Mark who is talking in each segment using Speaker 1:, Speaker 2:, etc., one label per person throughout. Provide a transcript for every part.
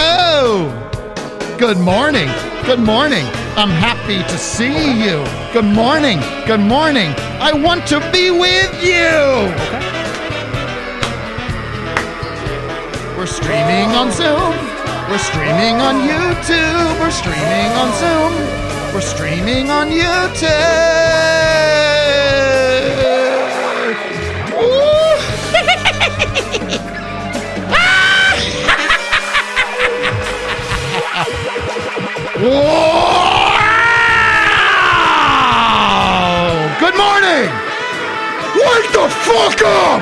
Speaker 1: Oh, Good morning. Good morning. I'm happy to see you. Good morning. Good morning. I want to be with you. We're streaming on Zoom. We're streaming on YouTube. We're streaming on Zoom. We're streaming on YouTube. Woo! Wow! Good morning! Wake the fuck up!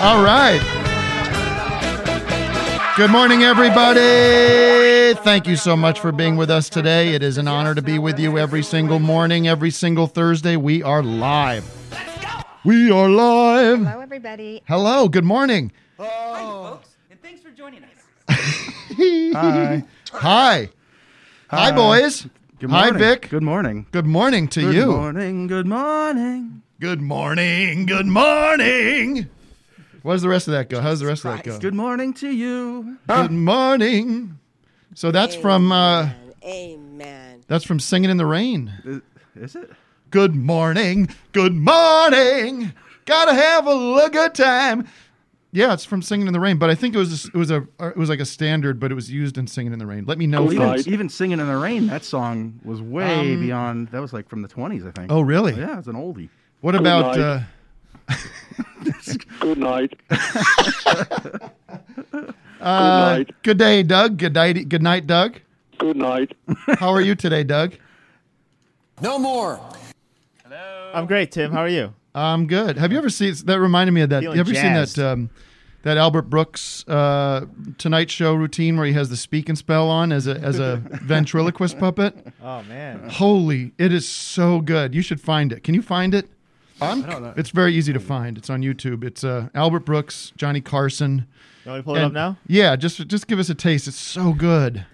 Speaker 1: All right. Good morning, everybody. Thank you so much for being with us today. It is an honor to be with you every single morning, every single Thursday. We are live. We are live.
Speaker 2: Hello, everybody.
Speaker 1: Hello, good morning.
Speaker 3: folks, and thanks for joining us.
Speaker 4: Hi.
Speaker 1: Hi. Hi, boys.
Speaker 4: Good
Speaker 1: Hi,
Speaker 4: morning.
Speaker 1: Vic.
Speaker 4: Good morning.
Speaker 1: Good morning to
Speaker 4: Good
Speaker 1: you.
Speaker 4: morning. Good morning.
Speaker 1: Good morning. Good morning. What does the rest of that go? How does the rest of that go?
Speaker 4: Good morning to you.
Speaker 1: Good morning. So that's from uh,
Speaker 5: Amen.
Speaker 1: that's from Singing in the Rain.
Speaker 4: Is, is it?
Speaker 1: Good morning. Good morning. Gotta have a l- good time. Yeah, it's from Singing in the Rain, but I think it was it was a uh, it was like a standard, but it was used in Singing in the Rain. Let me know.
Speaker 4: Well,
Speaker 1: if
Speaker 4: even,
Speaker 1: it's-
Speaker 4: even singing in the rain, that song was way beyond. That was like from the twenties, I think.
Speaker 1: Um, oh, really?
Speaker 4: yeah, it's an oldie.
Speaker 1: What about
Speaker 6: night.
Speaker 1: uh,
Speaker 6: Good night.
Speaker 1: uh,
Speaker 6: night.
Speaker 1: Good day, Doug. Good night, good night, Doug.
Speaker 6: Good night.
Speaker 1: How are you today, Doug?
Speaker 7: I'm great, Tim. How are you?
Speaker 1: I'm good. Have you ever seen that? Reminded me of that.
Speaker 7: Feeling
Speaker 1: you ever
Speaker 7: jazzed.
Speaker 1: seen that um, that Albert Brooks uh, Tonight Show routine where he has the speak and spell on as a as a ventriloquist puppet?
Speaker 7: Oh man,
Speaker 1: Holy, it is so good. You should find it. Can you find it? It's very easy to find. It's on YouTube. It's uh, Albert Brooks, Johnny Carson.
Speaker 7: you want me to pull it up
Speaker 1: And-
Speaker 7: now?
Speaker 1: Yeah, just just give us a taste. It's so good.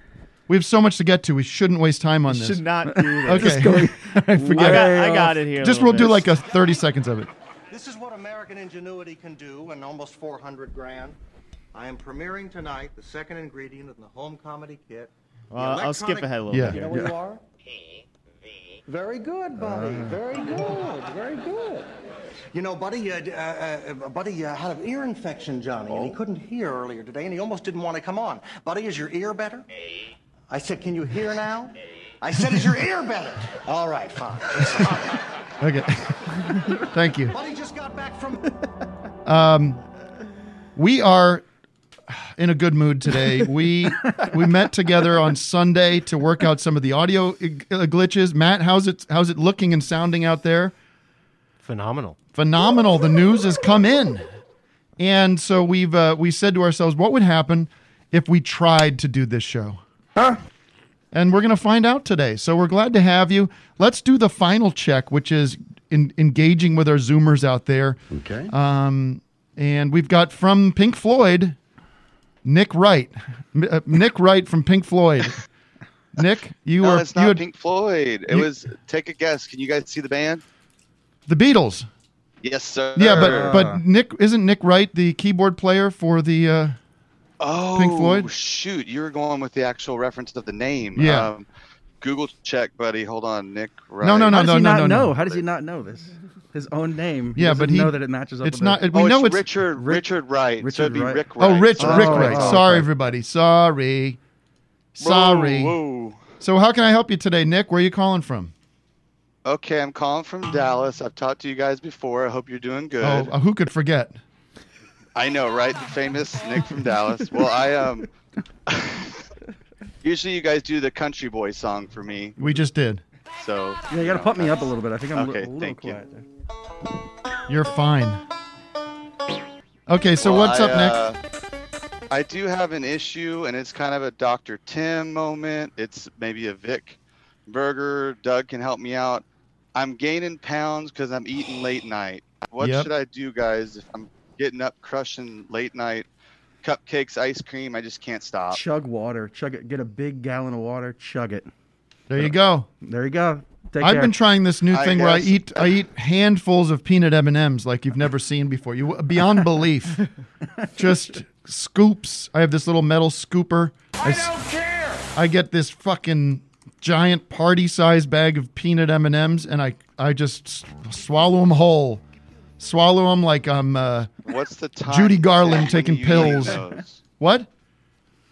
Speaker 1: We have so much to get to. We shouldn't waste time on this.
Speaker 7: Should not do this.
Speaker 1: okay. All right,
Speaker 7: I
Speaker 1: forget
Speaker 7: got,
Speaker 1: it.
Speaker 7: I got it here. a
Speaker 1: Just
Speaker 7: little
Speaker 1: we'll do
Speaker 7: bit.
Speaker 1: like a 30 seconds of it.
Speaker 8: This is what American ingenuity can do in almost 400 grand. I am premiering tonight the second ingredient in the home comedy kit. the
Speaker 7: Well, I'll skip
Speaker 8: electronic-
Speaker 7: ahead a little
Speaker 1: Yeah.
Speaker 7: bit.
Speaker 8: You
Speaker 7: Here.
Speaker 8: know where you are? Very good, buddy.
Speaker 2: Ah.
Speaker 8: Very good. Very good. You know, buddy, uh, d- uh, uh, buddy uh, had an ear infection, Johnny, and he
Speaker 2: Oh.
Speaker 8: couldn't hear earlier today, and he almost didn't want to come on. Buddy, is your ear better? I said, can you hear now? I said, is your ear better? All right, fine.
Speaker 1: Okay. Thank you. Um,
Speaker 8: buddy just got back from.
Speaker 1: We are in a good mood today. We we met together on Sunday to work out some of the audio uh, glitches. Matt, how's it how's it looking and sounding out there?
Speaker 9: Phenomenal.
Speaker 1: Phenomenal. The news has come in, and so we've uh, we said to ourselves, what would happen if we tried to do this show? And we're going to find out today. So we're glad to have you. Let's do the final check, which is in, engaging with our Zoomers out there.
Speaker 9: Okay.
Speaker 1: Um, And we've got from Pink Floyd, Nick Wright. M- uh, Nick Wright from Pink Floyd. Nick, you
Speaker 10: No,
Speaker 1: were
Speaker 10: it's
Speaker 1: you
Speaker 10: not
Speaker 1: had-
Speaker 10: Pink Floyd. It
Speaker 1: you-
Speaker 10: was. Take a guess. Can you guys see the band?
Speaker 1: the Beatles.
Speaker 10: Yes, sir.
Speaker 1: Yeah, but but Nick isn't Nick Wright the keyboard player for the uh,
Speaker 10: oh,
Speaker 1: Pink Floyd?
Speaker 10: Shoot, you were going with the actual reference of the name.
Speaker 1: Yeah.
Speaker 10: Um, Google check, buddy. Hold on, Nick. Right.
Speaker 1: No, no,
Speaker 4: How
Speaker 1: no,
Speaker 4: does
Speaker 1: no,
Speaker 4: he
Speaker 1: no,
Speaker 4: not
Speaker 1: no,
Speaker 4: know?
Speaker 1: no.
Speaker 4: How does he not know this? His own name. He
Speaker 1: Yeah,
Speaker 4: doesn't
Speaker 1: but he
Speaker 4: know that it matches up.
Speaker 1: It's
Speaker 4: with the-
Speaker 1: not. We
Speaker 10: Oh,
Speaker 1: know
Speaker 10: it's
Speaker 1: it's
Speaker 10: Richard.
Speaker 4: Ri-
Speaker 10: Richard Wright. so
Speaker 4: Richard
Speaker 10: it'd be
Speaker 4: Wright.
Speaker 10: Rick Wright.
Speaker 1: oh Rich Rick Wright.
Speaker 4: oh,
Speaker 1: Sorry,
Speaker 4: okay.
Speaker 1: everybody. Sorry, sorry.
Speaker 10: Whoa, whoa.
Speaker 1: So how can I help you today, Nick? Where are you calling from?
Speaker 10: Okay, I'm calling from Dallas. I've talked to you guys before. I hope you're doing good.
Speaker 1: Oh, uh, who could forget?
Speaker 10: I know, right? The famous Nick from Dallas. Well, I um. usually, you guys do the country boy song for me.
Speaker 1: We just did.
Speaker 10: So
Speaker 4: Yeah, you got to pump me up a little bit. I think I'm a
Speaker 10: Okay,
Speaker 4: little
Speaker 10: thank you.
Speaker 4: quiet. there.
Speaker 1: You're fine. Okay, so what's
Speaker 10: I,
Speaker 1: up, Nick?
Speaker 10: uh, I do have an issue, and it's kind of a Dr. Tim moment. It's maybe a Vic Burger. Doug can help me out. I'm gaining pounds because I'm eating late night. What
Speaker 1: Yep.
Speaker 10: should I do, guys? If I'm getting up, crushing late night cupcakes, ice cream, I just can't stop.
Speaker 4: Chug water. Chug it. Get a big gallon of water. Chug it.
Speaker 1: There you go.
Speaker 4: There you go. Take
Speaker 1: I've
Speaker 4: care.
Speaker 1: been trying this new
Speaker 10: I
Speaker 1: thing where I
Speaker 10: guess.
Speaker 1: eat I eat handfuls of peanut M and M's like you've never seen before. You beyond belief. Just scoops. I have this little metal scooper. I, s- I get this fucking giant party-sized bag of peanut M and M's, and I I just s- swallow them whole. Swallow them like I'm uh,
Speaker 10: What's the time?
Speaker 1: Judy Garland
Speaker 10: when
Speaker 1: taking
Speaker 10: you eat
Speaker 1: pills.
Speaker 10: those?
Speaker 1: What?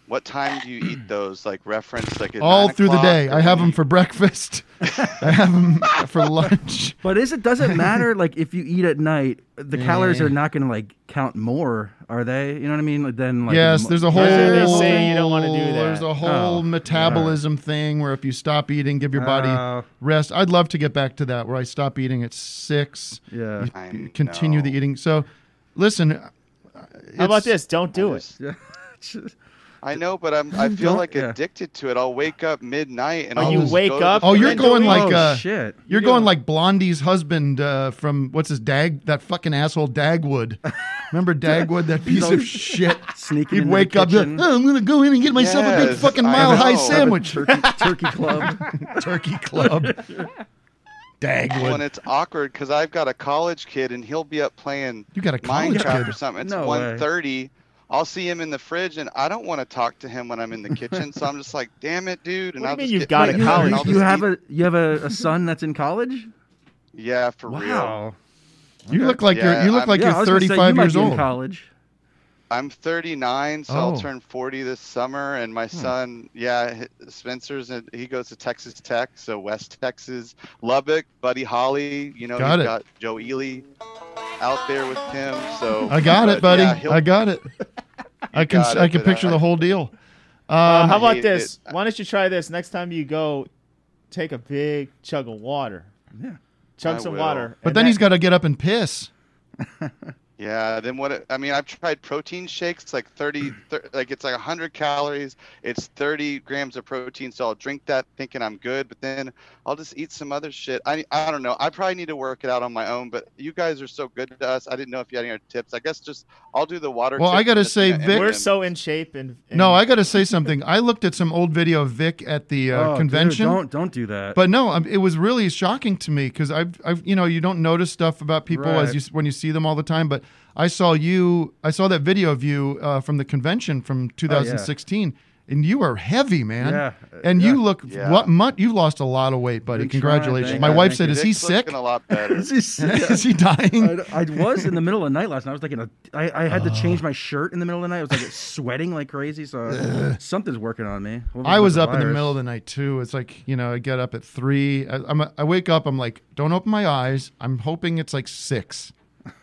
Speaker 10: What time do you eat those? Like reference, like at
Speaker 1: All
Speaker 10: nine
Speaker 1: through the
Speaker 10: o'clock
Speaker 1: day.
Speaker 10: or
Speaker 1: I have
Speaker 10: when
Speaker 1: them for breakfast. I have them for lunch.
Speaker 4: But is it doesn't matter like if you eat at night, the calories are not going to like count more, are they? You know what I mean? Like, then like
Speaker 1: yes,
Speaker 4: mo-
Speaker 1: there's a whole.
Speaker 7: That's what they say you don't wanna do that.
Speaker 1: There's a whole
Speaker 4: Oh,
Speaker 1: metabolism thing where if you stop eating, give your body
Speaker 4: Oh.
Speaker 1: rest. I'd love to get back to that where I stop eating at six.
Speaker 4: Yeah.
Speaker 1: you
Speaker 10: I
Speaker 1: c- continue the
Speaker 10: know.
Speaker 1: eating. So, listen. uh,
Speaker 7: How about
Speaker 1: it's-
Speaker 7: this? Don't do it.
Speaker 10: I know, but I'm. I feel
Speaker 4: Don't-
Speaker 10: like
Speaker 4: yeah.
Speaker 10: addicted to it. I'll wake up midnight and
Speaker 7: Oh,
Speaker 10: I'll
Speaker 7: you
Speaker 10: just
Speaker 7: wake
Speaker 10: go to
Speaker 7: up
Speaker 10: the
Speaker 1: Oh, you're
Speaker 10: fridge.
Speaker 1: going like
Speaker 4: oh,
Speaker 1: uh,
Speaker 4: shit.
Speaker 1: you're going like Blondie's husband uh, from what's his Dag that fucking asshole Dagwood. Remember Dagwood, that piece of shit.
Speaker 4: sneaking
Speaker 1: He'd
Speaker 4: into the
Speaker 1: wake up,
Speaker 4: kitchen.
Speaker 1: oh, I'm gonna go in and get myself a big
Speaker 10: Yes,
Speaker 1: fucking
Speaker 10: I
Speaker 1: mile high
Speaker 10: know. Have a
Speaker 1: sandwich.
Speaker 4: turkey, turkey club.
Speaker 1: Turkey Club. Dagwood.
Speaker 10: When it's awkward because I've got a college kid and he'll be up playing
Speaker 1: You got a college
Speaker 10: Minecraft
Speaker 1: kid.
Speaker 10: or something. It's
Speaker 4: No way.
Speaker 10: 1.30. I'll see him in the fridge and I don't want to talk to him when I'm in the kitchen. So I'm just like, damn it, dude. And
Speaker 7: What do you
Speaker 10: I'll
Speaker 7: mean
Speaker 10: just
Speaker 7: you've
Speaker 10: get
Speaker 7: got a
Speaker 10: right in there and
Speaker 7: college?
Speaker 4: You
Speaker 10: I'll just
Speaker 4: have
Speaker 10: eat-
Speaker 4: a you have a, a son that's in college?
Speaker 10: Yeah, for real.
Speaker 4: Wow.
Speaker 1: You look like
Speaker 10: Yeah,
Speaker 1: you're you look
Speaker 10: I'm-
Speaker 1: like
Speaker 4: yeah, I
Speaker 1: you're
Speaker 4: was gonna say,
Speaker 1: 35
Speaker 4: you
Speaker 1: years
Speaker 4: might be in
Speaker 1: old.
Speaker 4: college.
Speaker 10: I'm 39, so
Speaker 1: Oh. Hmm.
Speaker 10: I'll turn 40 this summer. And my son, yeah, h- Spencer's, and he goes to Texas Tech, so West Texas, Lubbock, Buddy Holly. You know,
Speaker 1: Got
Speaker 10: he's
Speaker 1: it.
Speaker 10: got Joe Ely out there with him. So
Speaker 1: I got it, buddy.
Speaker 10: yeah, he'll-
Speaker 1: I got it. I can
Speaker 10: got
Speaker 1: I
Speaker 10: it,
Speaker 1: can
Speaker 10: but
Speaker 1: picture
Speaker 10: I- Um,
Speaker 1: the whole deal. Um,
Speaker 7: Uh, how
Speaker 10: I
Speaker 7: about
Speaker 10: hate
Speaker 7: this? Why don't you try this next time you go? Take a big chug of water.
Speaker 4: Yeah.
Speaker 7: Chug
Speaker 10: I
Speaker 7: some
Speaker 10: will.
Speaker 7: water.
Speaker 1: But
Speaker 7: and
Speaker 1: then
Speaker 7: that-
Speaker 1: he's got to get up and piss.
Speaker 10: Yeah, then what? it- I mean, I've tried protein shakes, like 30, thir- like it's like 100 calories. It's 30 grams of protein, so I'll drink that thinking I'm good, but then I'll just eat some other shit. I, I don't know. I probably need to work it out on my own, but you guys are so good to us. I didn't know if you had any other tips. I guess just I'll do the water.
Speaker 1: Well, I
Speaker 10: tip
Speaker 1: gotta
Speaker 10: and just, you
Speaker 1: say,
Speaker 10: know, end
Speaker 1: Vic-
Speaker 7: We're
Speaker 10: them.
Speaker 7: so in shape and, and
Speaker 1: No, I got to say something. I looked at some old video of Vic at the
Speaker 4: Oh,
Speaker 1: uh,
Speaker 4: dude,
Speaker 1: convention.
Speaker 4: don't don't do that.
Speaker 1: But no, um, it was really shocking to me because I've, I've, you know, you don't notice stuff about people as
Speaker 4: Right.
Speaker 1: you s- when you see them all the time. But I saw you, I saw that video of you uh, from the convention
Speaker 4: Oh,
Speaker 1: from 2016, and you are heavy, man.
Speaker 4: Yeah, uh,
Speaker 1: and you look
Speaker 10: Yeah.
Speaker 1: what much you've lost a lot of weight, buddy.
Speaker 4: Been trying,
Speaker 1: Congratulations.
Speaker 4: thank
Speaker 1: My
Speaker 4: you,
Speaker 1: wife
Speaker 4: thank
Speaker 1: said,
Speaker 4: you.
Speaker 1: "Is he
Speaker 10: Vic's
Speaker 1: sick?
Speaker 10: looking a lot better.
Speaker 4: Is he sick?
Speaker 1: Is he dying?"
Speaker 4: I, I was in the middle of the night last night. I was like, in a, I, I had to change
Speaker 1: Oh.
Speaker 4: my shirt in the middle of the night. I was like sweating like crazy. So something's working on me. Hopefully
Speaker 1: I
Speaker 4: it's
Speaker 1: was
Speaker 4: the
Speaker 1: up in the
Speaker 4: virus.
Speaker 1: middle of the night too. It's like you know, I get up at three. I, I'm I wake up. I'm like, don't open my eyes. I'm hoping it's like six.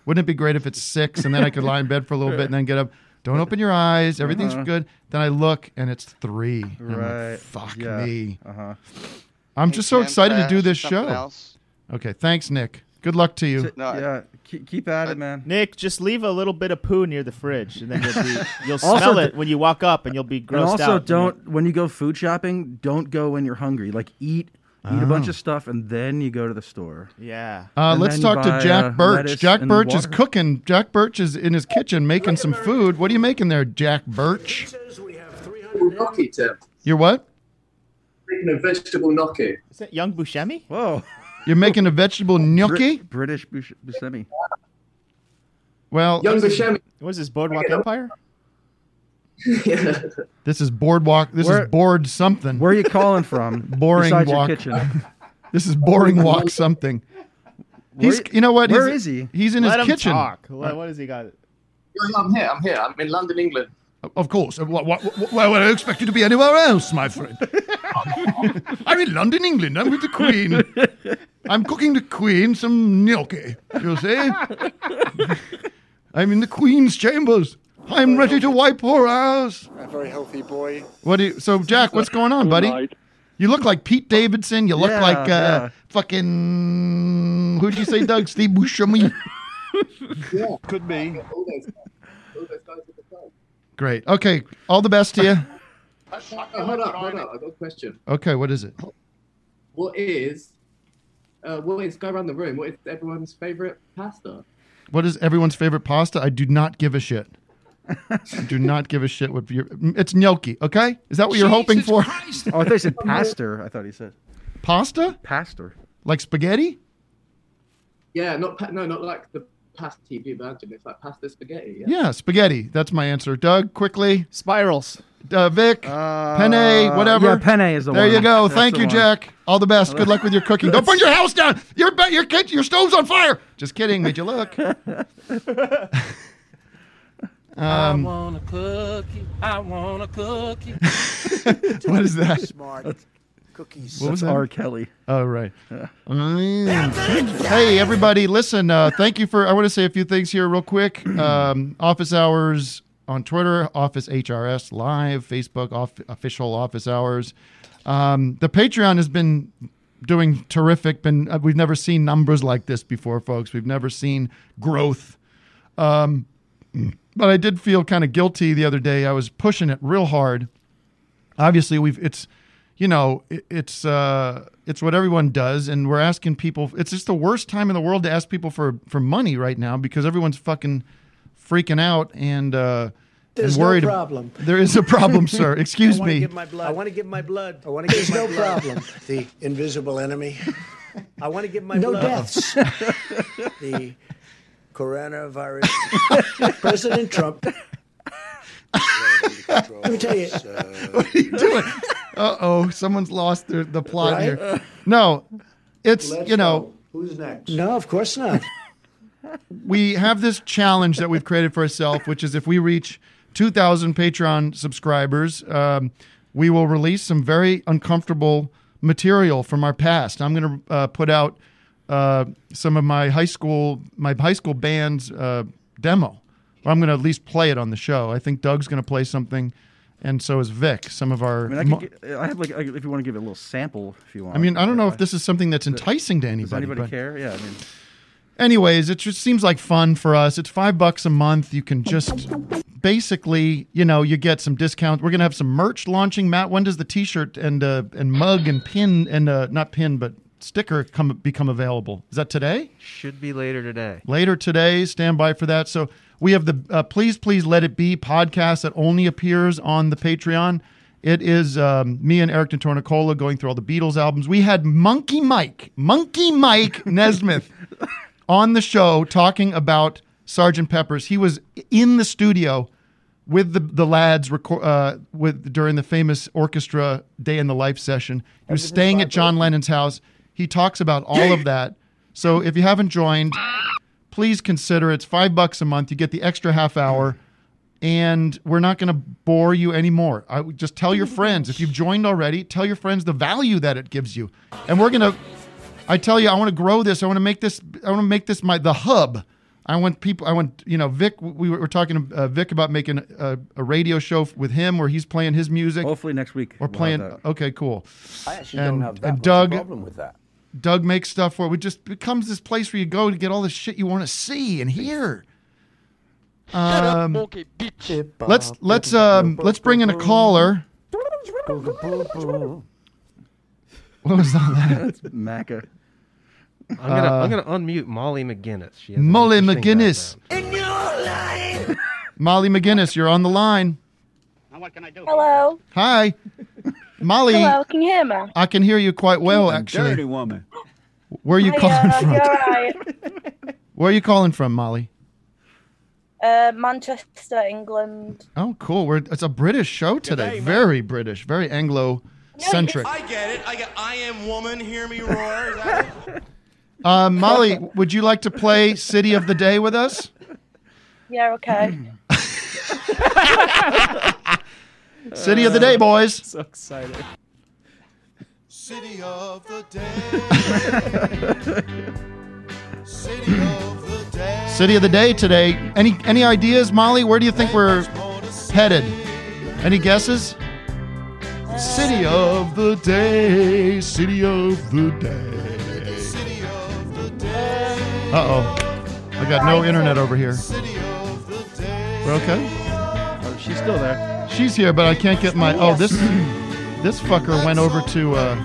Speaker 1: Wouldn't it be great if it's six and then I could lie in bed for a little bit and then get up? Don't open your eyes. Everything's good. Then I look and it's three. And I'm like,
Speaker 4: Uh-huh. Right.
Speaker 1: Fuck
Speaker 4: Yeah.
Speaker 1: me.
Speaker 4: Uh-huh.
Speaker 1: I'm just so
Speaker 10: Jam
Speaker 1: excited to
Speaker 10: Crash
Speaker 1: do
Speaker 10: or
Speaker 1: this
Speaker 10: something
Speaker 1: show.
Speaker 10: else.
Speaker 1: Okay. Thanks, Nick. Good luck to you.
Speaker 10: No, I-
Speaker 4: yeah, keep, keep at
Speaker 10: I-
Speaker 4: it, man.
Speaker 7: Nick, just leave a little bit of poo near the fridge, and then you'll be you'll
Speaker 4: Also
Speaker 7: smell it
Speaker 4: d-
Speaker 7: when you walk up, and you'll be
Speaker 4: And
Speaker 7: grossed out.
Speaker 4: also,
Speaker 7: and you'll-
Speaker 4: don't when you go food shopping, don't go when you're hungry. Like eat, eat a bunch of stuff, and then you go to the store.
Speaker 7: Ah. Yeah.
Speaker 1: Uh,
Speaker 4: And
Speaker 1: let's
Speaker 4: then
Speaker 1: talk
Speaker 4: buy,
Speaker 1: to Jack
Speaker 4: uh,
Speaker 1: Birch.
Speaker 4: lettuce
Speaker 1: Jack
Speaker 4: and
Speaker 1: Birch is
Speaker 4: water.
Speaker 1: cooking. Jack Birch is in his kitchen making some food. What are you making there, Jack Birch?
Speaker 2: Gnocchi tip.
Speaker 1: You're what?
Speaker 2: Making a vegetable gnocchi.
Speaker 7: Is that young Buscemi?
Speaker 4: Whoa,
Speaker 1: You're making a vegetable gnocchi?
Speaker 4: Brit- British Bush- Buscemi.
Speaker 1: Well,
Speaker 2: Young Buscemi.
Speaker 7: What is this Boardwalk Empire?
Speaker 2: yeah.
Speaker 1: this is boardwalk. This
Speaker 4: Where-
Speaker 1: is board something.
Speaker 4: Where are you calling from?
Speaker 1: Boring
Speaker 4: Besides
Speaker 1: walk.
Speaker 4: Your kitchen.
Speaker 1: This is boring walk something. He's,
Speaker 4: Where-
Speaker 1: you know what?
Speaker 4: where
Speaker 1: he's,
Speaker 4: is he?
Speaker 1: He's in
Speaker 7: Let
Speaker 1: his
Speaker 7: him
Speaker 1: kitchen.
Speaker 7: talk. What, what has he got?
Speaker 2: I'm here. I'm here. I'm in London, England.
Speaker 1: Of course. Uh, Why, why, why would I expect you to be anywhere else, my friend? I'm in London, England. I'm with the Queen. I'm cooking the Queen some gnocchi, you see? I'm in the Queen's chambers. I'm ready to wipe her ass.
Speaker 8: A very healthy boy.
Speaker 1: What do you, so, Jack, what's going on,
Speaker 6: Good
Speaker 1: buddy?
Speaker 6: night.
Speaker 1: You look like Pete Davidson. You look
Speaker 4: Yeah,
Speaker 1: like uh,
Speaker 4: yeah.
Speaker 1: fucking who'd you say, Doug? Steve Buscemi.
Speaker 4: Could be.
Speaker 2: All those guys. All those guys at the club.
Speaker 1: Great. Okay. All the best to you.
Speaker 2: Oh, hold up, hold up. I've got a question.
Speaker 1: Okay. What is it?
Speaker 2: What is, uh, what is, go around the room, what is everyone's favorite pasta?
Speaker 1: What is everyone's favorite pasta? I do not give a shit. I do not give a shit what your. It's gnocchi. Okay. Is that what you're hoping for?
Speaker 4: Oh, I thought he said pastor. I thought he said
Speaker 1: Pasta
Speaker 4: pastor.
Speaker 1: like spaghetti?
Speaker 2: Yeah, not, pa- no, not like the pasta TV Belgium. It's like pasta spaghetti. Yeah.
Speaker 1: Yeah, spaghetti. That's my answer. Doug, quickly.
Speaker 7: Spirals.
Speaker 1: Uh, Vic, Penne, whatever.
Speaker 4: yeah, penne is the
Speaker 1: there
Speaker 4: one.
Speaker 1: you go.
Speaker 4: That's
Speaker 1: Thank
Speaker 4: the
Speaker 1: you,
Speaker 4: one.
Speaker 1: Jack. All the best. Good luck with your cooking. Don't burn your house down. Your ba- your kitchen, your stove's on fire. Just kidding. Made you look. Um,
Speaker 11: Uh,
Speaker 5: I want a cookie. I want a cookie.
Speaker 1: What is that?
Speaker 8: Smart. Cookies.
Speaker 1: What was
Speaker 4: That's
Speaker 1: that?
Speaker 4: R. Kelly.
Speaker 1: Oh, right. Mm. hey, everybody, listen. Uh, thank you for. I want to say a few things here, real quick. Um, office hours on Twitter, Office HRS Live, Facebook, off, official Office Hours. Um, the Patreon has been doing terrific. Been uh, we've never seen numbers like this before, folks. We've never seen growth. Um, but I did feel kind of guilty the other day. I was pushing it real hard obviously we've it's you know it, it's uh it's what everyone does and we're asking people it's just the worst time in the world to ask people for for money right now because everyone's fucking freaking out and uh
Speaker 11: There's
Speaker 1: and
Speaker 11: no
Speaker 1: worried
Speaker 11: problem.
Speaker 1: there is a problem sir excuse me
Speaker 11: my blood. I want to give my blood. I want to give There's my no problem.
Speaker 8: The invisible enemy.
Speaker 11: I want to give my
Speaker 8: No
Speaker 11: blood.
Speaker 8: deaths.
Speaker 11: the coronavirus. President Trump. Let me tell you,
Speaker 1: what are you doing uh-oh someone's lost their, the plot
Speaker 11: Right?
Speaker 1: here no it's you know
Speaker 11: who's next? No, of course not.
Speaker 1: we have this challenge that we've created for ourselves, which is if we reach 2,000 Patreon subscribers, um, we will release some very uncomfortable material from our past. I'm going to uh, put out uh, some of my high school my high school band's uh, demo. Or I'm going to at least play it on the show. I think Doug's going to play something, and so is Vic. Some of our.
Speaker 4: I mean, I, could get, I have like, I- if you want to give it a little sample, if you want.
Speaker 1: I mean, I don't know if this is something that's enticing to anybody.
Speaker 4: Does anybody
Speaker 1: but-
Speaker 4: care? Yeah, I mean,
Speaker 1: anyways, it just seems like fun for us. It's five bucks a month. You can just basically, you know, you get some discounts. We're gonna have some merch launching. Matt, when does the T-shirt and uh, and mug and pin and uh, not pin but sticker come become available? Is that today?
Speaker 9: Should be later today.
Speaker 1: later today. Stand by for that. So we have the uh, please, please let it be podcast that only appears on the Patreon. It is um, me and Eric Tornicola going through all the Beatles albums. We had Monkey Mike, Monkey Mike Nesmith on the show talking about Sergeant Pepper's. He was in the studio with the the lads reco- uh, with during the famous orchestra day in the life session. He was staying at John Lennon's house. He talks about all of that. So if you haven't joined, please consider it. it's five bucks a month. You get the extra half hour, and we're not going to bore you anymore. I would just tell your friends if you've joined already. Tell your friends the value that it gives you, and we're gonna. I tell you, I want to grow this. I want to make this. I want to make this my the hub. I want people. I want you know Vic. We were, we're talking to uh, Vic about making a, a radio show with him where he's playing his music.
Speaker 4: hopefully next week.
Speaker 1: We're
Speaker 4: we'll have
Speaker 1: playing.
Speaker 4: that.
Speaker 1: Okay, cool.
Speaker 11: I actually
Speaker 1: And-
Speaker 11: don't have that
Speaker 1: and
Speaker 11: much
Speaker 1: Doug-
Speaker 11: problem with that.
Speaker 1: Doug makes stuff where it just becomes this place where you go to get all the shit you want to see and hear. Um, let's let's um let's bring in a caller. What was all that?
Speaker 4: It's Maca.
Speaker 9: I'm gonna I'm gonna unmute Molly McGinnis. She has an
Speaker 1: Uh, Molly
Speaker 9: interesting
Speaker 1: McGinnis. Molly McGinnis, you're on the line.
Speaker 12: Hello.
Speaker 1: Hi, Molly.
Speaker 12: Hello. Can you hear me?
Speaker 1: I can hear you quite well, actually.
Speaker 13: Dirty woman.
Speaker 1: Where are you calling
Speaker 12: Hiya,
Speaker 1: from?
Speaker 12: You alright?
Speaker 1: Where are you calling from, Molly?
Speaker 12: Uh, Manchester, England.
Speaker 1: Oh, cool. We're, it's a British show today. Very British. Very Anglo-centric.
Speaker 14: I get it. I get. I am woman. Hear me roar. Is that it?
Speaker 1: Uh, Molly, would you like to play City of the Day with us?
Speaker 12: Yeah. Okay.
Speaker 1: City of the Day, boys.
Speaker 7: So excited.
Speaker 14: City of the day. City of the day.
Speaker 1: City of the Day today. Any any ideas, Molly? Where do you think we're headed? Any guesses? City of the Day. City of the Day. City of the Day. Uh oh. I got no internet over here. We're okay?
Speaker 4: Oh, she's still there.
Speaker 1: She's here, but I can't get my. Oh, this this fucker went over to. Uh,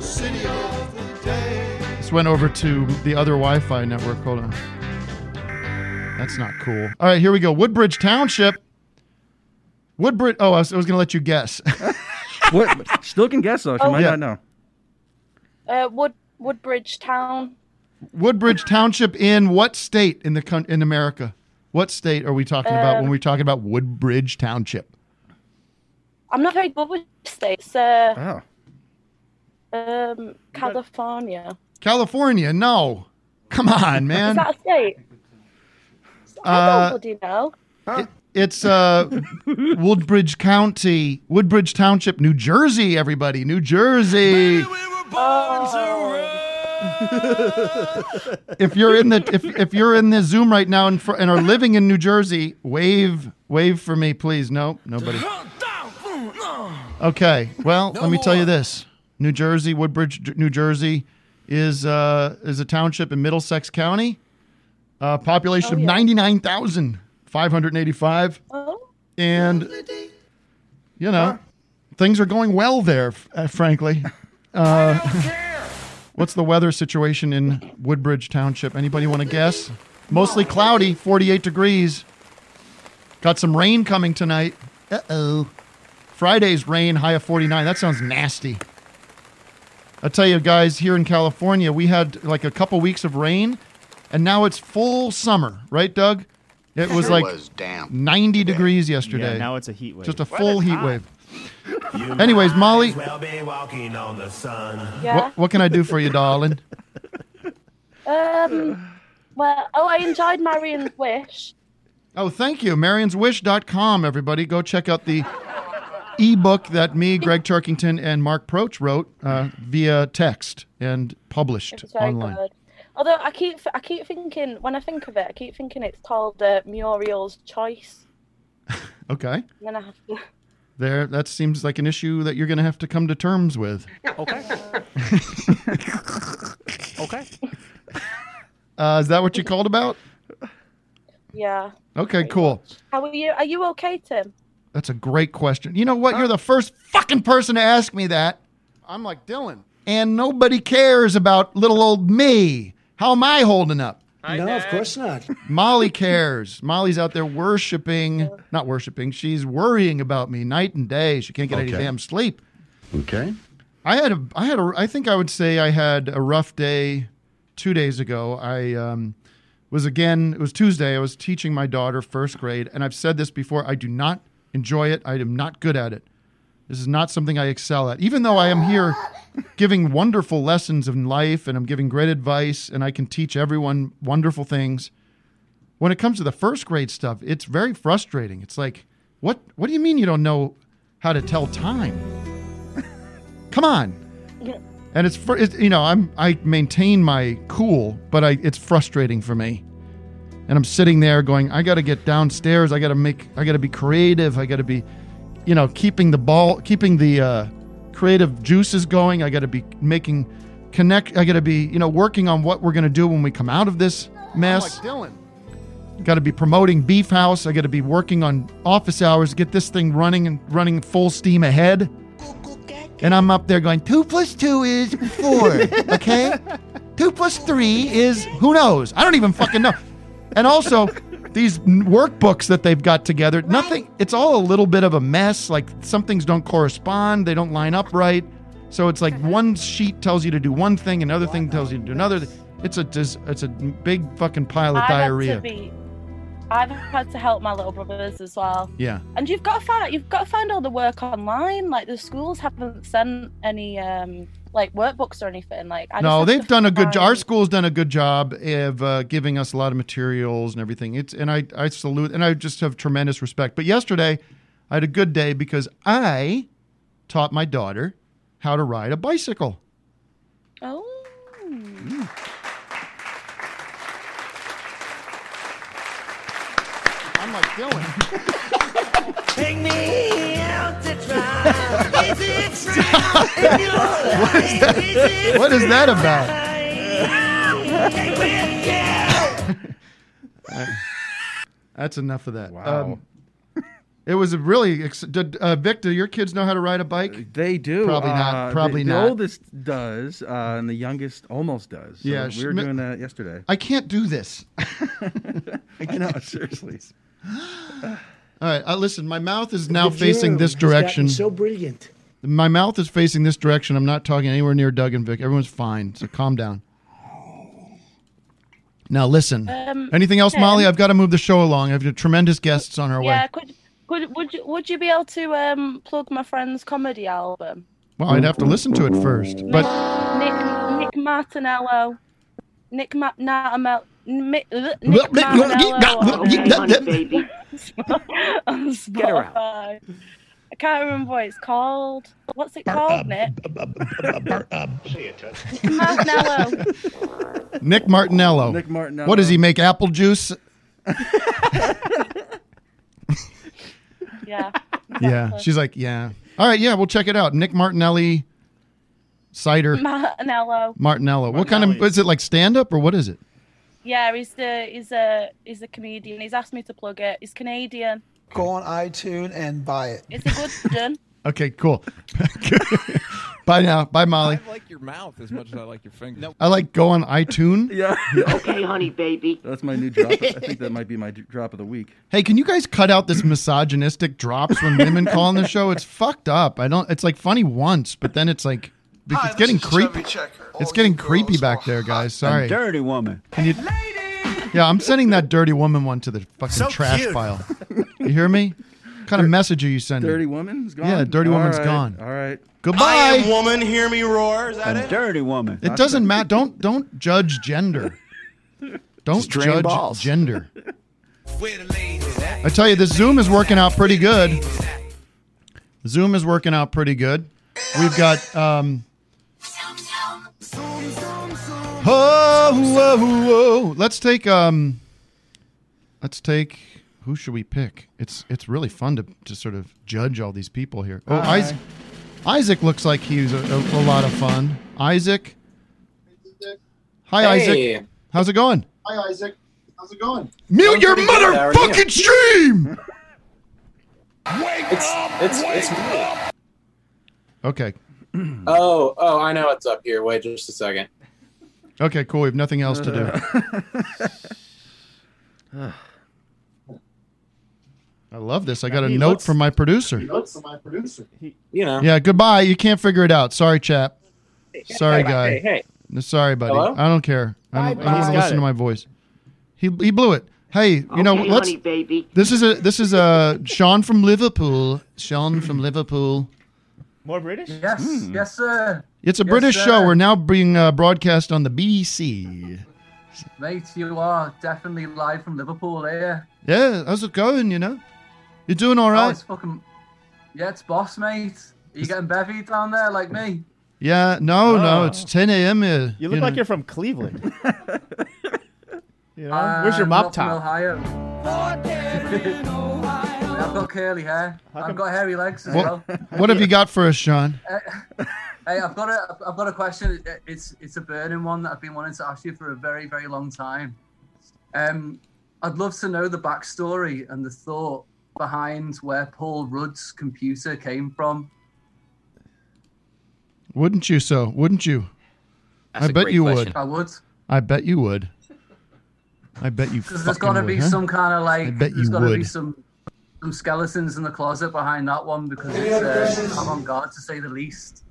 Speaker 14: City of the day.
Speaker 1: this went over to the other Wi Fi network. Hold on. That's not cool. All right, here we go. Woodbridge Township. Woodbridge. Oh, I was, I was going to let you guess.
Speaker 4: What? Still can guess though. She
Speaker 12: Oh.
Speaker 4: might
Speaker 1: Yeah.
Speaker 4: not know.
Speaker 12: Uh, Wood Woodbridge Town.
Speaker 1: Woodbridge Township in what state in the coun- in America? What state are we talking about when
Speaker 12: Um,
Speaker 1: we're talking about Woodbridge Township?
Speaker 12: I'm not very good with states. Uh,
Speaker 1: Oh.
Speaker 12: um, California.
Speaker 1: California, no. Come on,
Speaker 12: Is
Speaker 1: man.
Speaker 12: that a state? I don't
Speaker 1: Uh,
Speaker 12: bloody know.
Speaker 1: it's uh, Woodbridge County, Woodbridge Township, New Jersey, everybody. New Jersey. if you're in the if, if you're in the Zoom right now and, fr- and are living in New Jersey, wave wave for me, please. No, nobody. Okay. Well, let me tell you this: New Jersey, Woodbridge, J- New Jersey, is uh, is a township in Middlesex County. Uh, population of ninety nine thousand five hundred eighty five,
Speaker 12: Oh.
Speaker 1: and you know things are going well there. f- Uh, frankly, uh, what's the weather situation in Woodbridge Township? Anybody want to guess? Mostly cloudy, forty eight degrees. Got some rain coming tonight. Uh oh. Friday's rain, high of 49. That sounds nasty. I tell you guys, here in California, we had like a couple weeks of rain, and now it's full summer, right, Doug? It was
Speaker 7: Sure
Speaker 1: like
Speaker 7: was damp.
Speaker 1: 90 degrees yesterday.
Speaker 7: Yeah, now it's a heat wave.
Speaker 1: Just a
Speaker 7: Well,
Speaker 1: full
Speaker 7: it's
Speaker 1: heat
Speaker 7: hot.
Speaker 1: wave. Anyways, Molly,
Speaker 13: Well, be walking on the sun.
Speaker 1: what, what can I do for you, darling?
Speaker 12: Um, well, oh, I enjoyed Marion's wish.
Speaker 1: Oh, thank you. Marion'sWish.com, everybody. Go check out the ebook that me, Greg Turkington, and Mark Proch wrote uh, via text and published
Speaker 12: It was very
Speaker 1: online.
Speaker 12: good. Although I keep, I keep thinking when I think of it, I keep thinking it's called uh, Muriel's Choice.
Speaker 1: Okay.
Speaker 12: And then I have to.
Speaker 1: There, that seems like an issue that you're going to have to come to terms with.
Speaker 9: okay.
Speaker 1: Uh, is that what you called about?
Speaker 12: Yeah.
Speaker 1: Okay, cool.
Speaker 12: How are you? Are you okay, Tim?
Speaker 1: That's a great question. You know what? You're the first fucking person to ask me that, I'm like Dylan. and nobody cares about little old me. How am I holding up?
Speaker 11: no, of course not.
Speaker 1: Molly cares. Molly's out there worshiping, not worshiping. She's worrying about me night and day. She can't get any
Speaker 15: Okay.
Speaker 1: damn sleep.
Speaker 15: Okay.
Speaker 1: I had a, I had a, I think I would say I had a rough day two days ago. I um, was again, it was Tuesday. I was teaching my daughter first grade, and I've said this before. I do not enjoy it. I am not good at it. This is not something I excel at. Even though I am here giving wonderful lessons in life, and I'm giving great advice, and I can teach everyone wonderful things. When it comes to the first grade stuff, it's very frustrating. It's like, what? What do you mean you don't know how to tell time? Come on. And it's, fr- it's you know I'm I maintain my cool, but I it's frustrating for me. And I'm sitting there going, I got to get downstairs. I got to make. I got to be creative. I got to be, you know, keeping the ball, keeping the uh, creative juices going. I got to be making connect. I got to be you know working on what we're gonna do when we come out of this mess.
Speaker 13: Dylan.
Speaker 1: Got to be promoting Beef House. I got to be working on office hours. Get this thing running and running full steam ahead. And I'm up there going, two plus two is four. Okay, two plus three is who knows? I don't even fucking know. And also, these n- workbooks that they've got together, nothing. It's all a little bit of a mess. Like some things don't correspond. They don't line up right. So it's like one sheet tells you to do one thing, another thing tells you to do another. thi- It's a dis- it's a big fucking pile
Speaker 13: Ah,
Speaker 1: of
Speaker 12: I've
Speaker 1: diarrhea.
Speaker 12: Had to be, I've had to help my little brothers as well.
Speaker 1: Yeah.
Speaker 12: And you've got to find you've got to find all the work online. Like the schools haven't sent any um like workbooks or anything. Like I
Speaker 1: no,
Speaker 12: just have
Speaker 1: they've
Speaker 12: to
Speaker 1: done a good job. Our
Speaker 12: find-
Speaker 1: school's done a good job of uh, giving us a lot of materials and everything. It's and I I salute and I just have tremendous respect. But yesterday, I had a good day because I taught my daughter how to ride a bicycle.
Speaker 12: Oh.
Speaker 1: I'm like Dylan.
Speaker 13: Take me out to try. Is it frown in your
Speaker 1: What is that? What is that about? That's enough of that.
Speaker 4: Wow.
Speaker 1: Um, it was a really ex- did, uh, Vic. Do your kids know how to ride a bike?
Speaker 4: They do.
Speaker 1: Probably
Speaker 4: Uh,
Speaker 1: not.
Speaker 4: the-
Speaker 1: Probably
Speaker 4: the,
Speaker 1: not.
Speaker 4: oldest does, uh, and the youngest almost does. So
Speaker 1: Yeah,
Speaker 4: we were
Speaker 1: Schmi-
Speaker 4: doing that yesterday.
Speaker 1: I can't do this.
Speaker 4: I know, seriously.
Speaker 1: All right, uh, listen. My mouth is now
Speaker 11: The
Speaker 1: facing
Speaker 11: germ
Speaker 1: this
Speaker 11: has gotten
Speaker 1: direction.
Speaker 11: So brilliant.
Speaker 1: My mouth is facing this direction. I'm not talking anywhere near Doug and Vic. Everyone's fine, so calm down. Now listen.
Speaker 13: Um,
Speaker 1: Anything else,
Speaker 13: okay.
Speaker 1: Molly? I've got to move the show along. I have got tremendous guests on our
Speaker 13: Yeah,
Speaker 1: way.
Speaker 13: could could would you would you be able to um plug my friend's comedy album?
Speaker 1: Well, I'd have to listen to it first, but
Speaker 13: Nick Nick Martinello, Nick Ma- Natamel, Nick, Nick
Speaker 1: Well, Nick, you-
Speaker 13: Martinello.
Speaker 1: you-
Speaker 13: on-
Speaker 1: you-
Speaker 13: Baby. on
Speaker 11: Get her out.
Speaker 13: Spotify. I can't remember what it's called. What's it called, Nick? Nick Martinello.
Speaker 1: Nick Martinello.
Speaker 4: Nick Martinello.
Speaker 1: What does he make? Apple juice?
Speaker 13: Yeah.
Speaker 1: Yeah. She's like, yeah. All right. Yeah, we'll check it out. Nick Martinelli cider.
Speaker 13: Martinello.
Speaker 1: Martinello. What kind of is it? Like stand up or what is it?
Speaker 13: Yeah, he's the he's a he's a comedian. He's asked me to plug it. He's Canadian.
Speaker 16: Go on iTunes and buy it.
Speaker 13: It's a good one.
Speaker 1: Okay, cool. Bye now. Bye, Molly.
Speaker 17: I like your mouth as much as I like your fingers.
Speaker 1: I like go on iTunes.
Speaker 4: Yeah.
Speaker 17: Okay, honey, baby.
Speaker 4: That's my new drop. I think that might be my d- drop of the week.
Speaker 1: Hey, can you guys cut out this misogynistic drops when women call on the show? It's fucked up. I don't. It's like funny once, but then it's like it's
Speaker 11: Hi, this
Speaker 1: getting
Speaker 11: is Chubby
Speaker 1: creepy.
Speaker 11: Checker.
Speaker 1: It's getting creepy back there, guys. Sorry.
Speaker 11: dirty woman.
Speaker 1: Can you? Yeah, I'm sending that dirty woman one to the fucking
Speaker 11: So
Speaker 1: trash
Speaker 11: cute.
Speaker 1: pile. You hear me? What kind of message are you sending?
Speaker 4: Dirty woman's gone.
Speaker 1: Yeah, dirty
Speaker 4: All
Speaker 1: woman's
Speaker 4: right,
Speaker 1: gone.
Speaker 4: All right.
Speaker 1: Goodbye.
Speaker 18: I am woman, hear me roar. Is that it?
Speaker 1: dirty woman. It doesn't matter. Don't don't judge gender. Don't
Speaker 11: Just drain
Speaker 1: judge
Speaker 11: balls.
Speaker 1: gender. I tell you, the Zoom is working out pretty good. Zoom is working out pretty good. We've got um. Oh, whoa, whoa. let's take um. Let's take who should we pick? It's it's really fun to, to sort of judge all these people here. Oh,
Speaker 11: Hi.
Speaker 1: Isaac, Isaac looks like he's a, a, a lot of fun. Isaac, hi
Speaker 11: Hey.
Speaker 1: Isaac, how's it going?
Speaker 11: Hi, Isaac. How's it going?
Speaker 1: Mute your
Speaker 11: pretty good, how are
Speaker 1: motherfucking
Speaker 11: you?
Speaker 1: stream.
Speaker 19: It's it's it's me.
Speaker 1: Okay,
Speaker 19: Oh oh, I know what's up here. Wait just a second.
Speaker 1: okay, cool. We have nothing else to do. I love this. I got a
Speaker 19: He
Speaker 1: note
Speaker 19: looks-
Speaker 1: from my producer.
Speaker 19: Notes my producer. You know.
Speaker 1: Yeah, goodbye. You can't figure it out. Sorry, chap. Sorry,
Speaker 19: hey,
Speaker 1: guy.
Speaker 19: hey, hey.
Speaker 1: No, Sorry, buddy.
Speaker 19: Hello?
Speaker 1: I don't care. I don't,
Speaker 19: Bye, bye.
Speaker 1: I don't want to
Speaker 19: He's got
Speaker 1: listen
Speaker 19: it.
Speaker 1: to my voice. He he blew it. Hey, you know,
Speaker 19: Okay,
Speaker 1: let's.
Speaker 19: honey, baby.
Speaker 1: This is a this is a Sean from Liverpool. Sean from Liverpool.
Speaker 7: More British?
Speaker 14: Yes, yes, sir.
Speaker 1: Hmm. It's a
Speaker 14: Yes,
Speaker 1: British
Speaker 14: sir.
Speaker 1: show. We're now being uh, broadcast on the BBC.
Speaker 14: Mate, you are definitely live from Liverpool here.
Speaker 1: Yeah, how's it going? You know, you're doing all
Speaker 14: Oh,
Speaker 1: right.
Speaker 14: it's fucking. Yeah, it's boss, mate. Are you getting bevy down there like me?
Speaker 1: Yeah, no, no, it's 10 a.m. here.
Speaker 14: Oh. You look like
Speaker 7: You're from Cleveland.
Speaker 14: You
Speaker 7: know, where's your mop top?
Speaker 14: Uh, Ohio. I've got curly hair. I've got hairy legs as well.
Speaker 1: What, what have you got for us, Sean?
Speaker 14: Uh, hey, I've got a, I've got a question. It- It's, it's a burning one that I've been wanting to ask you for a very, very long time. Um, I'd love to know the backstory and the thought behind where Paul Rudd's computer came from.
Speaker 1: Wouldn't you so? Wouldn't you?
Speaker 14: That's
Speaker 1: I
Speaker 14: a
Speaker 1: bet
Speaker 14: great
Speaker 1: you
Speaker 14: question.
Speaker 1: would.
Speaker 14: I would.
Speaker 1: I bet you would. I bet you.
Speaker 14: Because there's
Speaker 1: fucking
Speaker 14: got to
Speaker 1: would,
Speaker 14: be
Speaker 1: huh?
Speaker 14: some kind of
Speaker 1: I
Speaker 14: like,
Speaker 1: bet
Speaker 14: there's
Speaker 1: you
Speaker 14: got to be
Speaker 1: would.
Speaker 14: some some skeletons in the closet behind that one because it's uh, I'm on guard to say the least.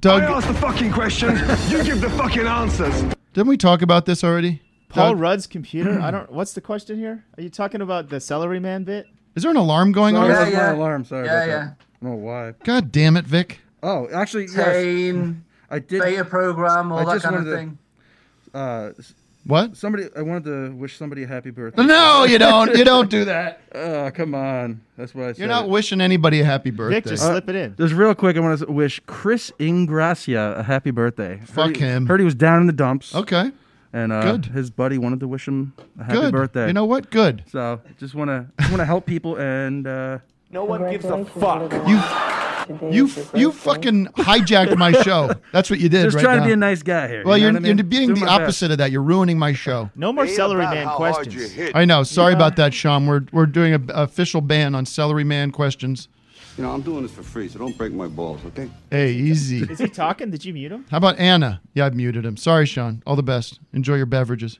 Speaker 1: Doug,
Speaker 14: the fucking question. You give the fucking answers.
Speaker 1: didn't we talk about this already?
Speaker 7: Paul
Speaker 1: Doug,
Speaker 7: Rudd's computer. I don't. What's the question here? Are you talking about the celery man bit?
Speaker 1: is there an alarm going
Speaker 7: Sorry,
Speaker 1: on?
Speaker 7: that's
Speaker 4: my alarm. Sorry
Speaker 7: Yeah,
Speaker 4: about
Speaker 7: yeah.
Speaker 4: that. I don't know why.
Speaker 1: God damn it, Vic.
Speaker 4: Oh, actually,
Speaker 14: Tane,
Speaker 4: yes. I did.
Speaker 14: beta program, all
Speaker 4: I
Speaker 14: that
Speaker 4: just
Speaker 14: kind of
Speaker 4: wanted to-
Speaker 14: thing.
Speaker 4: Uh, s-
Speaker 1: What?
Speaker 4: Somebody, I wanted to wish somebody a happy birthday.
Speaker 1: No, you don't. You don't do that.
Speaker 4: Oh, come on. That's what I said.
Speaker 1: You're not wishing anybody a happy birthday.
Speaker 4: Uh, Just real quick, I want to wish Chris Ingracia a happy birthday.
Speaker 1: Fuck
Speaker 4: Heard he-
Speaker 1: him.
Speaker 4: Heard he was down in the dumps.
Speaker 1: Okay.
Speaker 4: And uh,
Speaker 1: Good.
Speaker 4: his buddy wanted to wish him a happy
Speaker 1: Good.
Speaker 4: birthday.
Speaker 1: You know what? Good.
Speaker 4: So just want to want to help people and. Uh,
Speaker 7: no one gives
Speaker 4: a fuck.
Speaker 1: You, you, you fucking hijacked my show. That's what you did.
Speaker 4: Just
Speaker 1: right
Speaker 4: trying to
Speaker 1: now.
Speaker 4: be a nice guy here,
Speaker 1: Well,
Speaker 4: you
Speaker 1: are
Speaker 4: know what I mean?
Speaker 1: being
Speaker 4: Doing
Speaker 1: the
Speaker 4: my best.
Speaker 1: opposite of that. You're ruining my show.
Speaker 7: No more celery man questions.
Speaker 1: I know. Sorry about that, Sean. We're we're doing an official ban on Celery Man questions.
Speaker 20: You know, I'm doing this for free, so don't break my balls, okay?
Speaker 1: Hey, easy.
Speaker 7: Is he talking? Did you mute him?
Speaker 1: How about Anna? Yeah, I've muted him. Sorry, Sean. All the best. Enjoy your beverages.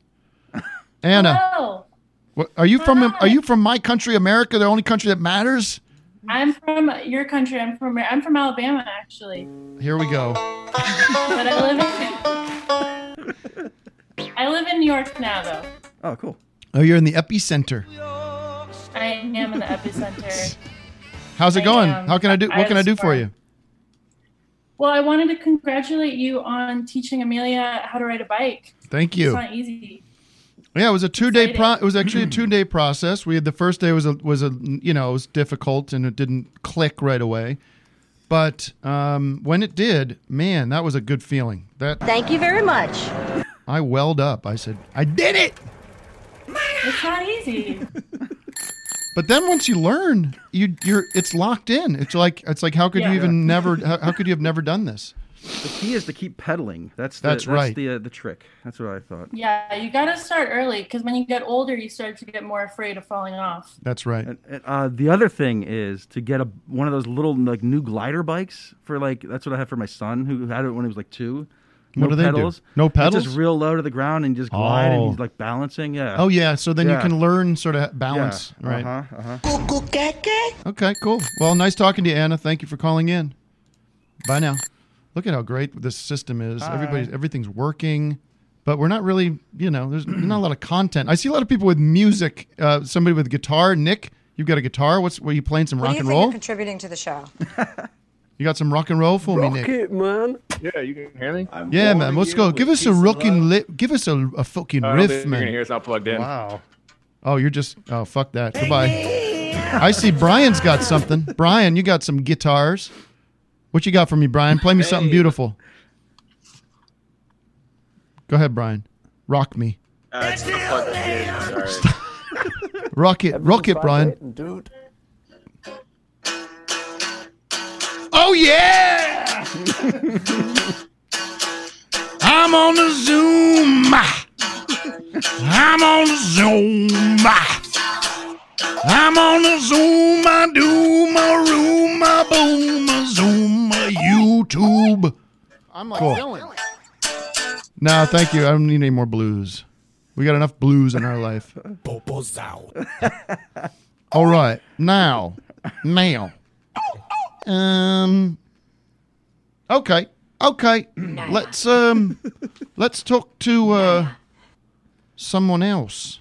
Speaker 1: Anna,
Speaker 21: Hello.
Speaker 1: what, are you from are you from my country, America, the only country that matters?
Speaker 21: I'm from your country. I'm from I'm from Alabama actually.
Speaker 1: Here we go.
Speaker 21: but I live in I live in New York now, though.
Speaker 4: Oh, cool.
Speaker 1: Oh, you're in the epicenter.
Speaker 21: I am in the epicenter.
Speaker 1: How's it going?
Speaker 21: am.
Speaker 1: How can I do?
Speaker 21: I
Speaker 1: What can I
Speaker 21: was
Speaker 1: do for you?
Speaker 21: Well, I wanted to congratulate you on teaching Amelia how to ride a bike.
Speaker 1: Thank you.
Speaker 21: It's not easy.
Speaker 1: Yeah, it was a two day pro. It was actually a two day process. We had the first day was a was a you know it was difficult and it didn't click right away, but um, when it did, man, that was a good feeling. That
Speaker 13: Thank you very much.
Speaker 1: I welled up. I said, I did it.
Speaker 21: It's not easy.
Speaker 1: But then once you learn, you you're it's locked in. It's like it's like how could
Speaker 4: Yeah.
Speaker 1: you even
Speaker 4: Yeah.
Speaker 1: never how, how could you have never done this?
Speaker 4: The key is to keep pedaling. That's the,
Speaker 1: That's right.
Speaker 4: The uh, the trick. That's what I thought.
Speaker 21: Yeah, you got to start early because when you get older, you start to get more afraid of falling off.
Speaker 1: That's right.
Speaker 4: And, and, uh, the other thing is to get a one of those little like new glider bikes for like that's what I have for my son who had it when he was like two.
Speaker 1: What do they do? No
Speaker 4: It's
Speaker 1: pedals?
Speaker 4: just real low to the ground and just glide
Speaker 1: Oh.
Speaker 4: and he's like balancing. Yeah.
Speaker 1: Oh yeah, so then you
Speaker 4: Yeah.
Speaker 1: can learn sort of balance,
Speaker 4: Yeah.
Speaker 1: right?
Speaker 4: Uh-huh, uh-huh.
Speaker 1: Okay, cool. Well, nice talking to you, Anna. Thank you for calling in. Bye now. Look at how great this system is.
Speaker 4: Bye.
Speaker 1: Everybody's everything's working, but we're not really, you know, there's not a lot of content. I see a lot of people with music. Uh, somebody with guitar. Nick, you've got a guitar. What's were you playing some
Speaker 22: What do
Speaker 1: rock
Speaker 22: you
Speaker 1: and
Speaker 22: think you're
Speaker 1: roll?
Speaker 22: contributing to the show?
Speaker 1: You got some rock and roll for me, Nick.
Speaker 22: man.
Speaker 23: Yeah, you can hear me.
Speaker 1: Yeah, man. Let's go. Give us a rockin' li- Give us a, a fucking
Speaker 23: I don't think
Speaker 1: riff,
Speaker 23: Oh, You're gonna
Speaker 1: man.
Speaker 23: hear it's not plugged in.
Speaker 1: Wow. Oh, you're just. Oh, fuck that. Goodbye. I see Brian's got something. Brian, you got some guitars. What you got for me, Brian? Play me something beautiful. Go ahead, Brian. Rock me.
Speaker 13: Uh, it's not plugged in.
Speaker 1: Rock it. Rock it, Brian.
Speaker 13: Dude.
Speaker 1: Oh, yeah!
Speaker 13: I'm on the Zoom. I'm on the Zoom. I'm on the Zoom. I do my room, my boom, my Zoom, my YouTube.
Speaker 1: I'm like Cool. Dylan. No, thank you. I don't need any more blues. We got enough blues in our life.
Speaker 13: Bobo's out.
Speaker 1: All right. Now. Now. Um Okay. Okay. Let's um let's talk to uh someone else.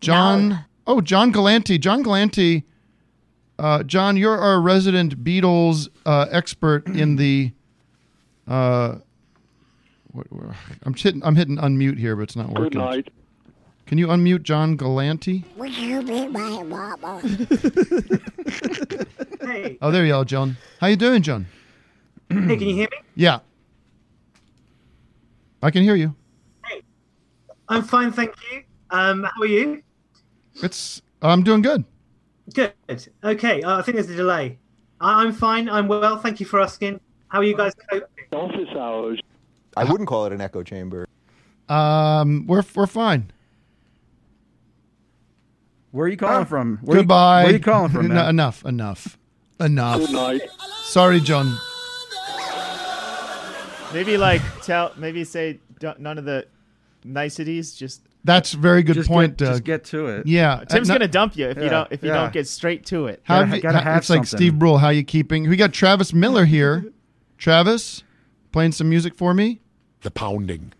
Speaker 1: John Oh, John Galanti. John Galanti. Uh John, you're our resident Beatles uh expert in the uh what, what- I'm hitting I'm hitting unmute here, but it's not working.
Speaker 6: night.
Speaker 1: Can you unmute John Galanti?
Speaker 13: Would you be my mama? hey,
Speaker 1: Oh, there you are, John. How you doing, John?
Speaker 24: hey, can you hear me?
Speaker 1: Yeah. I can hear you.
Speaker 24: I'm fine, thank you. Um, how are you?
Speaker 1: It's I'm doing good.
Speaker 24: Good. Okay. Uh, I think there's a delay. I- I'm fine. I'm well. Thank you for asking. How are you guys coping? Office hours.
Speaker 19: I wouldn't call it an echo chamber.
Speaker 1: Um, we're we're fine.
Speaker 4: Where are you calling from? Where
Speaker 1: Ah. Goodbye.
Speaker 4: You, where you calling from,
Speaker 1: En-
Speaker 4: man?
Speaker 1: enough, enough, enough.
Speaker 4: Good night.
Speaker 1: Sorry, John.
Speaker 7: Maybe like tell, maybe say don't, none of the niceties. Just
Speaker 1: That's a very good
Speaker 7: Just
Speaker 1: point.
Speaker 7: get-
Speaker 1: Doug.
Speaker 7: just get to
Speaker 4: it.
Speaker 1: Yeah,
Speaker 7: Tim's
Speaker 1: Uh, no-
Speaker 7: gonna dump you if you don't if you don't get straight to it.
Speaker 1: How have you- how- it's like Steve Brule. How you keeping? We got Travis Miller here. Travis, playing some music for me. The pounding.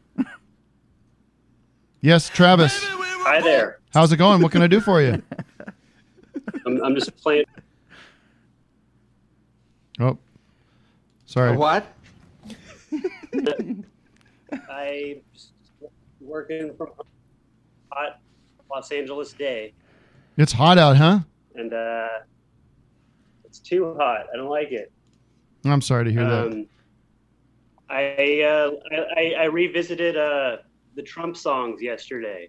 Speaker 1: Yes, Travis.
Speaker 25: Hi there.
Speaker 1: How's it going? What can I do for you?
Speaker 25: I'm, I'm just playing.
Speaker 1: Oh, sorry.
Speaker 25: What? I'm just working from hot Los Angeles day,
Speaker 1: It's hot out, huh?
Speaker 25: and uh, it's too hot. I don't like it.
Speaker 1: I'm sorry to hear that.
Speaker 25: Um, I, uh, I I- I revisited uh, the Trump songs yesterday.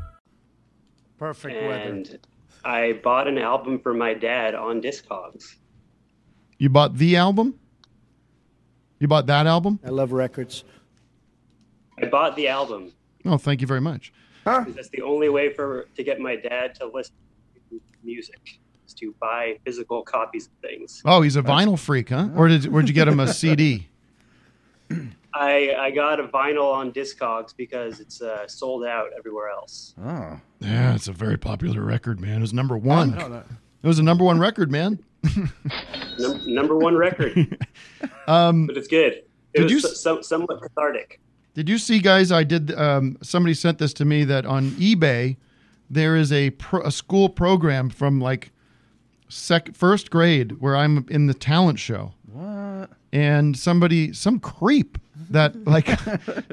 Speaker 25: Perfect and I bought an album for my dad on Discogs.
Speaker 1: You bought the album? You bought that album?
Speaker 25: I love records. I bought the album.
Speaker 1: Oh, thank you very much.
Speaker 25: 'Cause That's the only way for to get my dad to listen to music is to buy physical copies of things.
Speaker 1: Oh, he's a vinyl freak, huh?
Speaker 25: Oh.
Speaker 1: Or did where'd you get him a CD?
Speaker 25: I I got a vinyl on Discogs because it's uh, sold out everywhere else.
Speaker 1: Oh, yeah, it's a very popular record, man. It was number one.
Speaker 25: know that.
Speaker 1: It was a number one record, man.
Speaker 25: Num- number one record,
Speaker 1: Um,
Speaker 25: but it's good. It
Speaker 1: Did
Speaker 25: was
Speaker 1: you
Speaker 25: so- so- somewhat cathartic.
Speaker 1: Did you see, guys? I did. Um, somebody sent this to me that on eBay there is a, pro, a school program from like sec, first grade where I'm in the talent show.
Speaker 4: What?
Speaker 1: And somebody, some creep that like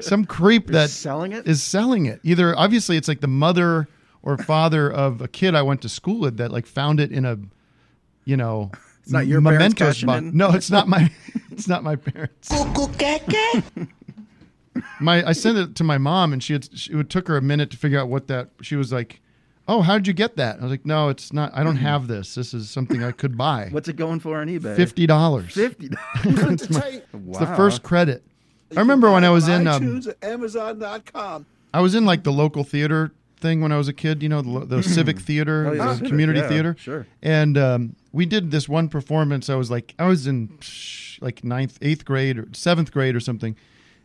Speaker 1: some creep
Speaker 4: Is
Speaker 1: that
Speaker 4: selling it?
Speaker 1: is selling it. Either obviously it's like the mother or father of a kid I went to school with that like found it in a, you know,
Speaker 4: It's not your parents cashing
Speaker 1: box.
Speaker 4: in?
Speaker 1: No, it's not my. It's not my parents. my I sent it to my mom, and she had she, it took her a minute to figure out what that. She was like, "Oh, how did you get that?" I was like, "No, it's not. I don't have this. This is something I could buy.
Speaker 4: Mm-hmm. What's it going for on eBay?
Speaker 1: Fifty dollars.
Speaker 4: Fifty dollars.
Speaker 1: it's, my- it's the first credit. I remember when I was in um,
Speaker 11: iTunes, Amazon.com.
Speaker 1: I was in like the local theater thing when I was a kid. You know, the, lo- the civic theater,
Speaker 4: Oh, yeah,
Speaker 1: the
Speaker 4: civic,
Speaker 1: community
Speaker 4: yeah,
Speaker 1: theater.
Speaker 4: sure.
Speaker 1: And um, we did this one performance. I was like, I was in psh, like ninth, eighth grade, or seventh grade, or something.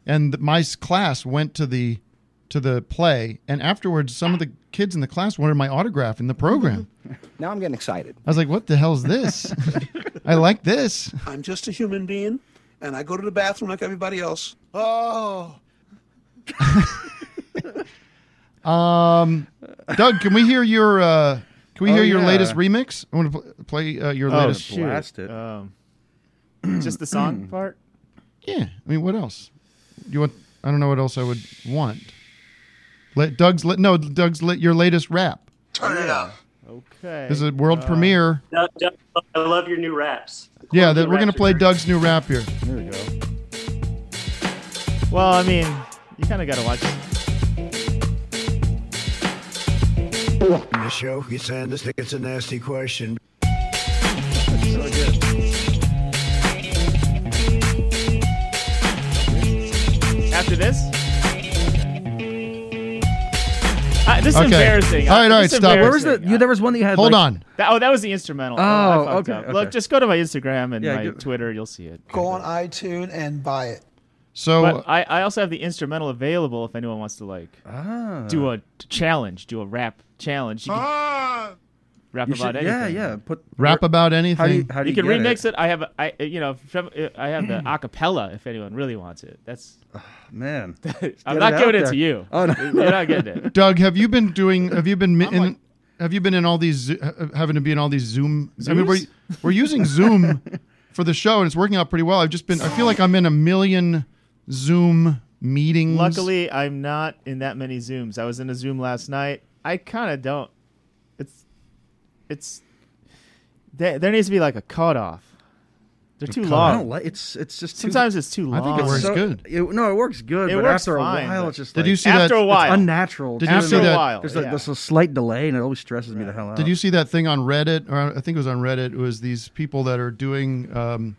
Speaker 1: And th- my s- class went to the to the play, and afterwards, some of the kids in the class wanted my autograph in the program.
Speaker 2: Now I'm getting excited.
Speaker 1: I was like, "What the hell is this? I like this."
Speaker 11: I'm just a human being, and I go to the bathroom like everybody else. Oh,
Speaker 1: Um, Doug, can we hear your uh, can we
Speaker 7: Oh,
Speaker 1: hear your
Speaker 7: yeah.
Speaker 1: latest remix? I want to pl- play uh, your
Speaker 7: Oh,
Speaker 1: latest.
Speaker 7: shoot. Blast
Speaker 1: it.
Speaker 7: Just the song part?
Speaker 1: Yeah. I mean, what else? You want? I don't know what else I would want. Let Doug's let no Doug's let your latest rap.
Speaker 25: Turn it up.
Speaker 7: Okay. uh,
Speaker 1: This is a world premiere.
Speaker 25: Doug, Doug, I love your new raps.
Speaker 1: Yeah, that, we're gonna
Speaker 25: raps are
Speaker 1: play
Speaker 25: great.
Speaker 1: Doug's new rap here.
Speaker 7: There we go. Well, I mean, you kind of got to watch.
Speaker 3: On the show, you said this it's a nasty question.
Speaker 7: After this? Uh, this
Speaker 1: Okay.
Speaker 7: is embarrassing.
Speaker 1: All right, all
Speaker 7: This
Speaker 1: right,
Speaker 7: is
Speaker 1: stop.
Speaker 7: embarrassing.
Speaker 1: Where was the-
Speaker 4: you- there was one that you had,
Speaker 1: Hold like- on.
Speaker 7: That- oh, that was the instrumental.
Speaker 4: Oh,
Speaker 7: I fucked
Speaker 4: okay,
Speaker 7: up. Look,
Speaker 4: okay.
Speaker 7: just go to my Instagram and
Speaker 4: Yeah,
Speaker 7: my
Speaker 4: good.
Speaker 7: Twitter. You'll see it.
Speaker 11: go on iTunes and buy it.
Speaker 1: So
Speaker 7: but I, I also have the instrumental available if anyone wants to like
Speaker 4: Ah.
Speaker 7: do a t- challenge, do a rap challenge. You can rap
Speaker 4: You
Speaker 7: about
Speaker 4: should- yeah,
Speaker 7: anything.
Speaker 4: yeah, put-
Speaker 1: Rap about anything.
Speaker 7: you can remix it. I have, a, I you know, from, I have the acapella if anyone really wants it. That's
Speaker 1: Ah,
Speaker 4: man.
Speaker 7: I'm
Speaker 4: Get
Speaker 7: not
Speaker 4: it
Speaker 7: giving
Speaker 4: out
Speaker 7: it
Speaker 4: there.
Speaker 7: to you.
Speaker 4: Oh, no.
Speaker 7: you're not getting it.
Speaker 1: Doug, have you been doing? Have you been mi- in? have you been in all these? Zo- ha- Having to be in all these Zoom. I mean, we're,
Speaker 7: Zooms?
Speaker 1: we're using Zoom for the show, and it's working out pretty well. I've just been. I feel like I'm in a million Zoom meetings.
Speaker 7: Luckily, I'm not in that many Zooms. I was in a Zoom last night. I kind of don't. It's, it's. There, there needs to be like a cutoff. They're too long.
Speaker 4: I don't like it's. It's just too,
Speaker 7: Sometimes it's too long.
Speaker 4: so- it- no, it works good.
Speaker 7: It
Speaker 4: but
Speaker 7: works
Speaker 4: after
Speaker 7: fine,
Speaker 4: a while,
Speaker 7: but-
Speaker 4: it's just
Speaker 7: Did
Speaker 4: like,
Speaker 1: you see that- After a
Speaker 4: it's
Speaker 1: while.
Speaker 4: unnatural.
Speaker 1: Did you
Speaker 4: dude.
Speaker 1: see After a that- while,
Speaker 4: There's, a,
Speaker 1: yeah.
Speaker 4: there's a slight delay, and it always stresses me the hell out.
Speaker 1: Did you see that thing on Reddit? Or I think it was on Reddit. It was these people that are doing um,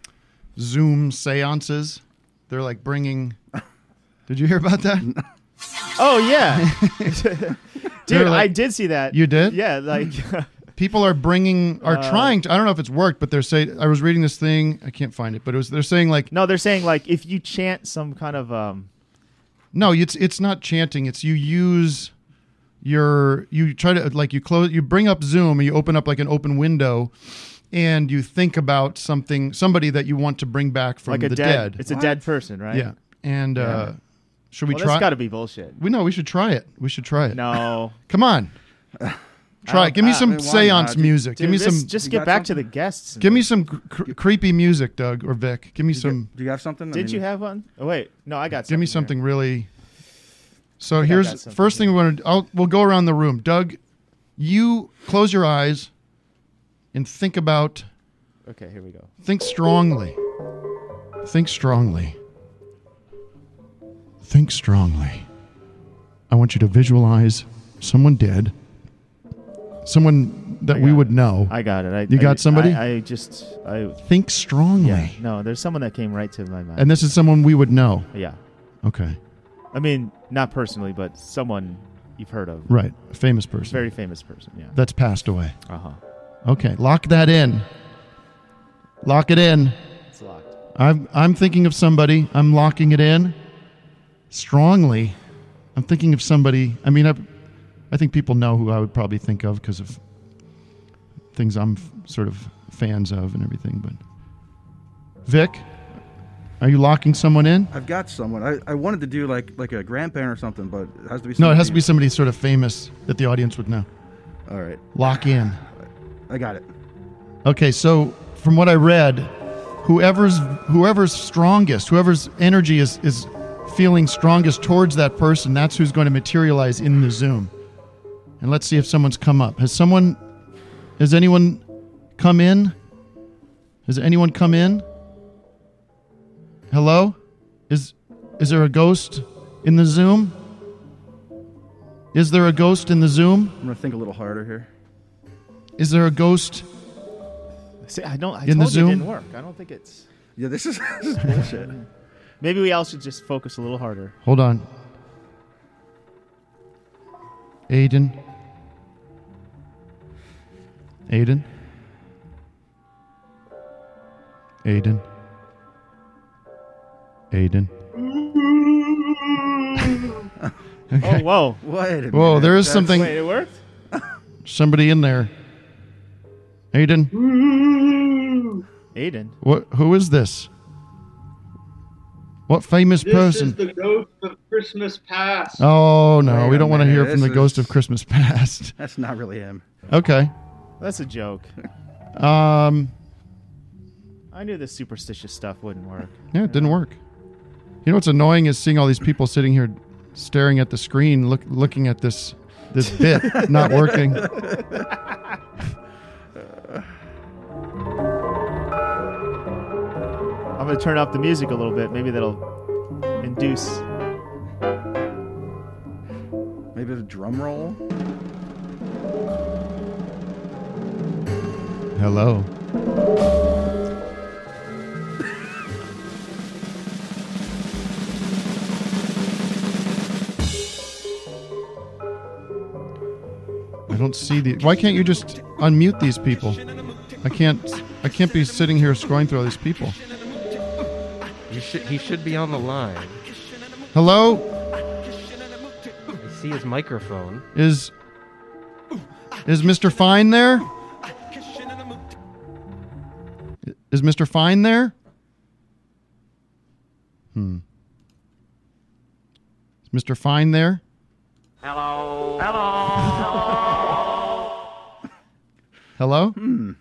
Speaker 1: Zoom seances. They're like bringing. Did you hear about that?
Speaker 7: Oh yeah, dude,
Speaker 1: They're like-
Speaker 7: I did see that.
Speaker 1: You did? Hmm.
Speaker 7: Yeah, like
Speaker 1: people are bringing are
Speaker 7: Uh,
Speaker 1: trying to. I don't know if it's worked, but they're saying. I was reading this thing. I can't find it, but it was. They're saying like.
Speaker 7: no, they're saying like if you chant some kind of um,
Speaker 1: No, it's it's not chanting. It's you use your you try to like you close you bring up Zoom and you open up like an open window and you think about something somebody that you want to bring back from
Speaker 7: like a
Speaker 1: the
Speaker 7: dead,
Speaker 1: dead.
Speaker 7: it's a dead person, right?
Speaker 1: Yeah. And uh
Speaker 7: Yeah.
Speaker 1: should we
Speaker 7: Well,
Speaker 1: try
Speaker 7: That's got to be bullshit.
Speaker 1: We know we should try it. We should try it.
Speaker 7: No.
Speaker 1: Come on. Try it. Give me some séance music.
Speaker 7: Dude,
Speaker 1: give me
Speaker 7: this-
Speaker 1: some
Speaker 7: Just get back to the guests.
Speaker 1: Give me some cr- cr- creepy music, Doug or Vic. Give me some
Speaker 4: Do you have something?
Speaker 7: Did you have one? Oh wait, no, I got.
Speaker 1: Give me
Speaker 7: something
Speaker 1: something really. So
Speaker 7: think I
Speaker 1: here's
Speaker 7: got something
Speaker 1: first thing we want to. I'll, we'll go around the room. Doug, you close your eyes, and think about.
Speaker 7: here. Okay, here we go.
Speaker 1: Think strongly. Think strongly. Think strongly. I want you to visualize someone dead. Someone that we would know.
Speaker 7: I got it. I,
Speaker 1: you
Speaker 7: I-
Speaker 1: got somebody.
Speaker 7: I, I just I
Speaker 1: think strongly.
Speaker 7: Yeah, no, there's someone that came right to my mind.
Speaker 1: and this is someone we would know.
Speaker 7: Yeah.
Speaker 1: Okay.
Speaker 7: I mean, not personally, but someone you've heard of.
Speaker 1: Right. A famous person.
Speaker 7: Very famous person, yeah.
Speaker 1: That's passed away.
Speaker 7: Uh huh.
Speaker 1: Okay, lock that in. Lock it in.
Speaker 7: It's locked.
Speaker 1: I'm I'm thinking of somebody. I'm locking it in strongly. I'm thinking of somebody. I mean, I, I think people know who I would probably think of because of things I'm f- sort of fans of and everything. But Vic, are you locking someone in?
Speaker 4: I've got someone. I, I wanted to do like like a grandparent or something, but it has to be.
Speaker 1: No, it
Speaker 4: somebody-
Speaker 1: has to be somebody sort of famous that the audience would know.
Speaker 4: All right.
Speaker 1: Lock in.
Speaker 4: I got it.
Speaker 1: Okay, so from what I read, whoever's whoever's strongest, whoever's energy is is feeling strongest towards that person, that's who's going to materialize in the Zoom. And let's see if someone's come up. Has someone has anyone come in? Has anyone come in? Hello? Is is there a ghost in the Zoom? Is there a ghost in the Zoom?
Speaker 4: I'm gonna think a little harder here.
Speaker 1: Is there a ghost
Speaker 7: See, I don't. I
Speaker 1: in the
Speaker 7: told you
Speaker 1: Zoom?
Speaker 7: it didn't work. I don't think it's.
Speaker 4: Yeah, this is, this is bullshit.
Speaker 7: Maybe we all should just focus a little harder.
Speaker 1: Hold on. Aiden. Aiden. Aiden. Aiden.
Speaker 7: Oh, whoa.
Speaker 4: Wait a
Speaker 1: Whoa,
Speaker 4: minute.
Speaker 1: there is
Speaker 4: That's-
Speaker 1: something.
Speaker 4: Wait, it worked?
Speaker 1: Somebody in there. Aiden.
Speaker 7: Aiden.
Speaker 1: What? Who is this? What famous
Speaker 2: This
Speaker 1: person?
Speaker 2: is the ghost of Christmas past.
Speaker 1: oh no,
Speaker 4: Wait
Speaker 1: we
Speaker 4: a
Speaker 1: don't want to
Speaker 4: minute,
Speaker 1: hear from the
Speaker 4: this
Speaker 1: ghost of Christmas past.
Speaker 4: That's not really him.
Speaker 1: Okay.
Speaker 7: That's a joke.
Speaker 1: Um.
Speaker 7: I knew this superstitious stuff wouldn't work.
Speaker 1: Yeah, it didn't work. You know what's annoying is seeing all these people sitting here staring at the screen, look, looking at this this bit not working.
Speaker 7: I'm gonna turn off the music a little bit. Maybe that'll induce.
Speaker 4: Maybe a drum roll.
Speaker 1: Hello. I don't see the. Why can't you just unmute these people? I can't. I can't be sitting here scrolling through all these people.
Speaker 9: You should. He should be on the line.
Speaker 1: Hello
Speaker 9: I see his microphone.
Speaker 1: is is Mr. Fine there? Is Mr. Fine there? Hmm. Is Mr. Fine there?
Speaker 13: Hello. Hello.
Speaker 1: Hello? Hmm.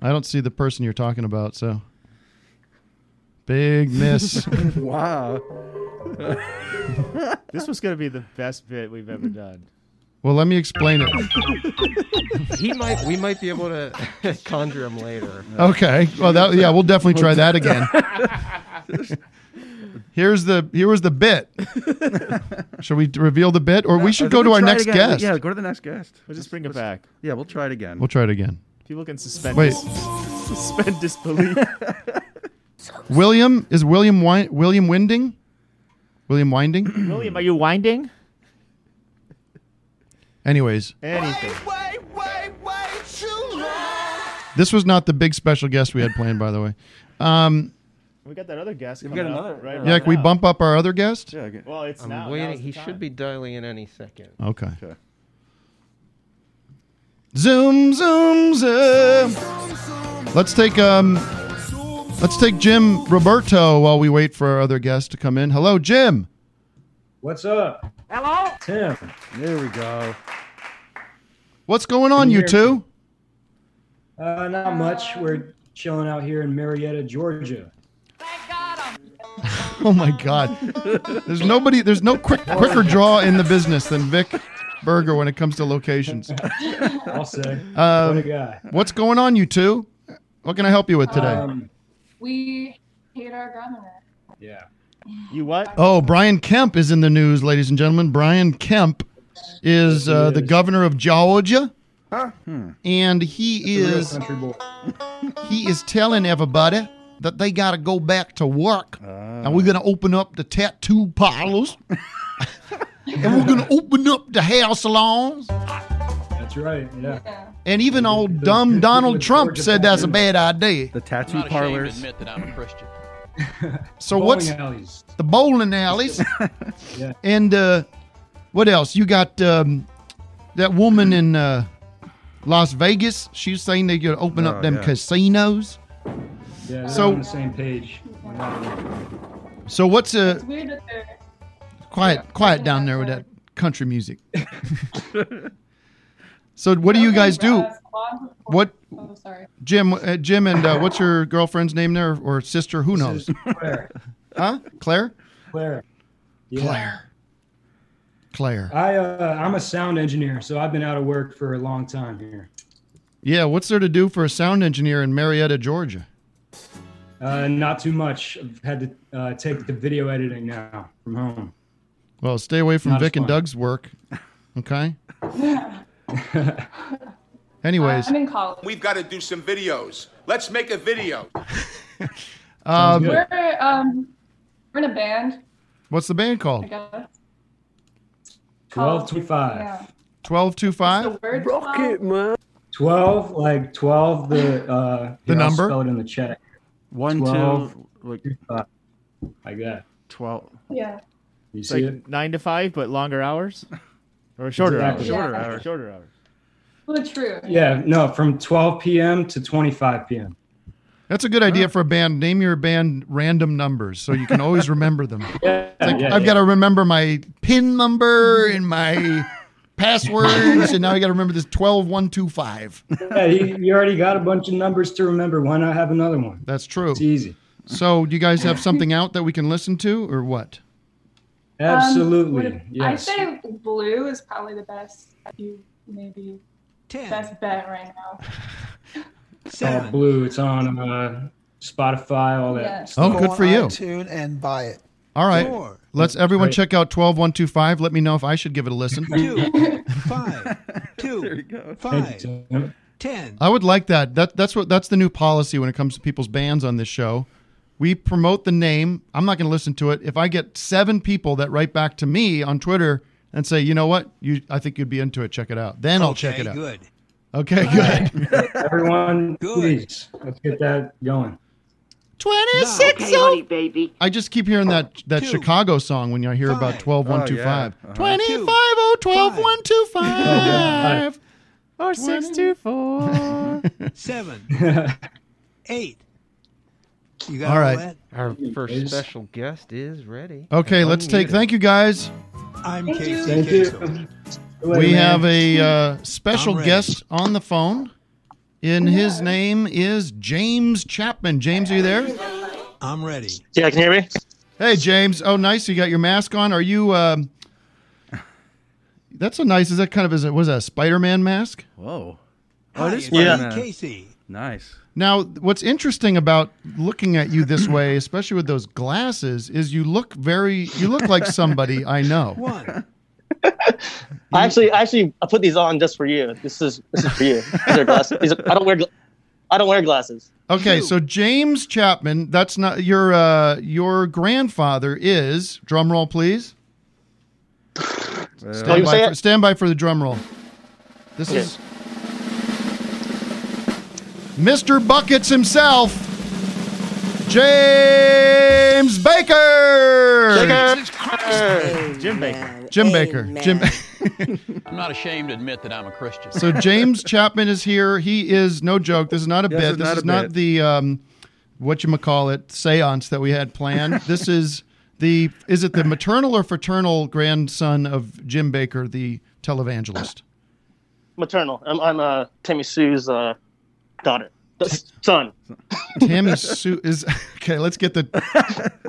Speaker 1: I don't see the person you're talking about, so. Big miss.
Speaker 4: wow.
Speaker 7: this was gonna be the best bit we've ever done.
Speaker 1: well, let me explain it.
Speaker 9: He might. We might be able to conjure him later.
Speaker 1: Okay. Well, that, yeah, we'll definitely try that again. Here's the here was the bit. Should we reveal the bit, or
Speaker 4: Uh,
Speaker 1: we should go to our next guest?
Speaker 4: Yeah, go to the next guest.
Speaker 7: We'll just bring it back.
Speaker 4: Yeah, we'll try it again.
Speaker 1: We'll try it again.
Speaker 7: People can suspend.
Speaker 1: Wait.
Speaker 7: dis- suspend disbelief.
Speaker 1: William is William Wi- William Winding. William Winding.
Speaker 7: William, are you winding?
Speaker 1: Anyways,
Speaker 7: Anything.
Speaker 1: this was not the big special guest we had planned, by the way. Um,
Speaker 7: We got that other guest.
Speaker 4: We've
Speaker 7: coming
Speaker 4: got
Speaker 7: up
Speaker 4: another-
Speaker 7: Right
Speaker 4: yeah.
Speaker 7: around
Speaker 1: yeah, can we
Speaker 7: now.
Speaker 1: bump up our other guest?
Speaker 4: Yeah, again.
Speaker 7: Well, it's
Speaker 9: I'm
Speaker 7: now.
Speaker 9: waiting.
Speaker 7: now's the
Speaker 9: He
Speaker 7: time.
Speaker 9: should be dialing in any second.
Speaker 1: Okay.
Speaker 4: Okay.
Speaker 1: Zoom, zoom, zoom. Let's take um, let's take Jim Roberto while we wait for our other guest to come in. Hello, Jim.
Speaker 5: What's up? Hello? Tim.
Speaker 4: There we go.
Speaker 1: What's going on,
Speaker 5: you
Speaker 1: you
Speaker 5: hear
Speaker 1: two?
Speaker 5: Uh, not much. We're chilling out here in Marietta, Georgia.
Speaker 1: Oh my God. There's nobody. There's no quick, quicker draw in the business than Vic Berger when it comes to locations.
Speaker 5: I'll say.
Speaker 1: Um,
Speaker 5: what a guy.
Speaker 1: What's going on, you two? What can I help you with today?
Speaker 5: Um,
Speaker 21: We hate our grandmother.
Speaker 5: yeah.
Speaker 7: You what?
Speaker 1: oh, Brian Kemp is in the news, ladies and gentlemen. Brian Kemp is uh, the governor of Georgia,
Speaker 5: Huh?
Speaker 4: Hmm.
Speaker 1: and he
Speaker 5: Real
Speaker 1: is
Speaker 5: country boy.
Speaker 1: he is telling everybody that they got to go back to work. And we're going to open up the tattoo parlors. and we're going to open up the hair salons.
Speaker 5: That's right. Yeah.
Speaker 1: And even old dumb Donald Trump said that's a bad idea.
Speaker 4: The
Speaker 1: tattoo
Speaker 8: I'm not ashamed to admit that I'm a Christian.
Speaker 1: So
Speaker 8: Bowling
Speaker 1: what's
Speaker 8: alleys.
Speaker 1: the bowling alleys?
Speaker 8: Yeah.
Speaker 1: And uh, what else? You got um, that woman in uh, Las Vegas. She's saying they're going to open
Speaker 5: Oh,
Speaker 1: up them
Speaker 5: yeah.
Speaker 1: casinos.
Speaker 5: Yeah. they're
Speaker 1: So-
Speaker 5: on the same page. on that one.
Speaker 1: So what's uh, a
Speaker 21: It's weird that they're.
Speaker 1: quiet quiet down there with that country music? so what do you guys do? What?
Speaker 21: Oh, sorry.
Speaker 1: Jim, uh, Jim, and uh, what's your girlfriend's name there or sister? Who knows?
Speaker 5: Claire.
Speaker 1: huh? Claire.
Speaker 5: Claire.
Speaker 1: Claire. Claire.
Speaker 5: I uh, I'm a sound engineer, so I've been out of work for a long time here.
Speaker 1: Yeah. What's there to do for a sound engineer in Marietta, Georgia?
Speaker 5: Uh, not too much. I've had to uh, take the video editing now from home.
Speaker 1: Well, stay away from
Speaker 5: Not as
Speaker 1: Vic and
Speaker 5: fun.
Speaker 1: Doug's work. Okay.
Speaker 11: Uh,
Speaker 1: Anyways,
Speaker 21: I'm in college.
Speaker 10: We've got to do some videos. Let's make a video.
Speaker 1: um,
Speaker 21: we're um, we're in a band.
Speaker 1: what's the band
Speaker 21: I
Speaker 1: called?
Speaker 21: guess.
Speaker 5: Twelve to five.
Speaker 21: Yeah.
Speaker 1: Twelve two five.
Speaker 21: Word Rocket
Speaker 5: man. Twelve, like twelve. The uh, here, I'll
Speaker 1: number?
Speaker 5: Spell it in the chat. uh,
Speaker 4: One, two,
Speaker 5: 12,
Speaker 4: like
Speaker 5: five. I got
Speaker 4: twelve.
Speaker 21: Yeah.
Speaker 5: You
Speaker 7: It's like
Speaker 5: see it?
Speaker 7: nine to five, but longer hours or shorter
Speaker 5: Exactly.
Speaker 7: hours.
Speaker 5: Shorter
Speaker 7: Yeah.
Speaker 5: hours.
Speaker 7: Shorter hours.
Speaker 21: Well, true.
Speaker 5: Yeah, no, from 12 p.m. to 25 p.m.
Speaker 1: That's a good idea for a band. Name your band random numbers so you can always remember them. It's like,
Speaker 5: yeah,
Speaker 1: I've
Speaker 5: yeah.
Speaker 1: got to remember my pin number and my passwords, and now I got to remember this 12125.
Speaker 5: Yeah, you, you already got a bunch of numbers to remember. Why not have another one?
Speaker 1: That's true.
Speaker 5: It's easy.
Speaker 1: So, do you guys have something out that we can listen to, or what?
Speaker 21: Um,
Speaker 5: Absolutely.
Speaker 21: would-
Speaker 5: yes.
Speaker 21: I say blue is probably the best. You maybe best bet right now.
Speaker 5: It's all blue. It's on uh, Spotify. All that.
Speaker 21: Yeah.
Speaker 1: Oh, good for you.
Speaker 11: iTunes and buy it.
Speaker 1: All right.
Speaker 11: Sure.
Speaker 1: Let's everyone
Speaker 11: Great.
Speaker 1: check out 12125. Let me know if I should give it a listen.
Speaker 11: Two, five, two,
Speaker 5: Thank you, Tim.
Speaker 11: ten.
Speaker 1: I would like that. That that's what that's the new policy when it comes to people's bands on this show. We promote the name. I'm not going to listen to it. If I get seven people that write back to me on Twitter and say, "You know what? You I think you'd be into it. Check it out." Then I'll check
Speaker 11: Okay,
Speaker 1: it out.
Speaker 11: good.
Speaker 1: Okay, good.
Speaker 5: Everyone, please, let's get that going.
Speaker 1: 26
Speaker 13: Okay, honey, baby.
Speaker 1: I just keep hearing that that Chicago song when I hear about
Speaker 13: Oh,
Speaker 1: 12125.
Speaker 13: yeah. Uh-huh.
Speaker 1: 25 oh 12 125.
Speaker 7: Or six two four.
Speaker 11: Seven.
Speaker 13: Eight.
Speaker 11: You
Speaker 1: got All right. all that?
Speaker 9: Our first
Speaker 1: Is-
Speaker 9: special guest is ready.
Speaker 1: Okay,
Speaker 9: And
Speaker 1: let's take
Speaker 9: unmuted.
Speaker 1: Thank you guys.
Speaker 11: I'm
Speaker 9: Thank you.
Speaker 11: Casey
Speaker 9: Thank
Speaker 11: Kasem.
Speaker 1: we have a uh, special guest on the phone, and his name is James Chapman. James, are you there?
Speaker 11: I'm ready.
Speaker 1: Yeah, can you hear me? Hey, James. Oh, nice. You got your mask on. Are you? Um, that's a nice. Is that kind of is it was that a Spider Man mask?
Speaker 4: Whoa.
Speaker 1: Hi,
Speaker 4: Oh, it is
Speaker 1: it's
Speaker 4: Spider-Man.
Speaker 1: me,
Speaker 11: Casey.
Speaker 4: Nice.
Speaker 1: Now, what's interesting about looking at you this way, especially with those glasses, is you look very. You look like somebody I know.
Speaker 11: One.
Speaker 12: I actually, I actually, I put these on just for you. This is this is for you. These are glasses. These are, I don't wear, gla- I don't wear glasses.
Speaker 1: Okay, so James Chapman. That's not your uh, your grandfather is drum roll, please.
Speaker 12: Oh,
Speaker 1: Stand
Speaker 12: you say
Speaker 1: by, for,
Speaker 12: it?
Speaker 1: stand by for the drum roll. This
Speaker 12: Okay.
Speaker 1: is Mr. Buckets himself, James Baker.
Speaker 7: Jim Baker.
Speaker 1: Jim Baker. Jim.
Speaker 8: I'm not ashamed to admit that I'm a Christian.
Speaker 1: so James Chapman is here. He is no joke. This is not a
Speaker 8: This
Speaker 1: bit.
Speaker 8: is
Speaker 1: this
Speaker 8: not
Speaker 1: is
Speaker 8: a
Speaker 1: not
Speaker 8: bit.
Speaker 1: the um, what you call it séance that we had planned. this is the is it the maternal or fraternal grandson of Jim Baker, the televangelist?
Speaker 12: Maternal. I'm, I'm uh, Tammy Sue's uh, daughter, S- son.
Speaker 1: Tammy Sue is okay. Let's get the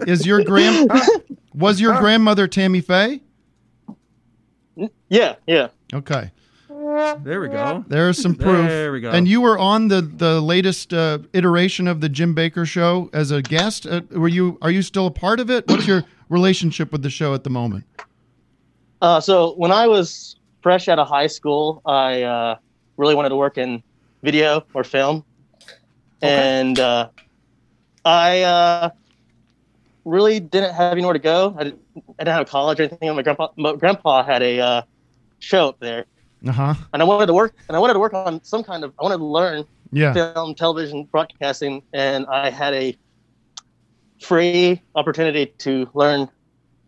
Speaker 1: is your grand was your grandmother Tammy Faye?
Speaker 12: Yeah, yeah.
Speaker 1: Okay.
Speaker 4: There we go.
Speaker 1: There's some proof.
Speaker 4: There we go.
Speaker 1: And you were on the the latest uh, iteration of the Jim Baker show as a guest. Uh, were you? Are you still a part of it? What's your relationship with the show at the moment?
Speaker 12: Uh, so when I was fresh out of high school, I uh, really wanted to work in video or film, and uh,
Speaker 25: I uh, really didn't have anywhere to go. I didn't, I didn't have a college or anything. My grandpa, my grandpa had a uh, show up there,
Speaker 1: Uh huh.
Speaker 25: and I wanted to work. And I wanted to work on some kind of. I wanted to learn
Speaker 1: Yeah.
Speaker 25: film, television, broadcasting, and I had a free opportunity to learn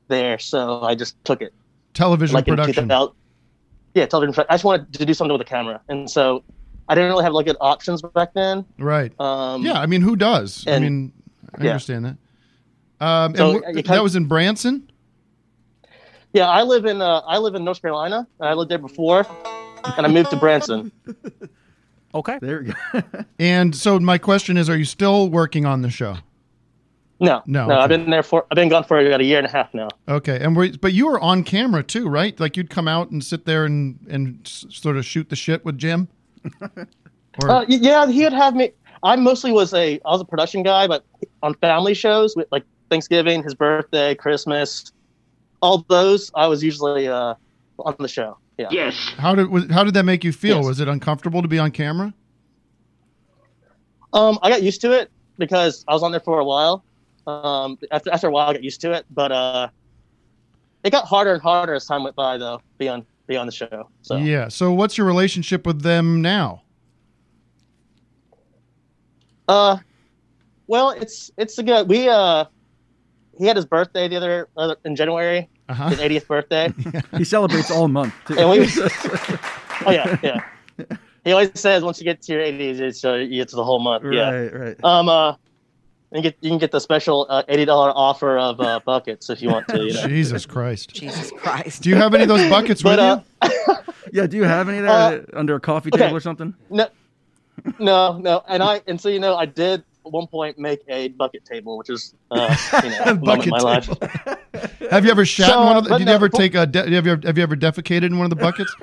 Speaker 25: there, so I just took it.
Speaker 1: Television
Speaker 25: like
Speaker 1: production.
Speaker 25: In 2000, yeah, television. pro- I just wanted to do something with a camera, and so I didn't really have like good options back then.
Speaker 1: Right.
Speaker 25: Um,
Speaker 1: yeah. I mean, who does? I
Speaker 25: and-
Speaker 1: mean, I
Speaker 25: yeah.
Speaker 1: understand that. Um, and
Speaker 25: So, uh,
Speaker 1: wh-
Speaker 25: you
Speaker 1: that
Speaker 25: can't-
Speaker 1: was in Branson.
Speaker 25: Yeah, I live in uh, I live in North Carolina. I lived there before, and I moved to Branson.
Speaker 1: Okay. There you go. and so my question is, are you still working on the show?
Speaker 25: No,
Speaker 1: No,
Speaker 25: no, I've been there for I've been gone for about a year and a half now.
Speaker 1: Okay. And were, but you were on camera too, right? Like you'd come out and sit there and and s- sort of shoot the shit with Jim. Or-
Speaker 25: Uh, y- yeah, he would have me. I mostly was a I was a production guy, but on family shows with like Thanksgiving, his birthday, Christmas, all those, I was usually uh, on the show. Yeah.
Speaker 1: How did was, how did that make you feel? Was it uncomfortable to be on camera?
Speaker 25: Um, I got used to it because I was on there for a while. Um, after after a while, I got used to it, but uh, it got harder and harder as time went by, though. Be on be on the show. So
Speaker 1: Yeah. So what's your relationship with them now?
Speaker 25: Uh, well, it's it's a good. We uh, he had his birthday the other, other in January,
Speaker 4: Uh-huh.
Speaker 25: his 80th birthday.
Speaker 4: He celebrates all month. too.
Speaker 25: And we, oh yeah, yeah. He always says once you get to your 80s, it's uh, you get to the whole month. yeah,
Speaker 4: Right, right.
Speaker 25: Um, uh, and get you can get the special uh, eighty dollar offer of uh, buckets if you want to. You know?
Speaker 1: Jesus Christ.
Speaker 25: Jesus Christ!
Speaker 1: Do you have any of those buckets with you?
Speaker 4: Yeah, do you have any of that under a coffee
Speaker 25: uh, okay.
Speaker 4: table or something?
Speaker 25: No, no, no. And I and so you know, I did at one point make a bucket table, which is uh, you know, a moment in my life.
Speaker 1: Have you ever shat
Speaker 25: So,
Speaker 1: in one of the?
Speaker 25: but
Speaker 1: Did
Speaker 25: no,
Speaker 1: you ever
Speaker 25: but-
Speaker 1: take a? De- have you ever, have you ever defecated in one of the buckets?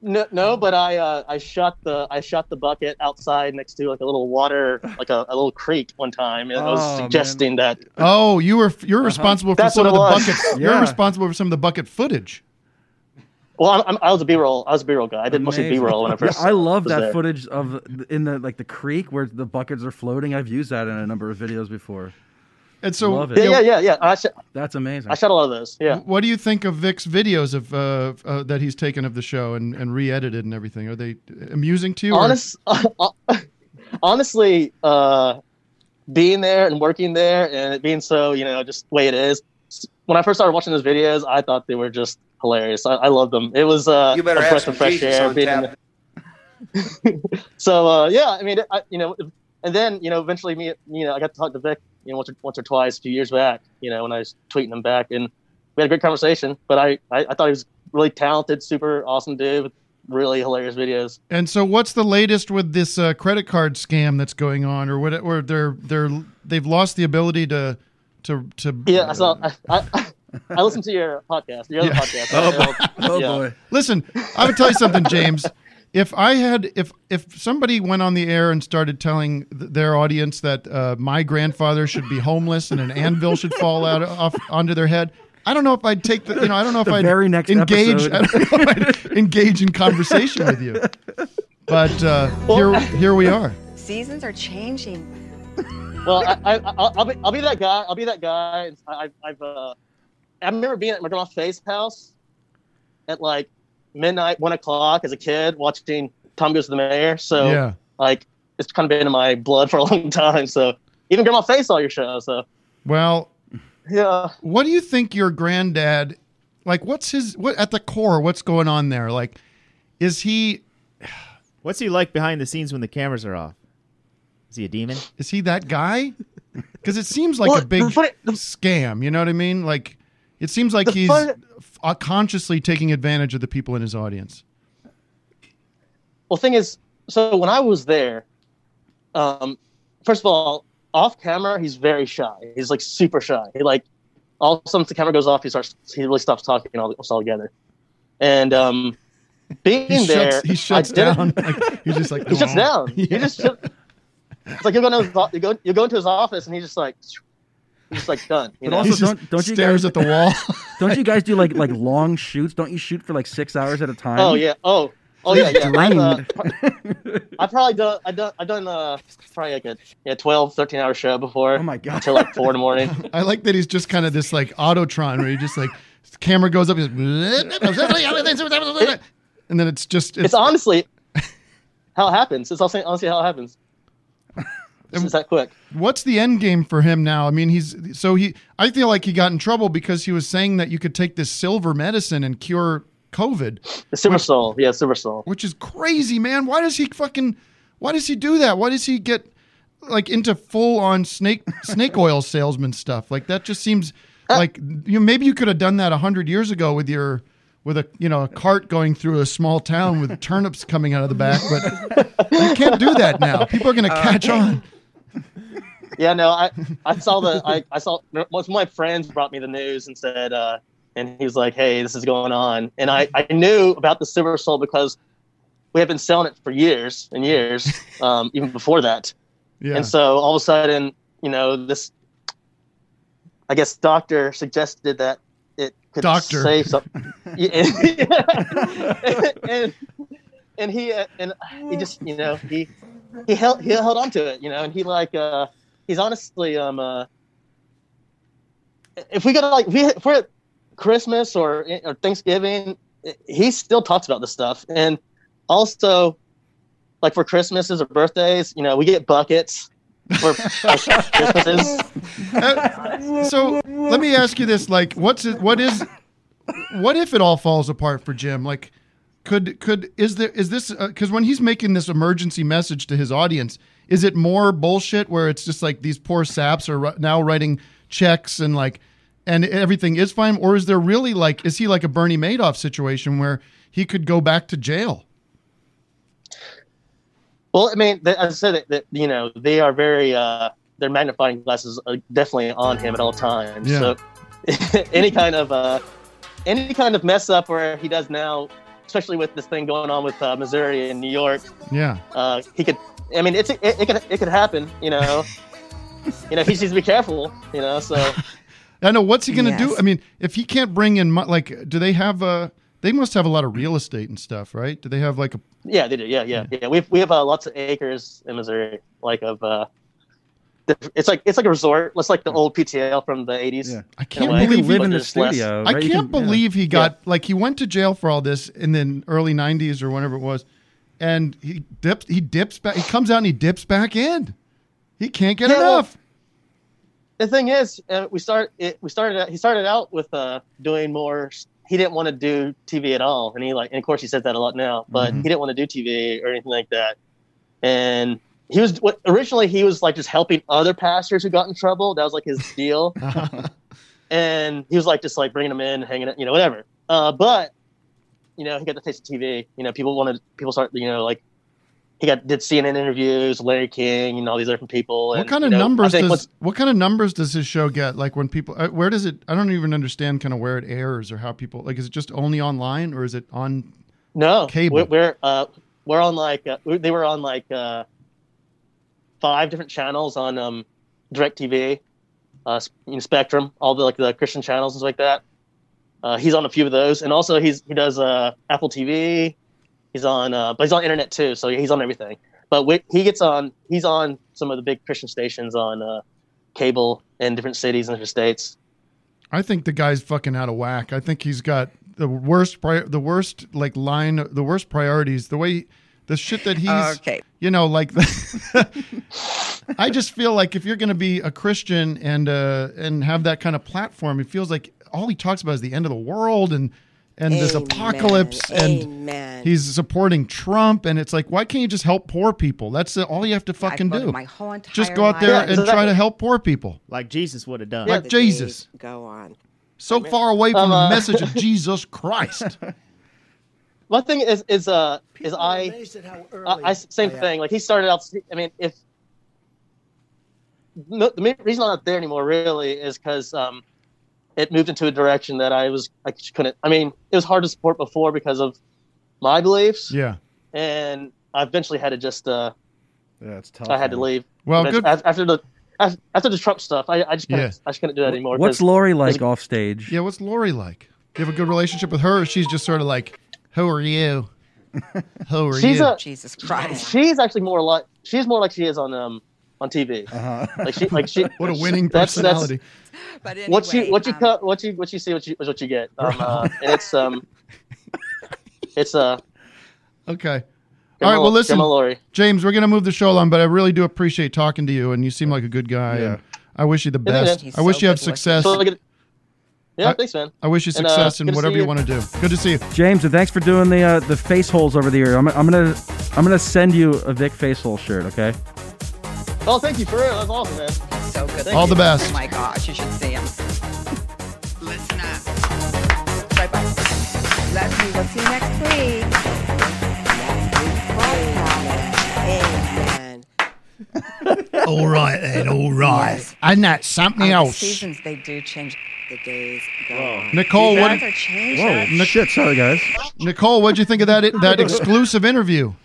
Speaker 25: No, no, but I uh, I shot the I shot the bucket outside next to like a little water like a, a little creek one time, and I
Speaker 1: Oh,
Speaker 25: was
Speaker 1: man.
Speaker 25: suggesting that
Speaker 1: oh, you were you're responsible for
Speaker 25: Uh-huh. That's
Speaker 1: some of
Speaker 25: what
Speaker 1: the
Speaker 25: it was.
Speaker 1: bucket. You're
Speaker 25: Yeah.
Speaker 1: responsible for some of the bucket footage.
Speaker 25: Well, I'm, I'm, I was a B-roll. I was a B-roll guy. I did mostly
Speaker 4: Amazing.
Speaker 25: B-roll when I
Speaker 4: Yeah,
Speaker 25: first.
Speaker 4: I love
Speaker 25: was
Speaker 4: that
Speaker 25: there.
Speaker 4: footage of in the like the creek where the buckets are floating. I've used that in a number of videos before.
Speaker 1: And so-
Speaker 4: love it.
Speaker 1: Yeah, yeah, yeah,
Speaker 25: yeah.
Speaker 4: That's amazing.
Speaker 25: I shot a lot of those. Yeah.
Speaker 1: What do you think of Vic's videos of uh, uh, that he's taken of the show and, and re-edited and everything? Are they amusing to you? or-
Speaker 25: Honest, honestly, uh, being there and working there and it being so, you know, just the way it is. When I first started watching those videos, I thought they were just hilarious. I, I loved them. It was uh,
Speaker 14: You better
Speaker 25: a
Speaker 14: have
Speaker 25: breath
Speaker 14: some
Speaker 25: of fresh
Speaker 14: Jesus
Speaker 25: air.
Speaker 14: on
Speaker 25: Being in
Speaker 14: tap.
Speaker 25: the- so uh, yeah, I mean, I, you know, and then you know, eventually, me, you know, I got to talk to Vic, you know, once or, once or twice a few years back. You know, when I was tweeting him back, and we had a great conversation. But I, I, I thought he was really talented, super awesome dude with really hilarious videos.
Speaker 1: And so, what's the latest with this uh, credit card scam that's going on, or what? Or they're they're they've lost the ability to to to.
Speaker 25: Yeah, I saw. I, I, I listened to your podcast, your other
Speaker 1: Um, Yeah.
Speaker 25: podcast.
Speaker 1: Oh,
Speaker 25: Yeah.
Speaker 1: boy. Listen, I would tell you something, James. If I had, if if somebody went on the air and started telling th- their audience that uh, my grandfather should be homeless and an anvil should fall out off onto their head, I don't know if I'd take the, you know, I don't know if
Speaker 4: The
Speaker 1: I'd
Speaker 4: very next
Speaker 1: engage,
Speaker 4: episode.
Speaker 1: I don't know if I'd engage in conversation with you. But uh, here, here we are.
Speaker 15: Seasons are changing.
Speaker 25: Well, I, I, I'll, I'll be, I'll be that guy. I'll be that guy. I, I- I've, uh, I remember being at my grandma Faye's house at like midnight, one o'clock as a kid, watching Tom Goes to the Mayor. So,
Speaker 1: Yeah.
Speaker 25: like, it's kind of been in my blood for a long time. So, even Grandma Faye saw your show. So,
Speaker 1: Well,
Speaker 25: yeah.
Speaker 1: What do you think your granddad like what's his what at the core what's going on there? Like is he
Speaker 7: What's he like behind the scenes when the cameras are off? Is he a demon?
Speaker 1: Is he that guy? Cuz it seems like
Speaker 7: Well,
Speaker 1: a big
Speaker 7: the funny-
Speaker 1: scam, you know what I mean? Like it seems like
Speaker 25: The
Speaker 1: he's
Speaker 25: funny-
Speaker 1: f- uh, consciously taking advantage of the people in his audience.
Speaker 25: well, thing is, so when I was there, um, first of all, off camera, he's very shy. He's like super shy. He like all of a sudden the camera goes off, he starts he really stops talking all altogether. And um, being
Speaker 1: He
Speaker 25: there,
Speaker 1: shuts, he shuts
Speaker 25: I didn't-
Speaker 1: down. Like, he's just like
Speaker 25: He shuts down. He just shut, it's like you go into his, o- you go you go into his office and he's just like he's just like done. You
Speaker 4: But
Speaker 25: know?
Speaker 4: also, don't, don't you guys,
Speaker 1: at the wall?
Speaker 4: don't you guys do like like long shoots? Don't you shoot for like six hours at a time?
Speaker 25: Oh yeah. Oh, Oh yeah, yeah.
Speaker 14: Dwayne.
Speaker 25: Uh, I probably done. I done. I done. Uh, probably like a yeah 12, 13 hour show before. Oh my god. Until like four in the morning.
Speaker 1: I like that he's just kind of this like Autotron where he just like the camera goes up, he's like, and then it's just
Speaker 25: It's honestly how it happens. It's honestly, honestly how it happens. It's just that quick.
Speaker 1: What's the end game for him now? I mean, he's so he. I feel like he got in trouble because he was saying that you could take this silver medicine and cure COVID.
Speaker 25: The Super Soul. Yeah, Super Soul.
Speaker 1: which is crazy, man. Why does he fucking? Why does he do that? Why does he get like into full on snake snake oil salesman stuff? Like that just seems like you. Maybe you could have done that a hundred years ago with your with a you know a cart going through a small town with turnips coming out of the back, but you can't do that now. People are gonna catch on.
Speaker 25: Yeah, no, I, I saw the I, I saw most of my friends brought me the news and said uh and he was like, Hey, this is going on and I, I knew about the Silver Soul because we had been selling it for years and years, um, even before that.
Speaker 1: Yeah.
Speaker 25: And so all of a sudden, you know, this I guess doctor suggested that it could
Speaker 1: Doctor.
Speaker 25: save something. and, and he uh, and he just you know he he held he held on to it you know and he like uh he's honestly um uh if we got like if, we, if we're at Christmas or or Thanksgiving he still talks about this stuff and also like for Christmases or birthdays you know we get buckets for for Christmases
Speaker 1: Uh, so let me ask you this: like, what's it? What is? What if it all falls apart for Jim? Like, could could is there is this? Because when he's making this emergency message to his audience, is it more bullshit where it's just like these poor saps are ri- now writing checks and like, and everything is fine, or is there really like, is he like a Bernie Madoff situation where he could go back to jail?
Speaker 25: Well, I mean, th- as I said, that, that you know they are very uh, their magnifying glasses are definitely on him at all times.
Speaker 26: Yeah.
Speaker 25: So any kind of uh, any kind of mess up where he does now, especially with this thing going on with uh, Missouri and New York,
Speaker 1: Yeah.
Speaker 25: uh, he could. I mean, it's it, it could it could happen. You know, you know he just needs to be careful. You know, so
Speaker 1: I know. What's he going to do?
Speaker 25: Yes.
Speaker 1: I mean, if he can't bring in, mo- like, do they have a? They must have a lot of real estate and stuff, right? Do they have like a?
Speaker 25: yeah, they do. Yeah, yeah, yeah. We we have uh, lots of acres in Missouri, like of. Uh, diff- it's like it's like a resort. It's like the old PTL from the '80s. I
Speaker 1: can't believe he-
Speaker 25: Uh,
Speaker 1: I can't believe he got like he went to jail for all this in the early '90s or whenever it was, and he dips. He dips back. He comes out and he dips back in. He can't get
Speaker 25: Yeah, well,
Speaker 1: enough.
Speaker 25: the thing is, uh, we start it, we started out- he started out with uh, doing more. He didn't want to do TV at all, and he like, and of course he says that a lot now. But he
Speaker 1: Mm-hmm.
Speaker 25: didn't want to do TV or anything like that. And he was what, originally he was like just helping other pastors who got in trouble. That was like his deal. and he was like just like bringing them in, hanging out, you know, whatever. Uh, but you know, he got the taste of TV. You know, people wanted people start, you know, like he got did CNN interviews, Larry King, and all these different people.
Speaker 1: What
Speaker 25: and,
Speaker 1: kind
Speaker 25: you
Speaker 1: of
Speaker 25: know, I
Speaker 1: numbers
Speaker 25: think
Speaker 1: does
Speaker 25: once-
Speaker 1: what kind of numbers does his show get? Like when people, uh, where does it? I don't even understand kind of where it airs or how people like. Is it just only online or is it on?
Speaker 25: No,
Speaker 1: cable.
Speaker 25: We're we're, uh, we're on like uh, we- they were on like uh, five different channels on um, Directv, uh, S- you know, Spectrum, all the like the Christian channels and stuff like that. Uh, he's on a few of those, and also he's he does uh, Apple TV. He's on, uh, but he's on internet too, so he's on everything. But we, he gets on, he's on some of the big Christian stations on uh, cable in different cities and different states.
Speaker 1: I think the guy's fucking out of whack. I think he's got the worst, pri- the worst like line, the worst priorities. The way the shit that he's,
Speaker 14: Okay.
Speaker 1: you know, like. I just feel like if you're going to be a Christian and uh, and have that kind of platform, it feels like all he talks about is the end of the world and and this
Speaker 14: Amen.
Speaker 1: apocalypse and
Speaker 14: Amen.
Speaker 1: he's supporting Trump and it's like why can't you just help poor people? That's uh, all you have to fucking
Speaker 14: devoted
Speaker 1: do.
Speaker 14: my whole
Speaker 1: just
Speaker 14: entire
Speaker 1: go out there
Speaker 14: life
Speaker 1: and
Speaker 14: to
Speaker 1: try
Speaker 14: that.
Speaker 1: to help poor people.
Speaker 7: Like Jesus would have done.
Speaker 1: Like Jesus.
Speaker 14: Go on.
Speaker 1: So far away
Speaker 25: Um,
Speaker 1: from the
Speaker 25: uh,
Speaker 21: Uh-huh.
Speaker 1: message of Jesus Christ.
Speaker 25: One thing is is uh is I, uh, I, I same
Speaker 14: I am.
Speaker 25: thing. Like he started out. I mean, if no, the main reason I'm not there anymore really is because um, it moved into a direction that I was I just couldn't. I mean, it was hard to support before because of my beliefs,
Speaker 1: Yeah.
Speaker 25: and I eventually had to just uh,
Speaker 4: Yeah, it's tough.
Speaker 25: I had to
Speaker 4: man.
Speaker 25: leave.
Speaker 4: Well,
Speaker 25: But
Speaker 4: good-
Speaker 25: af- after the af- after the Trump stuff, I, I just couldn't,
Speaker 4: Yeah.
Speaker 25: I just couldn't do that anymore.
Speaker 4: What's
Speaker 25: 'cause-
Speaker 4: Lori like off stage?
Speaker 1: Yeah, what's Lori like? Do you have a good relationship with her? Or she's just sort of like, who are you? Who are
Speaker 25: she's
Speaker 1: you?
Speaker 25: a She's actually more like she's more like she is on um on TV. Like she like she.
Speaker 1: Uh-huh. What a winning
Speaker 25: that's- that's-
Speaker 1: personality.
Speaker 25: what you what you cut what you what you see what you is what you get. Um, uh, and it's um, it's uh,
Speaker 1: Okay.
Speaker 25: Gemma-
Speaker 1: All right. Well, listen,
Speaker 25: Gemma Lori.
Speaker 1: James, we're going to move the show along, but I really do appreciate talking to you, and you seem like a good guy. and I wish you the
Speaker 25: Isn't it?
Speaker 1: best.
Speaker 25: He's
Speaker 1: I wish
Speaker 25: so
Speaker 1: you have
Speaker 25: good looking.
Speaker 1: success.
Speaker 25: So look at- yeah,
Speaker 1: I-
Speaker 25: thanks, man.
Speaker 1: I wish you
Speaker 25: And, uh,
Speaker 1: success in
Speaker 25: good to see
Speaker 1: whatever you want to do. Good to see you.
Speaker 4: James, and thanks for doing the uh, the face holes over the ear. I'm, I'm gonna I'm gonna send you a Vic face hole shirt. Okay.
Speaker 25: Oh, thank you for real. That's awesome, man.
Speaker 14: So good.
Speaker 4: All the
Speaker 14: looking.
Speaker 4: best.
Speaker 14: Oh my gosh, you should see him. Listen up. Bye bye. Love you. We'll see you next week.
Speaker 13: all right then, all right.
Speaker 1: And that's something
Speaker 14: Our
Speaker 1: else.
Speaker 14: Seasons they do change. The days go on.
Speaker 1: Nicole, what?
Speaker 14: Seasons are changing.
Speaker 1: shit! Sorry, guys. Nicole, what'd you think of that that exclusive interview?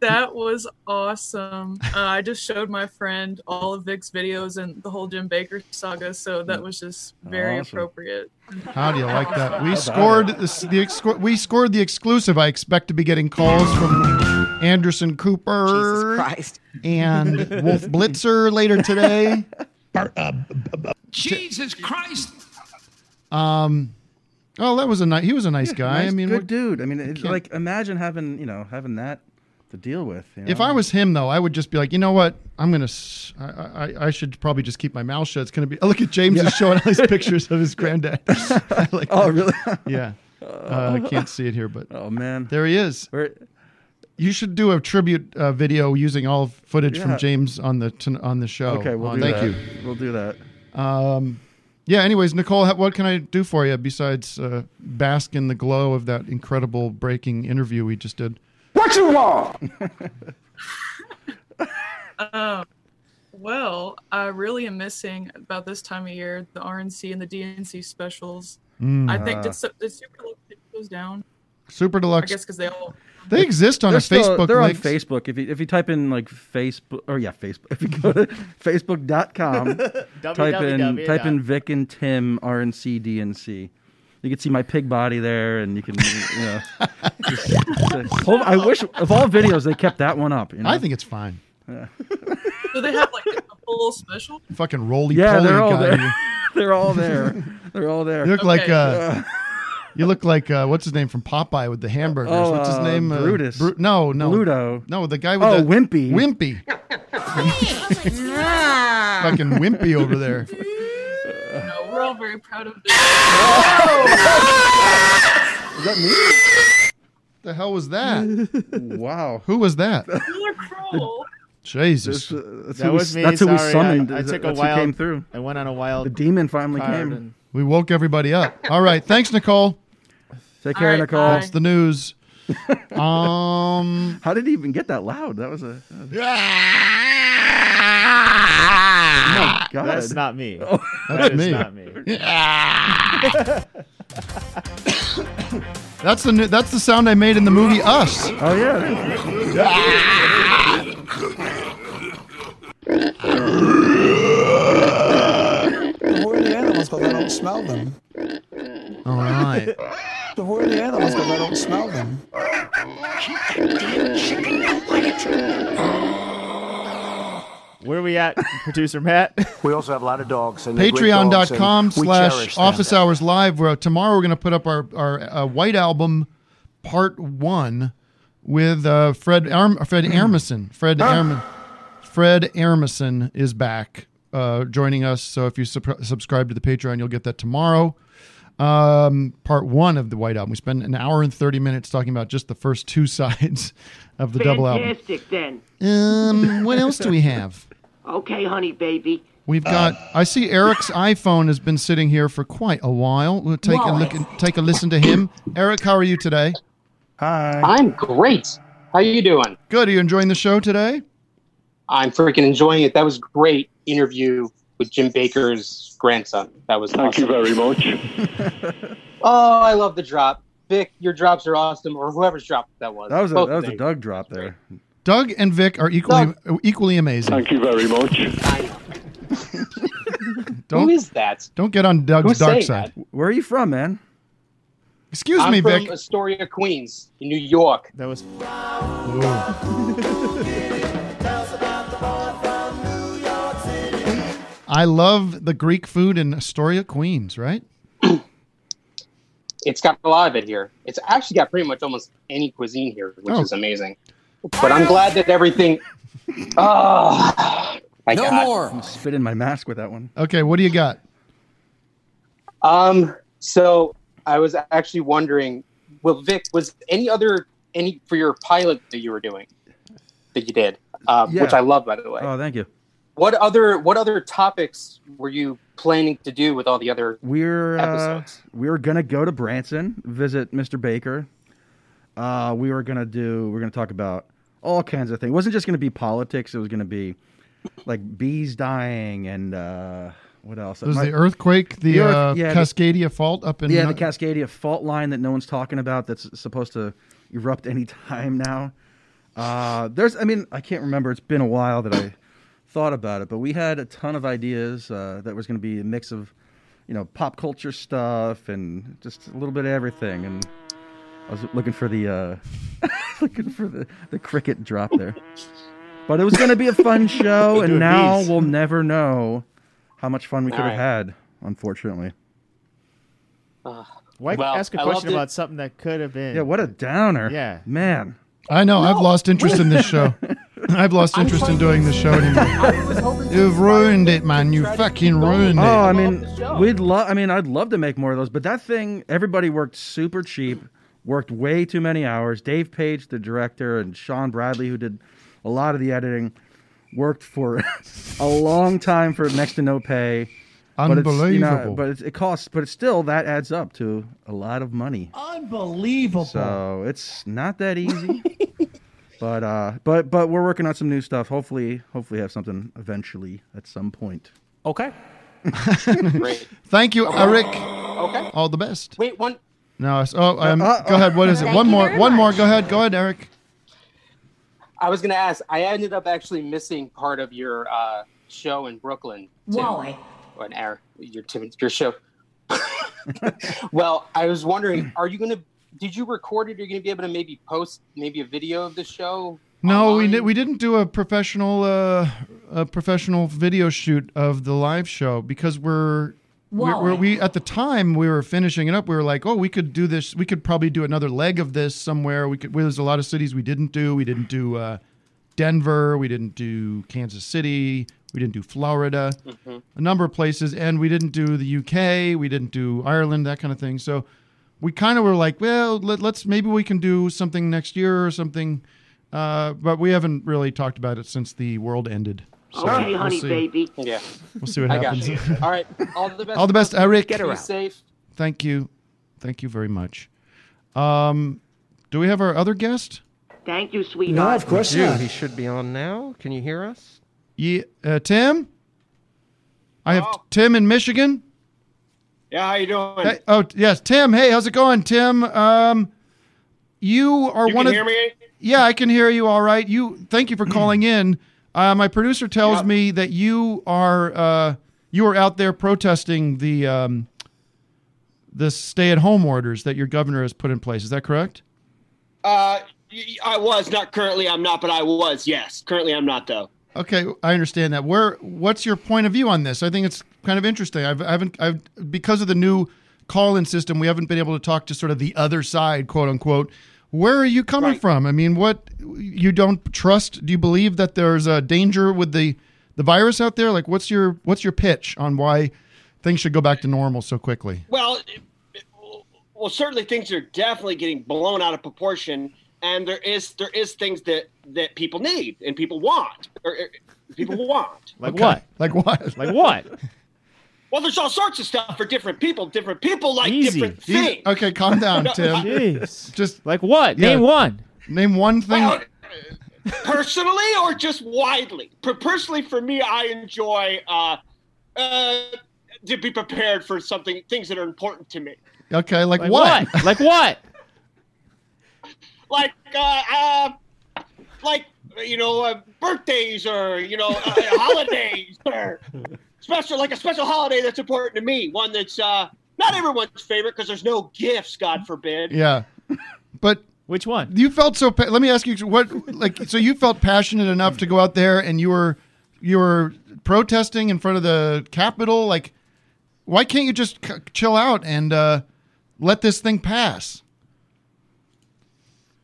Speaker 26: That was awesome. Uh, I just showed my friend all of Vic's videos and the whole Jim Baker saga, so that was just very
Speaker 1: Awesome.
Speaker 26: appropriate.
Speaker 1: How do you like that? We
Speaker 26: How about
Speaker 1: scored this, the ex- we scored the exclusive. I expect to be getting calls from Anderson Cooper,
Speaker 14: Christ,
Speaker 1: and Wolf Blitzer later today. uh,
Speaker 13: Jesus Christ!
Speaker 1: Um, oh, that was a nice. He was a nice guy.
Speaker 4: Nice,
Speaker 1: I mean,
Speaker 4: good
Speaker 1: what-
Speaker 4: dude. I mean, it's
Speaker 1: can't-
Speaker 4: like imagine having you know having that to deal with. You know?
Speaker 1: If I was him, though, I would just be like, you know what? I'm gonna. s- I, I- I should probably just keep my mouth shut. It's gonna be. Oh, look at James
Speaker 4: Yeah.
Speaker 1: is showing all his pictures of his granddad. I like
Speaker 4: Oh,
Speaker 1: that.
Speaker 4: really?
Speaker 1: yeah. Uh, I can't see it here, but
Speaker 4: oh man,
Speaker 1: there he is. You should do a tribute uh, video using all footage
Speaker 4: Yeah.
Speaker 1: from James on the ton on the show.
Speaker 4: okay, we'll
Speaker 1: Uh,
Speaker 4: do
Speaker 1: thank
Speaker 4: that. you. We'll do that.
Speaker 1: you. Um, yeah. Anyways, Nicole, ha- what can I do for you besides uh, bask in the glow of that incredible breaking interview we just did?
Speaker 13: What you want?
Speaker 26: Um, well, I really am missing about this time of year the RNC and the DNC specials.
Speaker 1: Mm.
Speaker 26: I think
Speaker 1: Ah.
Speaker 26: it's it's super low goes down.
Speaker 1: Super deluxe.
Speaker 26: I guess because they all
Speaker 1: They exist on
Speaker 4: They're
Speaker 1: a Facebook
Speaker 4: They're
Speaker 1: link.
Speaker 4: on Facebook. If you if you type in like Facebook or yeah Facebook, if you go to Facebook.com, type in
Speaker 7: www.
Speaker 4: type in Vic and Tim RNC DNC. You can see my pig body there, and you can. You know, just- Hold- I wish of all videos they kept that one up. You know?
Speaker 1: I think it's fine.
Speaker 26: do they have like a full special?
Speaker 1: Fucking roly
Speaker 4: yeah,
Speaker 1: poly
Speaker 4: they're all
Speaker 1: guy.
Speaker 4: there. they're all there. They're all there.
Speaker 1: You look like uh,
Speaker 4: Yeah.
Speaker 1: you look like uh, what's his name from Popeye with the hamburgers.
Speaker 4: Oh,
Speaker 1: what's his
Speaker 4: uh,
Speaker 1: name? Uh,
Speaker 4: Brutus.
Speaker 1: Bru- no, no.
Speaker 4: Bluto.
Speaker 1: No, the guy with
Speaker 4: Oh,
Speaker 1: the
Speaker 4: Wimpy.
Speaker 1: Wimpy. Fucking Wimpy over there.
Speaker 26: No, we're all very proud of
Speaker 1: Is that me? The hell was that?
Speaker 4: wow.
Speaker 1: Who was that?
Speaker 26: Miller Kroll.
Speaker 1: Jesus.
Speaker 4: That's, uh, that's
Speaker 7: That
Speaker 4: who we-
Speaker 7: was me.
Speaker 4: that's who we
Speaker 7: sorry.
Speaker 4: summoned.
Speaker 7: I, I
Speaker 4: Is
Speaker 7: took a
Speaker 4: that- that's who
Speaker 7: wild.
Speaker 4: came through.
Speaker 7: I went on a wild.
Speaker 4: The demon finally
Speaker 7: card
Speaker 4: came.
Speaker 7: and-
Speaker 1: We woke everybody up. All right. Thanks, Nicole.
Speaker 4: Take care, All right, Nicole. bye.
Speaker 1: That's the news. um,
Speaker 4: How did he even get that loud? That was a. that was- Oh My God.
Speaker 7: That's not me.
Speaker 4: Oh.
Speaker 7: That's That is me. not me.
Speaker 1: that's the new, that's the sound I made in the movie Us.
Speaker 4: Oh
Speaker 11: But who are the animals? Because I don't smell them.
Speaker 1: All right.
Speaker 11: But who are the animals? Because I don't smell them.
Speaker 7: Where are we at, producer Matt?
Speaker 3: We also have a lot of dogs. And they're great dogs, and
Speaker 1: patreon.com
Speaker 3: we
Speaker 1: slash
Speaker 3: cherish them.
Speaker 1: office hours live where tomorrow we're going to put up our, our uh, white album part one with uh, fred Arm- fred armisen fred Arm- fred armisen is back uh, joining us so if you sup- subscribe to the patreon you'll get that tomorrow um, part one of the white album we spend an hour and 30 minutes talking about just the first two sides of the double album
Speaker 27: Fantastic then.
Speaker 1: um, what else do we have
Speaker 27: Okay, honey, baby.
Speaker 1: We've
Speaker 4: Uh,
Speaker 1: got. I see Eric's iPhone has been sitting here for quite a while. We'll take a look. and Take a listen to him. Eric, how are you today?
Speaker 4: Hi.
Speaker 27: I'm great. How you doing?
Speaker 1: Good. Are you enjoying the show today?
Speaker 27: I'm freaking enjoying it. That was great interview with Jim Baker's grandson. That was
Speaker 6: Thank you very much.
Speaker 27: Oh, I love the drop. Vic, your drops are awesome, or whoever's drop that was.
Speaker 4: That was a,
Speaker 27: Both
Speaker 4: that was a
Speaker 27: things.
Speaker 4: Doug drop there.
Speaker 1: Doug and Vic are equally equally amazing.
Speaker 6: Thank you very much.
Speaker 1: Don't,
Speaker 27: Who is that?
Speaker 1: Don't get on Doug's
Speaker 4: Who's
Speaker 1: dark
Speaker 4: saying
Speaker 1: side.
Speaker 4: Where are you from, man?
Speaker 1: Excuse
Speaker 27: I'm
Speaker 1: me,
Speaker 27: from
Speaker 1: Vic.
Speaker 27: Astoria, Queens, in New York.
Speaker 7: That was.
Speaker 1: I love the Greek food in Astoria, Queens, right?
Speaker 27: It's got a lot of it here. It's actually got pretty much almost any cuisine here, which
Speaker 1: Oh.
Speaker 27: is amazing. But I'm glad that everything. Oh, my
Speaker 4: no
Speaker 27: God.
Speaker 4: more. I'm spit in my mask with that one.
Speaker 1: Okay, what do you got?
Speaker 27: Um, so I was actually wondering, well, Vic, was any other any for your pilot that you were doing that you did, uh,
Speaker 4: Yeah.
Speaker 27: which I love, by the way.
Speaker 4: Oh, thank you.
Speaker 27: What other what other topics were you planning to do with all the other?
Speaker 4: We're uh,
Speaker 27: Episodes.
Speaker 4: we were gonna go to Branson, visit Mr. Baker. Uh, we were gonna do we are gonna talk about all kinds of things. It wasn't just gonna be politics. It was gonna be like bees dying and uh, what else?
Speaker 1: It was
Speaker 4: My-
Speaker 1: the earthquake, the,
Speaker 4: earth-
Speaker 1: uh,
Speaker 4: yeah, the-
Speaker 1: Cascadia fault up in
Speaker 4: yeah, the Cascadia fault line that no one's talking about that's supposed to erupt any time now. Uh, there's, I mean, I can't remember. It's been a while that I thought about it, but we had a ton of ideas uh, that was going to be a mix of, you know, pop culture stuff and just a little bit of everything. And I was looking for the uh, looking for the, the cricket drop there. But it was going to be a fun show,
Speaker 7: Do a
Speaker 4: and now
Speaker 7: bees.
Speaker 4: we'll never know how much fun we could have
Speaker 7: Alright.
Speaker 4: had, unfortunately.
Speaker 7: Why
Speaker 4: Well,
Speaker 7: ask a
Speaker 4: I loved
Speaker 7: question
Speaker 4: it.
Speaker 7: about something that could have been?
Speaker 4: Yeah, what a downer.
Speaker 7: Yeah.
Speaker 4: Man.
Speaker 1: I know. I've lost interest in this show. I've lost interest in doing this show anymore. You've ruined it, man. You fucking ruined
Speaker 4: Oh,
Speaker 1: it.
Speaker 4: I mean, we'd love. I mean, I'd love to make more of those, but that thing, everybody worked super cheap, worked way too many hours. Dave Page, the director, and Sean Bradley, who did a lot of the editing, worked for a long time for next to no pay. But it's, you know,
Speaker 1: Unbelievable.
Speaker 4: but it's, it costs. But it's still that adds up to a lot of money.
Speaker 28: Unbelievable.
Speaker 4: So it's not that easy. but uh, but but we're working on some new stuff. Hopefully, hopefully have something eventually at some point.
Speaker 28: Okay.
Speaker 1: Thank you, Eric.
Speaker 27: Okay.
Speaker 1: All the best.
Speaker 27: Wait, one.
Speaker 1: No, I s- oh, um,
Speaker 27: Uh, uh,
Speaker 1: go ahead. What is it?
Speaker 27: Thank
Speaker 1: One
Speaker 27: you
Speaker 1: more.
Speaker 27: very
Speaker 1: One more. Go ahead. Go ahead, Eric.
Speaker 27: I was gonna ask. I ended up actually missing part of your uh, show in Brooklyn. Tim.
Speaker 22: Why?
Speaker 27: Or an hour. Your Tim, your show. well, I was wondering, are you gonna? Did you record it? Are you gonna be able to maybe post maybe a video of the show?
Speaker 1: No, we did, we didn't do a professional uh, a professional video shoot of the live show because we're we,
Speaker 22: Why?
Speaker 1: we we at the time we were finishing it up. We were like, oh, we could do this. We could probably do another leg of this somewhere. We could. Well, there's a lot of cities we didn't do. We didn't do uh, Denver. We didn't do Kansas City. We didn't do Florida.
Speaker 13: Mhm.
Speaker 1: A number of places, and we didn't do the UK. We didn't do Ireland. That kind of thing. So we kind of were like, well, let, let's maybe we can do something next year or something. Uh, but we haven't really talked about it since the world ended. So
Speaker 22: okay,
Speaker 1: we'll
Speaker 22: honey,
Speaker 1: see.
Speaker 22: baby.
Speaker 27: Yeah.
Speaker 1: We'll see what
Speaker 22: I got
Speaker 1: happens.
Speaker 22: you.
Speaker 27: All right. All the best.
Speaker 1: All the best, Eric.
Speaker 27: Be safe.
Speaker 1: Thank you. Thank you very much. Um, do we have our other guest?
Speaker 22: Thank you, sweetheart.
Speaker 9: No, of course
Speaker 1: Dude,
Speaker 9: not.
Speaker 1: he
Speaker 9: He should be on now. Can you hear us?
Speaker 1: Yeah, uh, Tim? I have Tim in Michigan.
Speaker 2: Yeah, how you doing?
Speaker 1: Hey, oh, yes, Tim. Hey, how's it going, Tim? Um, you are
Speaker 2: You
Speaker 1: one
Speaker 2: can
Speaker 1: of
Speaker 2: hear me?
Speaker 1: Yeah, I can hear you all right. You thank you for calling in. Uh, my producer tells me that you are uh, you are out there protesting the um, the stay at home orders that your governor has put in place. Is that correct?
Speaker 22: Uh, y- I was not currently. I'm not, but I was. Yes, currently I'm not though.
Speaker 1: Okay, I understand that. Where what's your point of view on this? I think it's kind of interesting. I've, I haven't I've because of the new call in system, we haven't been able to talk to sort of the other side, quote unquote. Where are you coming from? I mean, what you don't trust? Do you believe that there's a danger with the the virus out there? Like, what's your what's your pitch on why things should go back to normal so quickly?
Speaker 22: Well, it- well, certainly things are definitely getting blown out of proportion, and there is there is things that that people need and people want, or, or people want.
Speaker 7: Like
Speaker 1: Okay.
Speaker 7: what?
Speaker 1: Like what?
Speaker 7: Like what?
Speaker 22: Well, there's all sorts of stuff for different people. Different people like different
Speaker 1: Easy.
Speaker 22: things.
Speaker 1: Okay, calm down,
Speaker 22: No,
Speaker 1: Tim.
Speaker 22: I-
Speaker 1: Just
Speaker 7: like what?
Speaker 1: Yeah.
Speaker 7: Name one.
Speaker 1: Name one thing.
Speaker 22: personally or just widely per- personally for me i enjoy uh, uh, to be prepared for something things that are important to me
Speaker 1: Okay, like,
Speaker 22: Like
Speaker 1: what?
Speaker 7: like what?
Speaker 22: like uh, uh, like you know uh, birthdays or you know uh, holidays or special like a special holiday that's important to me one that's uh, Not everyone's favorite because there's no gifts, God forbid.
Speaker 1: Yeah. But
Speaker 7: which one?
Speaker 1: You felt so pa- let me ask you what like so you felt passionate enough to go out there and you were you were protesting in front of the Capitol like why can't you just c- chill out and uh, let this thing pass?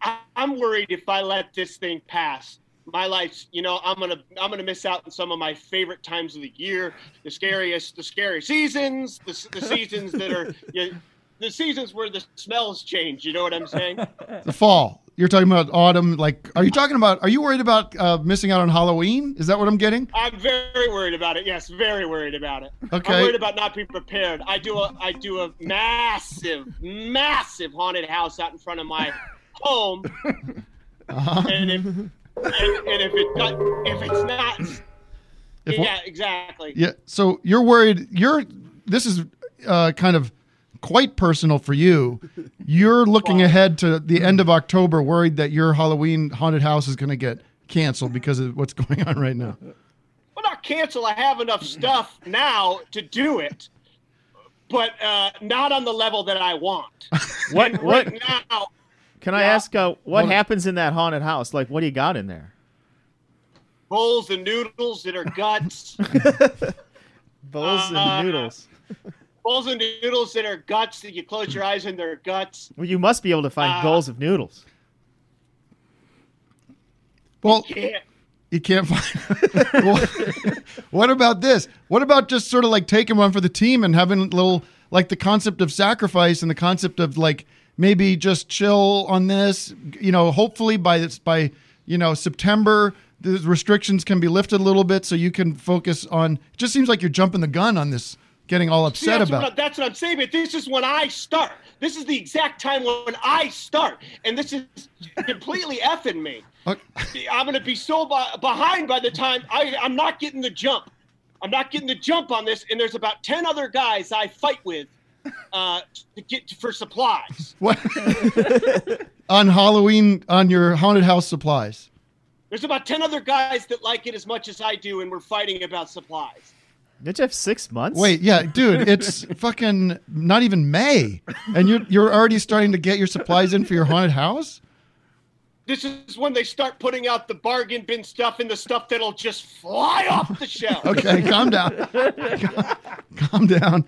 Speaker 22: I- I'm worried if I let this thing pass, my life's you know I'm gonna I'm gonna miss out on some of my favorite times of the year, the scariest the scary seasons, the, s- the seasons that are you know, the seasons where the smells change. You know what I'm saying?
Speaker 1: The fall. You're talking about autumn like are you talking about are you worried about uh, missing out on Halloween? Is that what I'm getting?
Speaker 22: I'm very worried about it. Yes, very worried about it.
Speaker 1: Okay.
Speaker 22: I'm worried about not being prepared. I do a I do a massive, massive haunted house out in front of my home.
Speaker 1: Uh-huh.
Speaker 22: And if and, and if it not, if it's not
Speaker 1: If what-
Speaker 22: Yeah, exactly.
Speaker 1: Yeah. So you're worried. You're. This is uh, kind of quite personal for you. You're looking ahead to the end of October, worried that your Halloween haunted house is going to get canceled because of what's going on right now.
Speaker 22: Well not cancel, I have enough stuff now to do it. But uh, not on the level that I want.
Speaker 7: What what
Speaker 22: Now
Speaker 7: can I ask uh, what
Speaker 22: Hold it.
Speaker 7: happens in that haunted house? Like what do you got in there?
Speaker 22: bowls and noodles that are guts.
Speaker 7: Bowls
Speaker 22: Uh,
Speaker 7: and noodles.
Speaker 22: bowls and noodles that are guts that you close your eyes and they're guts.
Speaker 7: Well, you must be able to find
Speaker 22: uh,
Speaker 7: bowls of noodles.
Speaker 1: Well,
Speaker 22: Yeah.
Speaker 1: you can't find. what, what about this? What about just sort of like taking one for the team and having little like the concept of sacrifice and the concept of like maybe just chill on this. You know, hopefully by this by you know September the restrictions can be lifted a little bit so you can focus on. It just seems like you're jumping the gun on this, getting all
Speaker 22: See,
Speaker 1: upset
Speaker 22: that's
Speaker 1: about.
Speaker 22: What, I- that's what I'm saying, but this is when I start. This is the exact time when I start, and this is completely effing me.
Speaker 1: Okay.
Speaker 22: I'm going to be so be- behind by the time I, I'm not getting the jump. I'm not getting the jump on this, and there's about ten other guys I fight with uh, to get for supplies.
Speaker 1: What on Halloween on your haunted house supplies?
Speaker 22: There's about ten other guys that like it as much as I do, and we're fighting about supplies.
Speaker 7: Did you have six months?
Speaker 1: Wait, yeah, dude, it's fucking not even May, and you're you're already starting to get your supplies in for your haunted house.
Speaker 22: This is when they start putting out the bargain bin stuff and the stuff that'll just fly off the shelf.
Speaker 1: Okay, calm down. Calm down.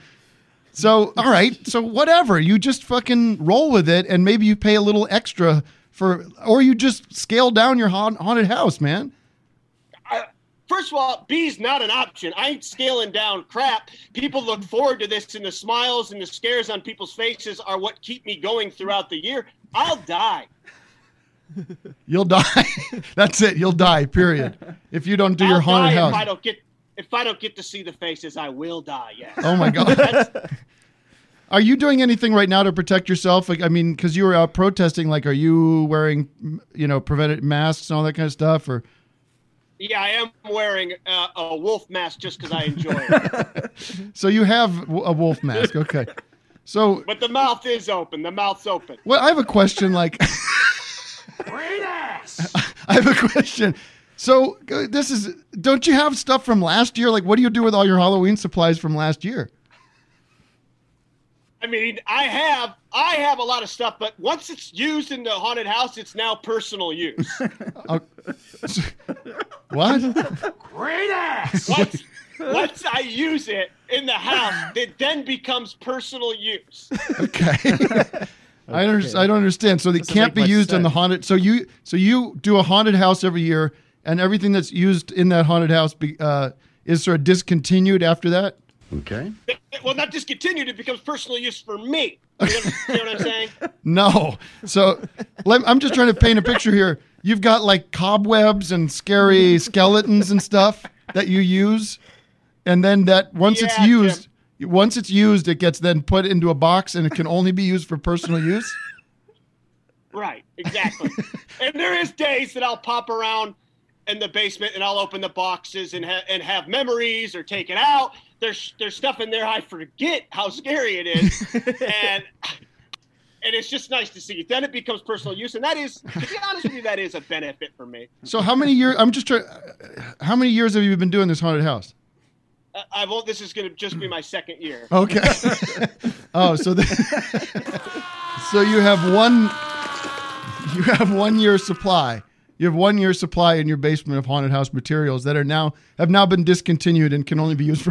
Speaker 1: So, all right, so whatever, you just fucking roll with it, and maybe you pay a little extra for, or you just scale down your haun- haunted house, man.
Speaker 22: First of all, B's not an option. I ain't scaling down crap. People look forward to this, and the smiles and the scares on people's faces are what keep me going throughout the year. I'll die.
Speaker 1: You'll die. That's it. You'll die. Period. If you don't do your
Speaker 22: I'll
Speaker 1: haunted
Speaker 22: die
Speaker 1: house.
Speaker 22: If I don't get if I don't get to see the faces, I will die. Yes.
Speaker 1: Oh my god. Are you doing anything right now to protect yourself? Like, I mean, because you were out protesting. Like, are you wearing, m- you know, prevented masks and all that kind of stuff? Or
Speaker 22: Yeah, I am wearing uh, a wolf mask just because I enjoy it.
Speaker 1: so you have w- a wolf mask. Okay. So,
Speaker 22: but the mouth is open. The mouth's open.
Speaker 1: well, I have a question. Like,
Speaker 22: Great ass.
Speaker 1: I have a question. So g- this is. Don't you have stuff from last year? Like, what do you do with all your Halloween supplies from last year?
Speaker 22: I mean, I have I have a lot of stuff, but once it's used in the haunted house, it's now personal use.
Speaker 1: Oh, what?
Speaker 22: Great ass. Once, once I use it in the house, it then becomes personal use.
Speaker 1: I, under, I don't understand. So they
Speaker 22: Doesn't
Speaker 1: can't
Speaker 22: make
Speaker 1: be
Speaker 22: much
Speaker 1: used in the
Speaker 22: sense.
Speaker 1: haunted. So you so you do a haunted house every year, and everything that's used in that haunted house be, uh, is sort of discontinued after that. Okay.
Speaker 22: Well, not discontinued; it becomes personal use for me. You know, you know what I'm saying?
Speaker 1: No. So let, I'm just trying to paint a picture here. You've got like cobwebs and scary skeletons and stuff that you use, and then that once it's
Speaker 22: Yeah,
Speaker 1: used, once it's used, it gets then put into a box and it can only be used for personal use.
Speaker 22: Right, exactly. and there is days that I'll pop around in the basement and I'll open the boxes and ha- and have memories or take it out. There's there's stuff in there I forget how scary it is, and and it's just nice to see. Then it becomes personal use, and that is, to be honest with you, that is a benefit for me.
Speaker 1: So how many years? I'm just trying. How many years have you been doing this haunted house?
Speaker 22: I- Uh, I won't. This is going to just be my second year.
Speaker 1: Okay. oh, so the, so you have one you have one year supply. You have one year supply in your basement of haunted house materials that are now have now been discontinued and can only be used for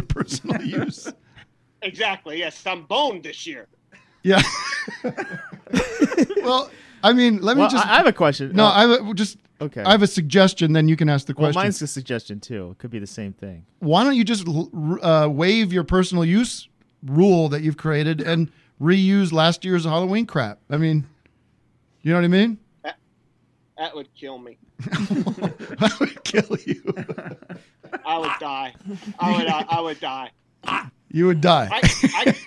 Speaker 1: personal use.
Speaker 22: exactly. Yes, I'm boned this year.
Speaker 1: Yeah. well, I mean, let me
Speaker 7: Well,
Speaker 1: just.
Speaker 7: I- I have a question.
Speaker 1: No,
Speaker 7: Uh,
Speaker 1: I have a, just.
Speaker 7: okay.
Speaker 1: I have a suggestion. Then you can ask the
Speaker 7: Well,
Speaker 1: question.
Speaker 7: mine's a suggestion too. It could be the same thing.
Speaker 1: Why don't you just l- r- uh, waive your personal use rule that you've created and reuse last year's Halloween crap? I mean, you know what I mean?
Speaker 22: That would kill me.
Speaker 1: that would kill you.
Speaker 22: I would die. I would. uh, I, I would die.
Speaker 1: You would die.
Speaker 22: I,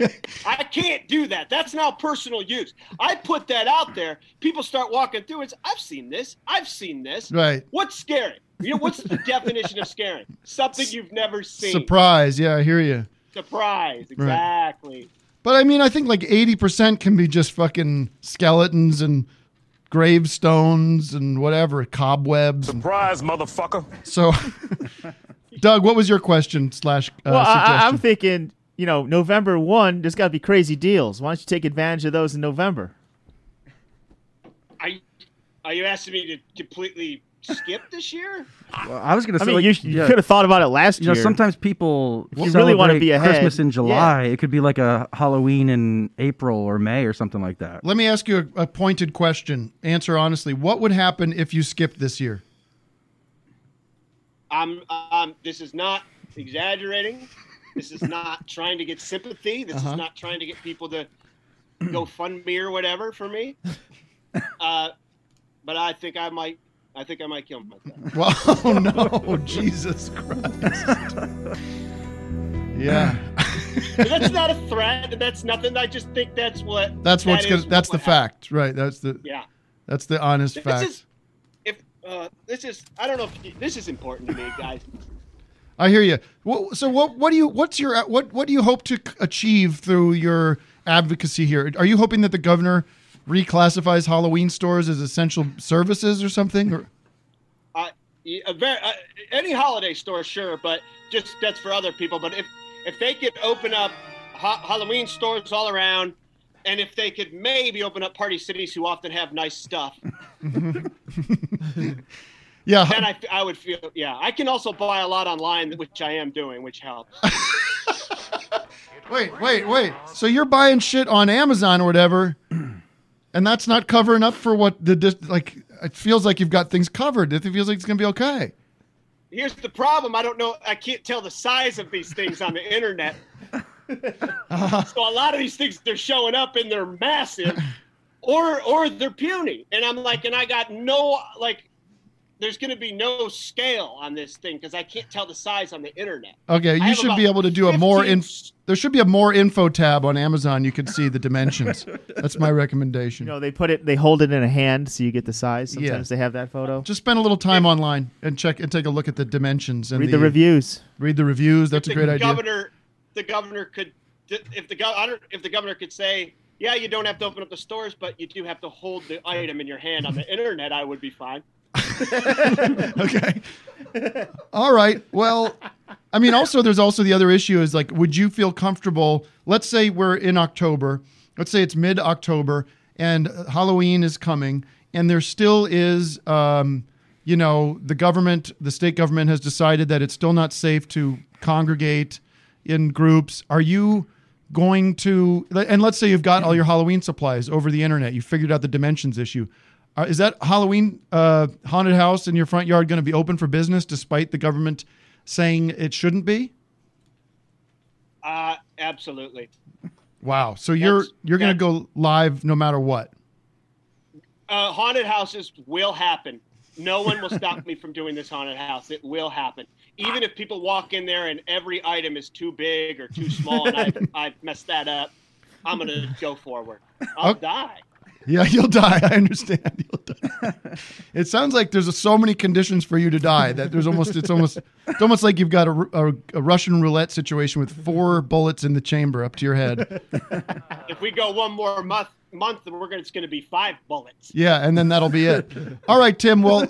Speaker 22: I, I can't do that. That's now personal use. I put that out there. People start walking through. It's I've seen this. I've seen this.
Speaker 1: Right.
Speaker 22: What's scary? You know what's the definition of scaring? Something you've never seen.
Speaker 1: Surprise. Yeah, I hear you.
Speaker 22: Surprise. Exactly.
Speaker 1: But I mean, I think like 80% can be just fucking skeletons and gravestones and whatever, cobwebs. and-
Speaker 10: Surprise, motherfucker.
Speaker 1: So, Doug, what was your question slash uh,
Speaker 7: well, I, I- I'm
Speaker 1: suggestion?
Speaker 7: thinking, you know, November one. There's got to be crazy deals. Why don't you take advantage of those in November?
Speaker 22: Are, are you asking me to completely skip this year?
Speaker 4: Well, I was gonna say
Speaker 7: I mean,
Speaker 4: like,
Speaker 7: you, sh- you
Speaker 4: yeah.
Speaker 7: could have thought about it last
Speaker 4: You know,
Speaker 7: year.
Speaker 4: sometimes people
Speaker 7: If you really wanna
Speaker 4: celebrate
Speaker 7: be ahead,
Speaker 4: Christmas in
Speaker 7: yeah.
Speaker 4: July. It could be like a Halloween in April or May or something like that.
Speaker 1: Let me ask you a, a pointed question. Answer honestly. What would happen if you skipped this year?
Speaker 22: I'm, I'm, this is not exaggerating. This is not trying to get sympathy. This
Speaker 1: Uh-huh.
Speaker 22: is not trying to get people to go fund me or whatever for me. Uh, but I think I might. I think I might kill myself.
Speaker 1: Well, oh no, Jesus Christ. Yeah,
Speaker 22: But that's not a threat. That's nothing. I just think that's what.
Speaker 1: that's what's
Speaker 22: that
Speaker 1: gonna,
Speaker 22: is
Speaker 1: that's the
Speaker 22: what
Speaker 1: fact, right? That's the
Speaker 22: Yeah.
Speaker 1: that's the honest
Speaker 22: This
Speaker 1: fact.
Speaker 22: is- If uh, this is, I don't know if you- this is important to me, guys.
Speaker 1: I hear you. Wha- So what what do you what's your what what do you hope to c- achieve through your advocacy here? Are you hoping that the governor reclassifies Halloween stores as essential services or something? Or,
Speaker 22: I, a very, uh, any holiday store, sure, but just that's for other people. But if if they could open up ha- Halloween stores all around, and if they could maybe open up party cities who often have nice stuff,
Speaker 1: yeah,
Speaker 22: then I, f- I would feel yeah. I can also buy a lot online, which I am doing, which helps.
Speaker 1: wait, wait, wait. So you're buying shit on Amazon or whatever, and that's not covering up for what the dis- like. It feels like you've got things covered. It feels like it's gonna be okay.
Speaker 22: Here's the problem: I don't know. I can't tell the size of these things on the internet. so a lot of these things they're showing up and they're massive, or or they're puny. And I'm like, and I got no like. There's going to be no scale on this thing because I can't tell the size on the internet.
Speaker 1: Okay,
Speaker 22: I
Speaker 1: you
Speaker 22: have
Speaker 1: should
Speaker 22: about
Speaker 1: be able to do a more
Speaker 22: 15
Speaker 1: in. There should be a more info tab on Amazon. You could see the dimensions. That's my recommendation.
Speaker 7: You know, they put it, they hold it in a hand so you get the size.
Speaker 1: Yeah.
Speaker 7: Sometimes they have that photo.
Speaker 1: Just spend a little time online and check and take a look at the dimensions and
Speaker 7: Read the reviews.
Speaker 1: Read the reviews. That's a
Speaker 22: the
Speaker 1: great idea.
Speaker 22: Governor, the governor could, if the gov- I don't, if the governor could say, yeah, you don't have to open up the stores, but you do have to hold the item in your hand on the internet. I would be fine.
Speaker 1: okay. All right. Well, I mean, also there's also the other issue is like, would you feel comfortable? Let's say we're in October. Let's say it's mid October and Halloween is coming, and there still is, um, you know, the government, the state government has decided that it's still not safe to congregate in groups. Are you going to? And let's say you've got all your Halloween supplies over the internet. You figured out the dimensions issue. Uh, is that Halloween uh, haunted house in your front yard going to be open for business despite the government saying it shouldn't be?
Speaker 22: Uh, absolutely.
Speaker 1: Wow. So you're you're going to go live no matter what.
Speaker 22: Uh, haunted houses will happen. No one will stop me from doing this haunted house. It will happen. Even if people walk in there and every item is too big or too small and I've, I've messed that up, I'm going to go forward. I'll
Speaker 1: Okay.
Speaker 22: die.
Speaker 1: Yeah, you'll die. I understand. You'll die. It sounds like there's so many conditions for you to die that there's almost it's almost it's almost like you've got a, Ru- a, a Russian roulette situation with four bullets in the chamber up to your head.
Speaker 22: If we go one more month, month then we're gonna, it's going to be five bullets.
Speaker 1: Yeah, and then that'll be it. All right, Tim. Well,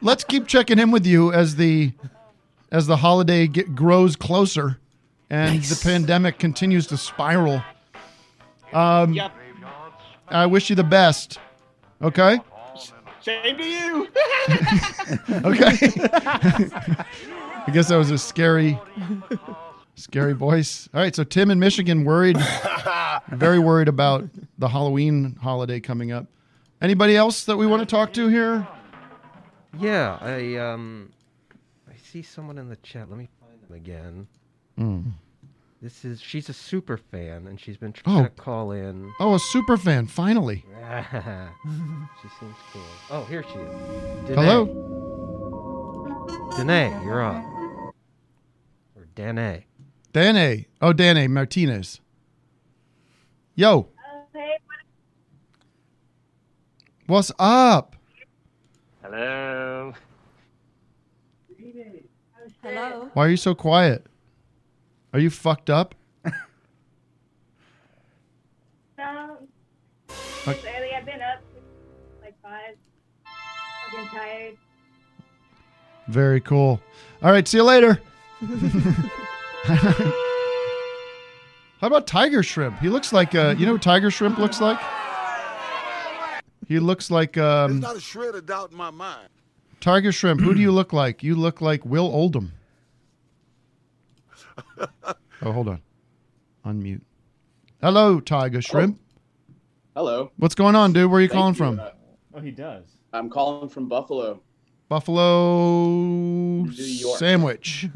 Speaker 1: let's keep checking in with you as the as the holiday get, grows closer. and the pandemic continues to spiral. Um, I wish you the best. Okay.
Speaker 22: Same to you.
Speaker 1: Okay. I guess that was a scary, scary voice. All right. So Tim in Michigan worried, very worried about the Halloween holiday coming up. Anybody else that we want to talk to here?
Speaker 9: Yeah, I um, I see someone in the chat. Let me find them again.
Speaker 1: Mm.
Speaker 9: This is she's a super fan, and she's been trying
Speaker 1: Oh.
Speaker 9: to call in.
Speaker 1: Oh, a super fan. Finally.
Speaker 9: she seems cool. Oh, here she is. Danae.
Speaker 1: Hello?
Speaker 9: Danae, you're on. Or Danae.
Speaker 1: Danae. Oh, Danae Martinez. Yo, what's up?
Speaker 28: Hello.
Speaker 15: Hello.
Speaker 1: Why are you so quiet? Are you fucked up?
Speaker 23: No.
Speaker 1: Like-
Speaker 23: It's early. I've been up since like five. Fucking tired.
Speaker 1: Very cool. All right, see you later. How about tiger shrimp? He looks like uh, you know what tiger shrimp looks like? He looks like
Speaker 24: There's
Speaker 1: um
Speaker 24: not a shred of doubt in my mind.
Speaker 1: tiger shrimp. Who do you look like? You look like Will Oldham. Oh, hold on. Unmute. Hello, tiger shrimp.
Speaker 19: Hello.
Speaker 1: What's going on, dude? Where are you calling
Speaker 19: Thank
Speaker 1: from?
Speaker 19: uh,
Speaker 7: Oh, he does.
Speaker 19: I'm calling from Buffalo.
Speaker 1: Buffalo
Speaker 19: New York.
Speaker 1: sandwich.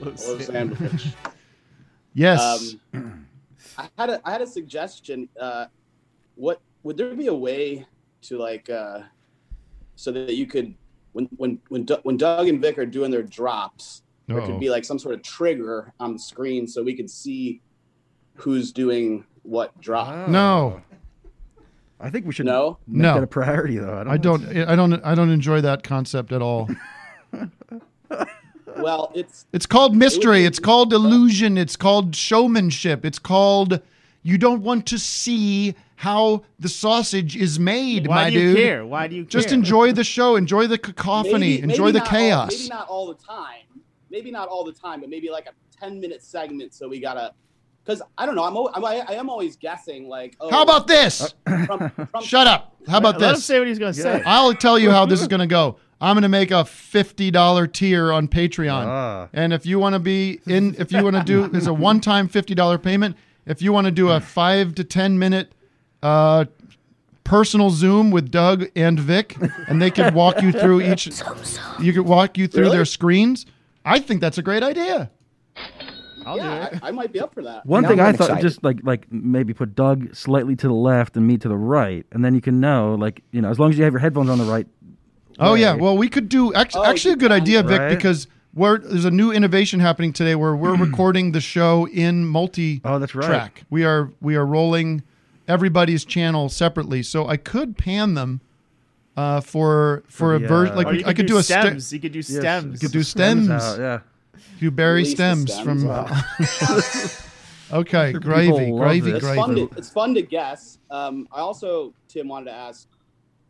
Speaker 19: Buffalo sandwich.
Speaker 1: Yes.
Speaker 19: Um, I had a I had a suggestion. Uh, what would there be a way to like uh, so that you could when when when Doug, when Doug and Vic are doing their drops, there
Speaker 1: Uh-oh.
Speaker 19: could be like some sort of trigger on the screen so we could see who's doing what drop.
Speaker 1: no.
Speaker 4: I think we should
Speaker 19: No?
Speaker 4: make
Speaker 1: no.
Speaker 4: that a priority, though. I don't.
Speaker 1: I don't. I don't. I don't enjoy that concept at all.
Speaker 19: Well, it's
Speaker 1: It's called mystery. It's called illusion. It's called showmanship. It's called you don't want to see how the sausage is made,
Speaker 7: Why
Speaker 1: my
Speaker 7: do you
Speaker 1: dude.
Speaker 7: care? Why do you
Speaker 1: Just
Speaker 7: care?
Speaker 1: enjoy the show. Enjoy the cacophony.
Speaker 19: Maybe-
Speaker 1: enjoy
Speaker 19: maybe
Speaker 1: the
Speaker 19: not all-
Speaker 1: chaos.
Speaker 19: maybe not all the time. Maybe not all the time, but maybe like a ten minute segment. So we gotta, because I don't know. I'm, al- I'm I I am always guessing. Like, oh,
Speaker 1: How about this? Uh, Shut up. How about
Speaker 19: Let- let
Speaker 1: this?
Speaker 19: him say what he's gonna say.
Speaker 1: I'll tell you how this is going to go. I'm going to make a fifty dollar tier on Patreon,
Speaker 19: Ah.
Speaker 1: and if you want to be in, if you want to do, it's a one time fifty dollar payment. If you want to do a five to ten minute uh, personal Zoom with Doug and Vic, and they could walk you through each, you could walk you through
Speaker 19: Really?
Speaker 1: their screens. I think that's a great idea.
Speaker 19: I'll yeah, do it. I, I might be up for that.
Speaker 4: One thing I thought just like like maybe put Doug slightly to the left and me to the right, and then you can know like you know as long as you have your headphones on the right.
Speaker 1: Oh
Speaker 4: way.
Speaker 1: yeah, well we could do
Speaker 7: Oh,
Speaker 1: actually, actually a good idea, Vic,
Speaker 4: Right?
Speaker 1: because we're, there's a new innovation happening today where we're recording the show in multi. Oh, that's
Speaker 4: right.
Speaker 1: Track. We are we are rolling everybody's channel separately, so I could pan them uh, for for a
Speaker 7: the,
Speaker 1: version.
Speaker 7: uh,
Speaker 1: Like
Speaker 7: Or
Speaker 1: we-
Speaker 7: you
Speaker 1: I
Speaker 7: could
Speaker 1: could
Speaker 7: do
Speaker 1: do, a sta-
Speaker 7: stems. You could do Yes, stems.
Speaker 1: You could do
Speaker 7: stems
Speaker 1: stems.
Speaker 7: out, yeah.
Speaker 1: You bury
Speaker 19: Release the
Speaker 1: stems,
Speaker 19: stems.
Speaker 1: from.
Speaker 19: Wow.
Speaker 1: okay, gravy, gravy,
Speaker 19: it's
Speaker 1: gravy.
Speaker 19: Fun to, it's fun to guess. Um, I also, Tim, wanted to ask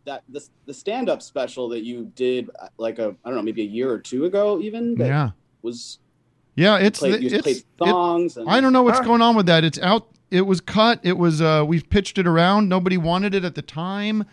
Speaker 19: that the, the stand up special that you did, uh, like a I don't know, maybe a year or two ago, even. that
Speaker 1: Yeah.
Speaker 19: Was
Speaker 1: Yeah, it's
Speaker 19: played-
Speaker 1: the-
Speaker 19: you
Speaker 1: it's
Speaker 19: played
Speaker 1: it-
Speaker 19: songs and-
Speaker 1: I don't know what's
Speaker 19: Ah.
Speaker 1: going on with that. It's out. It was cut. It was uh, we've pitched it around. Nobody wanted it at the time.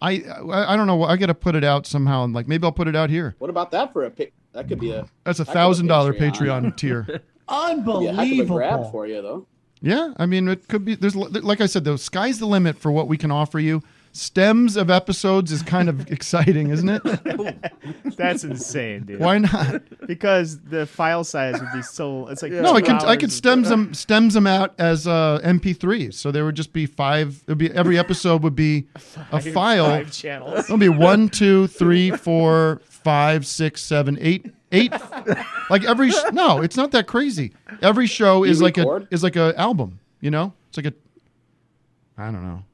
Speaker 1: I I, I don't know. I got to put it out somehow. And like maybe I'll put it out here.
Speaker 19: What about that for a pic? That could be a.
Speaker 1: That's
Speaker 19: that
Speaker 1: a
Speaker 19: could be
Speaker 1: thousand dollar Patreon
Speaker 19: Yeah,
Speaker 1: tier.
Speaker 19: heck of a grab
Speaker 1: Unbelievable.
Speaker 19: for you though.
Speaker 1: Yeah, I mean, it could be. There's like I said, the sky's the limit for what we can offer you. Stems of episodes is kind of exciting, isn't it?
Speaker 7: That's insane, dude.
Speaker 1: Why not?
Speaker 7: Because the file size would be so. It's like
Speaker 1: no, I
Speaker 7: two
Speaker 1: could I
Speaker 7: hours
Speaker 1: could
Speaker 7: of-
Speaker 1: stems them stems them out as uh, MP3s. So there would just be five. It'd be every episode would be a
Speaker 7: Five-
Speaker 1: file.
Speaker 7: five channels.
Speaker 1: It'll be one, two, three, four, five, six, seven, eight, eight. Like every sh- no, it's not that crazy. Every show
Speaker 19: You
Speaker 1: is like
Speaker 19: record?
Speaker 1: a is like a album. You know, it's like a. I don't know.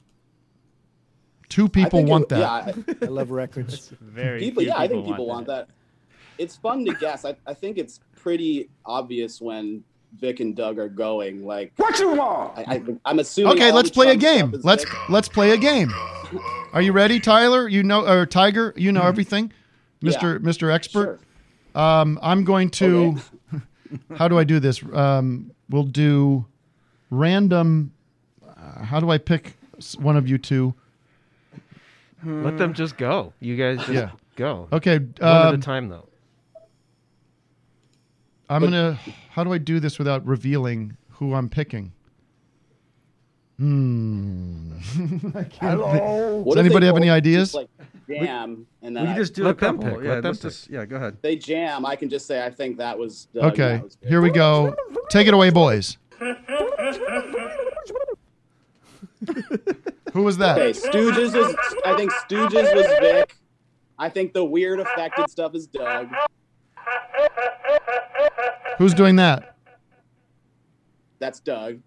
Speaker 1: Two people
Speaker 19: think it
Speaker 1: want
Speaker 19: would-
Speaker 1: that.
Speaker 19: yeah, I- I love
Speaker 1: records.
Speaker 7: Very
Speaker 19: people,
Speaker 7: few
Speaker 19: yeah, I think
Speaker 7: people
Speaker 19: people
Speaker 7: want
Speaker 19: want that. It's fun to guess. I, I think it's pretty obvious when Vic and Doug are going. Like, what you want? I, I, am assuming.
Speaker 1: Okay,
Speaker 19: all
Speaker 1: let's
Speaker 19: the
Speaker 1: play a
Speaker 19: Trump stuff
Speaker 1: game.
Speaker 19: is
Speaker 1: Let's
Speaker 19: Vic.
Speaker 1: let's play a game. Are you ready, Tyler? You know, or Tiger? You know everything,
Speaker 19: Yeah.
Speaker 1: Mister Mister Expert. Um, I'm going to how do I do this? Um, we'll do random. Uh, how do I pick s- one of you two?
Speaker 9: Let them just go. You guys just
Speaker 1: Yeah.
Speaker 9: go.
Speaker 1: Okay,
Speaker 9: One at a
Speaker 1: um,
Speaker 9: time, though.
Speaker 1: I'm gonna. How do I do this without revealing who I'm picking?
Speaker 19: Oh,
Speaker 1: Hmm. I can't
Speaker 19: Hello?
Speaker 1: think.
Speaker 19: What
Speaker 1: Does
Speaker 19: if they
Speaker 1: anybody have
Speaker 19: go
Speaker 1: any ideas?
Speaker 19: just, like, jam, and uh, then
Speaker 4: we
Speaker 19: I-
Speaker 4: just do a couple. Yeah, let's just- yeah, go ahead.
Speaker 19: They jam. I can just say I think that was Doug, and
Speaker 1: okay,
Speaker 19: that was-
Speaker 1: here we go. Take it away, boys. Who was that?
Speaker 19: Okay, Stooges was. I think Stooges was Vic. I think the weird affected stuff is Doug.
Speaker 1: Who's doing that?
Speaker 19: That's Doug.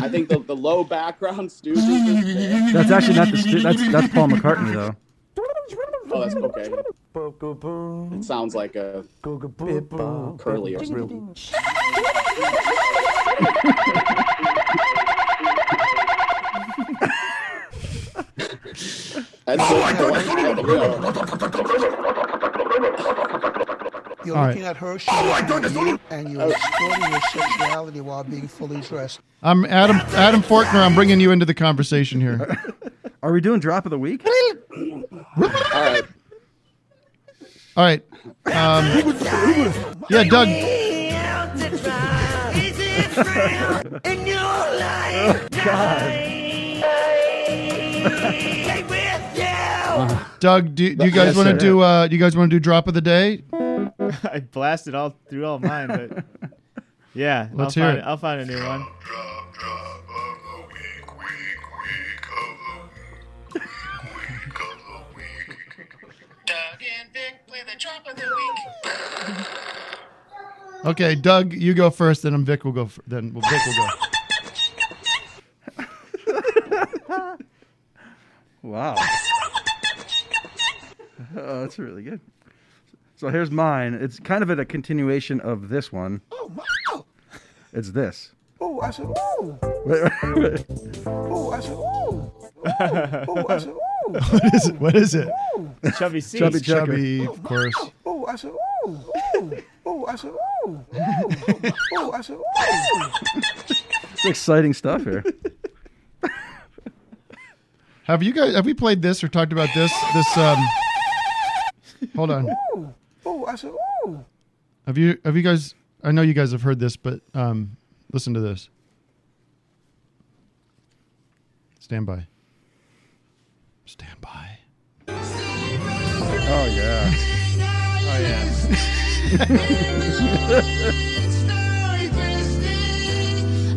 Speaker 19: I think the, the low background Stooges is Vic.
Speaker 4: That's actually not the stu- that's that's Paul McCartney though.
Speaker 19: Oh, that's okay. It sounds like a curly or something. That's
Speaker 1: Oh,
Speaker 19: so-
Speaker 11: You're
Speaker 1: All
Speaker 11: looking
Speaker 1: right.
Speaker 11: at her, she's
Speaker 1: Oh,
Speaker 11: looking at you, and you're exploiting your sexuality while being fully dressed.
Speaker 1: I'm Adam Adam Fortner. I'm bringing you into the conversation here.
Speaker 4: Are we doing drop of the week?
Speaker 19: All right.
Speaker 1: All right. Um, yeah, Doug. Doug, do, do you guys
Speaker 7: Yes,
Speaker 1: want to
Speaker 7: sir.
Speaker 1: do? Uh, do you guys want to do drop of the day?
Speaker 7: I blasted all through all mine, but yeah,
Speaker 1: Let's
Speaker 7: I'll
Speaker 1: hear
Speaker 7: find,
Speaker 1: it.
Speaker 7: I'll find a new one.
Speaker 1: Okay, Doug, you go first. Then Vic will go. f- Then well, Vic will go.
Speaker 4: Wow. Oh, that's really good. So here's mine. It's kind of at a continuation of this one. Oh wow! It's this.
Speaker 11: Oh, I said, ooh.
Speaker 4: Wait, wait,
Speaker 11: Oh, I said, ooh. Oh, I said, ooh.
Speaker 1: What is it? What is it?
Speaker 7: Chubby C.
Speaker 1: Chubby, chubby, of course.
Speaker 11: Oh, I said, ooh. Ooh. Oh, I said, ooh. Ooh. Oh, I said, ooh.
Speaker 4: It's exciting stuff here.
Speaker 1: Have you guys? Have we played this or talked about this? This. Um, hold on.
Speaker 11: Ooh. Oh, I said, ooh.
Speaker 1: Have you? Have you guys? I know you guys have heard this, but um, listen to this. Stand by.
Speaker 4: Oh yeah.
Speaker 7: Oh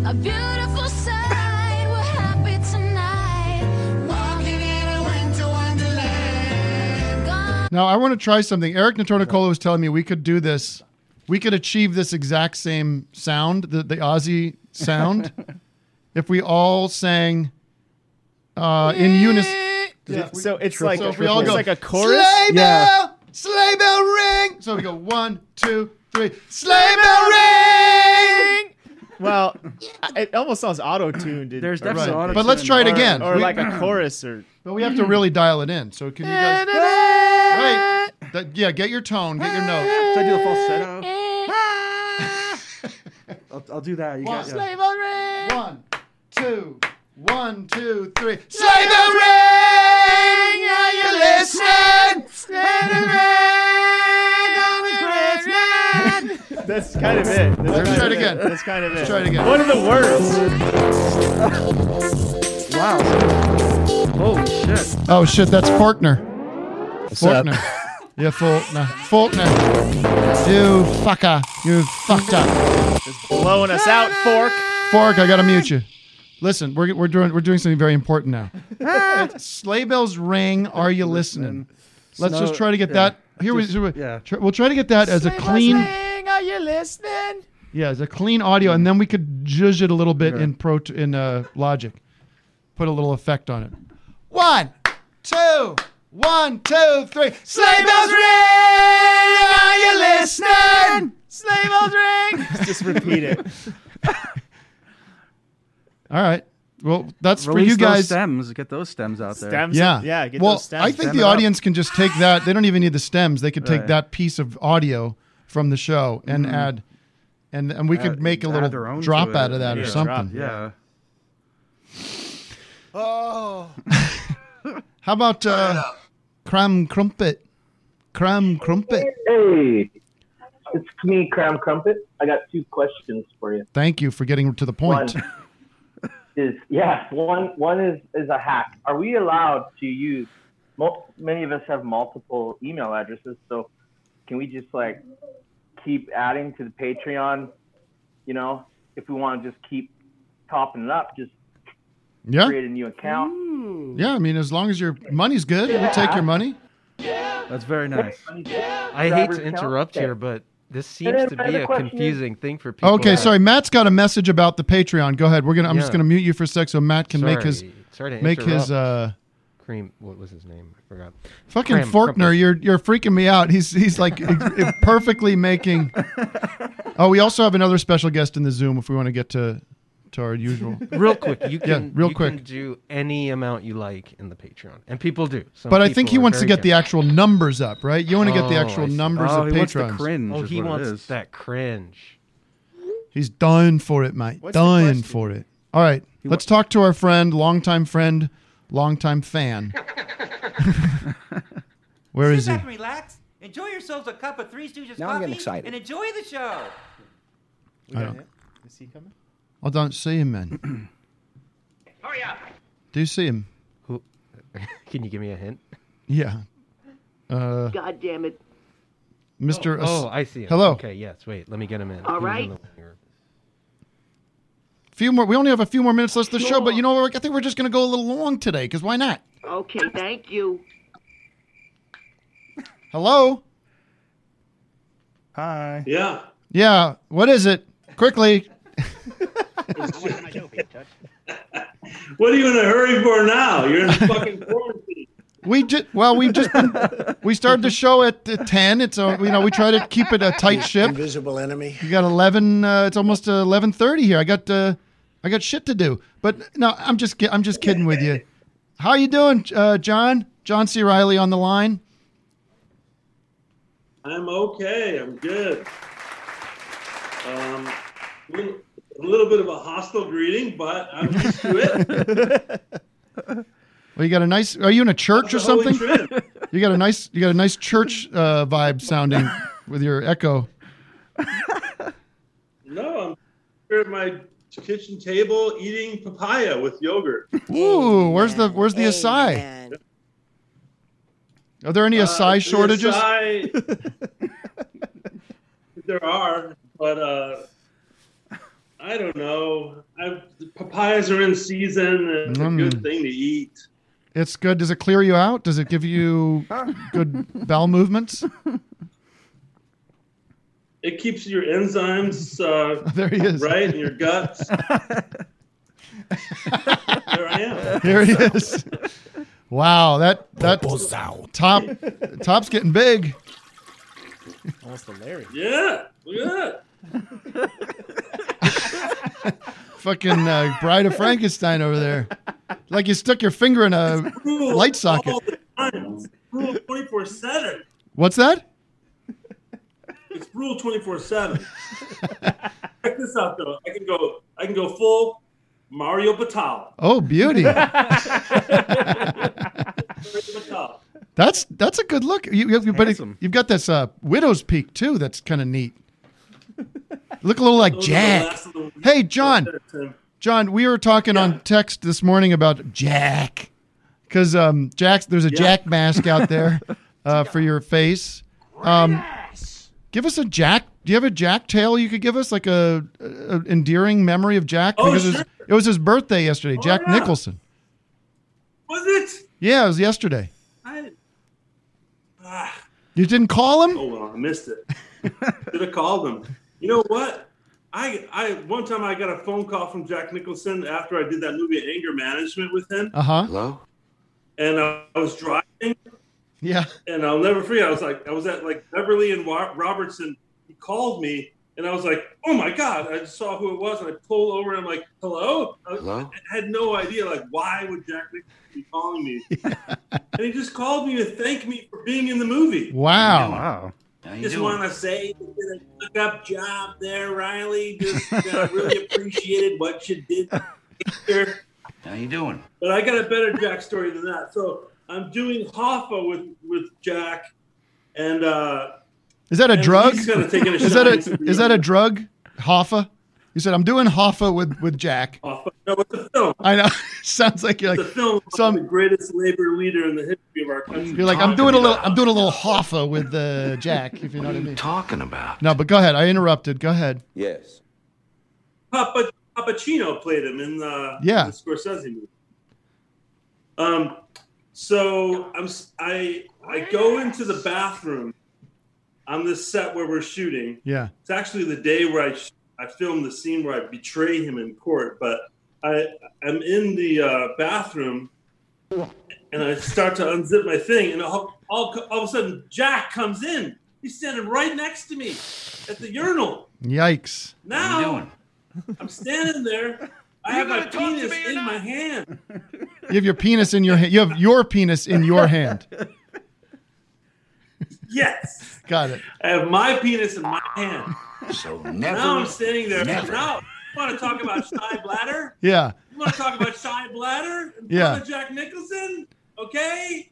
Speaker 13: A beautiful sight. We're happy tonight. Walking in a winter wonderland.
Speaker 1: Now I want to try something. Eric Natornicola was telling me we could do this. We could achieve this exact same sound, the, the Aussie sound, if we all sang uh, in unison.
Speaker 7: Yeah, so it's like-
Speaker 1: if we all
Speaker 7: it's
Speaker 1: go,
Speaker 7: like a chorus?
Speaker 1: Sleigh bell,
Speaker 7: Yeah.
Speaker 1: sleigh bell ring. So we go one, two, three. Sleigh bell ring.
Speaker 7: Well, it almost sounds auto-tuned. in-
Speaker 1: There's
Speaker 7: or
Speaker 1: definitely
Speaker 7: something.
Speaker 1: auto-tune. But let's try it
Speaker 7: Or-
Speaker 1: again.
Speaker 7: Or
Speaker 1: We-
Speaker 7: like a chorus or.
Speaker 1: But we have to really dial it in. So can you guys? right. That- yeah, get your tone, get your note.
Speaker 4: Should I do a falsetto? I'll, I'll do that. You
Speaker 1: One,
Speaker 4: got, yeah.
Speaker 1: one, two, one, two, three. Sleigh bell ring. Are you listening? Sleigh bell ring.
Speaker 7: That's kind of it. That's
Speaker 1: Let's
Speaker 7: kind
Speaker 1: try it
Speaker 7: of
Speaker 1: again.
Speaker 7: That's kind of it.
Speaker 1: Let's try it again.
Speaker 7: What are the words?
Speaker 4: Wow. Holy shit.
Speaker 1: Oh shit, that's Faulkner.
Speaker 4: What's
Speaker 1: Faulkner. Yeah, Faulkner. Faulkner. You fucker. You fucked up.
Speaker 7: Blowing us out, fork.
Speaker 1: Fork, I gotta mute you. Listen, we're, we're doing we're doing something very important now.
Speaker 7: Ah.
Speaker 1: Sleigh bells ring. Are you listening? Let's
Speaker 13: Snow-
Speaker 1: just try to get
Speaker 13: yeah.
Speaker 1: that. Here we,
Speaker 13: Just-
Speaker 1: here we- tr- we'll try to get that as a clean,
Speaker 13: Are you listening?
Speaker 1: yeah, as a clean audio, and then we could judge it a little bit in pro in uh, Logic, put a little effect on it. One, two, one, two, three. Sleigh bells ring. Are you listening? Sleigh bells ring.
Speaker 7: Just repeat it.
Speaker 1: All right. Well, that's
Speaker 4: Release
Speaker 1: for you
Speaker 4: those
Speaker 1: guys.
Speaker 4: stems. Get those stems out there.
Speaker 1: Yeah, well, I think
Speaker 4: Stem
Speaker 1: the
Speaker 4: it up.
Speaker 1: audience can just take that. They don't even need the stems. They could take
Speaker 4: Right.
Speaker 1: that piece of audio from the show and
Speaker 4: Mhm.
Speaker 1: add, and and we could
Speaker 4: Add-
Speaker 1: make a
Speaker 4: add
Speaker 1: little
Speaker 4: their own
Speaker 1: drop
Speaker 4: to it.
Speaker 1: out of that or
Speaker 4: Yeah.
Speaker 1: something.
Speaker 4: yeah.
Speaker 13: Oh.
Speaker 1: How about uh, cram crumpet? Cram crumpet.
Speaker 5: Hey, it's me, Cram Crumpet. I got two questions for you.
Speaker 1: Thank you for getting to the point.
Speaker 5: One is yeah, one one is is a hack. Are we allowed to use? Mul- many of us have multiple email addresses, so can we just like keep adding to the Patreon? You know, if we want to just keep topping it up, just
Speaker 1: Yeah.
Speaker 5: create a new account.
Speaker 1: Mm. Yeah, I mean, as long as your money's good, we'll take your money.
Speaker 4: That's very nice.
Speaker 9: I hate to interrupt here, but this seems
Speaker 5: then
Speaker 9: to
Speaker 5: my
Speaker 9: be
Speaker 5: other
Speaker 9: a
Speaker 5: question is-
Speaker 9: confusing thing for people.
Speaker 1: Okay,
Speaker 9: that-
Speaker 1: sorry. Matt's got a message about the Patreon. Go ahead. We're gonna. I'm just
Speaker 9: Yeah.
Speaker 1: gonna mute you for a sec so Matt can make his
Speaker 9: Sorry. Sorry to
Speaker 1: make his
Speaker 9: interrupt.
Speaker 1: uh,
Speaker 9: Cream. What was his name? I forgot.
Speaker 1: fucking
Speaker 9: Cram-
Speaker 1: Faulkner. You're you're freaking me out. He's he's like i- perfectly making. Oh, we also have another special guest in the Zoom if we want to get to to our usual.
Speaker 9: real quick. You can
Speaker 1: yeah, real
Speaker 9: you
Speaker 1: quick.
Speaker 9: can do any amount you like in the Patreon, and people do. Some
Speaker 1: but I think
Speaker 9: people
Speaker 1: he
Speaker 9: are
Speaker 1: wants to
Speaker 9: very
Speaker 1: get the
Speaker 9: generous.
Speaker 1: actual numbers up, right? You want to get the
Speaker 9: Oh,
Speaker 1: actual
Speaker 9: I see.
Speaker 1: numbers of patrons.
Speaker 9: Oh, he wants that cringe.
Speaker 1: He's dying for it, mate.
Speaker 9: What's the
Speaker 1: dying for it. All right,
Speaker 9: He
Speaker 1: let's talk to our friend, longtime friend, longtime fan. Where is
Speaker 8: Sit
Speaker 1: he?
Speaker 8: back and relax. Enjoy yourselves a cup of Three Stooges
Speaker 7: Now I'm
Speaker 8: coffee
Speaker 7: getting excited.
Speaker 8: and enjoy the show.
Speaker 1: I don't,
Speaker 7: Is he coming?
Speaker 1: I don't see him, man.
Speaker 8: Hurry up.
Speaker 1: Do you see him?
Speaker 9: Who? Can you give me a hint?
Speaker 1: Yeah. Uh,
Speaker 8: God damn it.
Speaker 1: Mr. As-
Speaker 9: Oh, I see. Him.
Speaker 1: Hello.
Speaker 9: Okay. Yes. Wait. Let me get him in.
Speaker 8: All
Speaker 9: He was
Speaker 8: right.
Speaker 9: in the living room.
Speaker 1: Few more. We only have a few more minutes left of the show, but you know what? I think we're just going to go a little long today because why not?
Speaker 8: Okay, thank you.
Speaker 1: Hello.
Speaker 4: Hi.
Speaker 8: Yeah.
Speaker 1: Yeah. What is it? Quickly.
Speaker 12: What are you in a hurry for now? You're in fucking quarantine.
Speaker 1: We just well, we just been, we started the show at uh, ten. It's a, you know we try to keep it a tight ship.
Speaker 3: Invisible enemy.
Speaker 1: You got eleven. Uh, it's almost eleven thirty here. I got uh, I got shit to do. But no, I'm just ki- I'm just kidding with you. How you doing, uh, John? John C. Riley on the line.
Speaker 12: I'm okay. I'm good. Um, a little- a little bit of a hostile greeting, but I'm used to it.
Speaker 1: Well, you got a nice. Are you in a church or
Speaker 12: That's the Holy
Speaker 1: something?
Speaker 12: Trinity.
Speaker 1: You got a nice. You got a nice church uh, vibe sounding with your echo.
Speaker 12: no, I'm here at my kitchen table eating papaya with yogurt.
Speaker 1: Ooh, where's the where's the acai? Are there any
Speaker 12: Uh,
Speaker 1: acai
Speaker 12: the
Speaker 1: shortages?
Speaker 12: acai- there are, but uh, I don't know. I, papayas are in season, and it's a
Speaker 1: Mm.
Speaker 12: good thing to eat.
Speaker 1: It's good. Does it clear you out? Does it give you good bowel movements?
Speaker 12: It keeps your enzymes uh,
Speaker 1: There he is.
Speaker 12: right in your guts. there I am.
Speaker 1: Here he is. Wow, that that top top's getting big.
Speaker 7: Almost hilarious.
Speaker 12: Yeah, look at
Speaker 1: Fucking uh, Bride of Frankenstein over there. Like you stuck your finger in a light socket.
Speaker 12: that. Rule twenty four seven.
Speaker 1: What's that?
Speaker 12: It's rule twenty four seven. Check this out though. I can go. I can go full Mario Batalla.
Speaker 1: Oh, beauty.
Speaker 12: Mario
Speaker 1: That's that's a good look. You, you, but it- you've got this uh, widow's peak too. That's kind of neat. Look a little like
Speaker 12: Those are the
Speaker 1: Jack.
Speaker 12: last of the-
Speaker 1: Hey, John.
Speaker 12: Tim.
Speaker 1: John, we were talking on text this morning about Jack, because um, Jack's there's a
Speaker 12: Yeah.
Speaker 1: Jack mask out there uh, for your face. Um, give us a Jack. Do you have a Jack tale you could give us, like a, a a endearing memory of Jack?
Speaker 12: Oh,
Speaker 1: it, was,
Speaker 12: sure. Oh,
Speaker 1: it was his birthday yesterday. Jack
Speaker 12: yeah.
Speaker 1: Nicholson.
Speaker 12: Was it?
Speaker 1: Yeah, it was yesterday.
Speaker 12: I,
Speaker 1: You didn't call him.
Speaker 12: oh well, I missed it. Should have called him. You know what? I I one time I got a phone call from Jack Nicholson after I did that movie Anger Management with him,
Speaker 1: Uh huh.
Speaker 12: Hello. and I, I was driving,
Speaker 1: Yeah.
Speaker 12: and I'll never forget. I was like I was at like Beverly and Wa- Robertson. He called me And I was like, oh my God, I saw who it was. And I pull over and I'm like, hello? I, was-
Speaker 13: Hello?
Speaker 12: I had no idea, like, why would Jack Nicholson be calling me? and he just called me to thank me for being in the movie.
Speaker 1: Wow.
Speaker 4: Wow.
Speaker 12: Just want to say you did a fuck up job there, Riley. Just uh, really appreciated what you did here.
Speaker 14: How you doing?
Speaker 12: But I got a better Jack story than that. So I'm doing Hoffa with with Jack, and uh,
Speaker 1: Is that a
Speaker 12: and
Speaker 1: drug?
Speaker 12: He's kind of taking a
Speaker 1: is
Speaker 12: shot
Speaker 1: that
Speaker 12: into
Speaker 1: a
Speaker 12: the-
Speaker 1: is that a drug? Hoffa. You said I'm doing Hoffa with with Jack.
Speaker 12: Hoffa? No, it's a film.
Speaker 1: I know. Sounds like you're
Speaker 12: It's a
Speaker 1: like
Speaker 12: film about the greatest labor leader in the history of our country.
Speaker 1: you're like I'm doing a little I'm doing a little Hoffa with uh, Jack. If you know what I mean.
Speaker 14: Talking about.
Speaker 1: No, but go ahead. I interrupted. Go ahead.
Speaker 14: Yes.
Speaker 12: Papa Papacino played him in the,
Speaker 1: Yeah.
Speaker 12: the Scorsese movie. Um, so I'm s- I I go into the bathroom on this set where we're shooting.
Speaker 1: Yeah.
Speaker 12: It's actually the day where I sh- I filmed the scene where I betray him in court, but I I'm in the uh, bathroom and I start to unzip my thing, and all, all all of a sudden Jack comes in. He's standing right next to me at the urinal.
Speaker 1: Yikes.
Speaker 12: Now I'm standing there. I have my penis in my hand.
Speaker 1: You have your penis in your hand. You have your penis in your hand.
Speaker 12: Yes,
Speaker 1: Got it.
Speaker 12: I have my penis in my hand.
Speaker 14: So
Speaker 12: now I'm standing there. Now you want to talk about shy bladder?
Speaker 1: Yeah.
Speaker 12: You want to talk about shy bladder? And
Speaker 1: Yeah.
Speaker 12: Brother Jack Nicholson. Okay.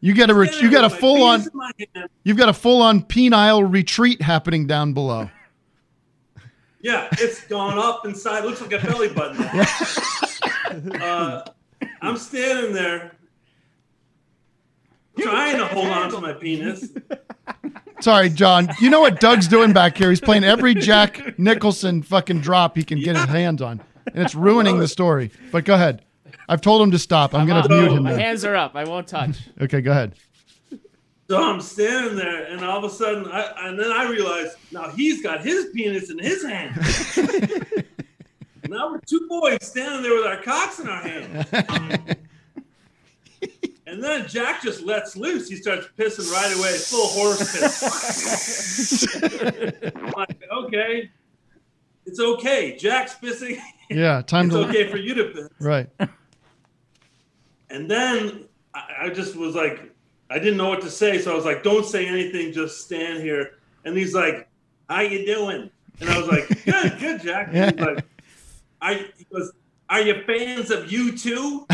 Speaker 1: You got a ret- you got a
Speaker 12: My
Speaker 1: full on
Speaker 12: penis in my hand.
Speaker 1: you've got a full on penile retreat happening down below.
Speaker 12: Yeah, it's gone up inside. Looks like a belly button. uh, I'm standing there. Trying to hold on to my penis.
Speaker 1: Sorry, John. You know what Doug's doing back here? He's playing every Jack Nicholson fucking drop he can get his hands on, and it's ruining the story. But go ahead. I've told him to stop. I'm
Speaker 7: Oh,
Speaker 1: going to mute him.
Speaker 26: My
Speaker 1: Then.
Speaker 26: hands are up. I won't touch.
Speaker 1: Okay, go ahead.
Speaker 12: So I'm standing there, and all of a sudden, I, and then I realize now he's got his penis in his hand. now we're two boys standing there with our cocks in our hand. and then Jack just lets loose. He starts pissing right away, full horse piss. I'm like, okay, it's okay. Jack's pissing.
Speaker 1: Yeah, time
Speaker 12: it's
Speaker 1: to-
Speaker 12: okay for you to piss.
Speaker 1: Right.
Speaker 12: And then I, I just was like, I didn't know what to say, so I was like, "Don't say anything, just stand here." And he's like, "How you doing?" And I was like, "Good, good, Jack." And he's like, "I," he goes, "Are you fans of you too?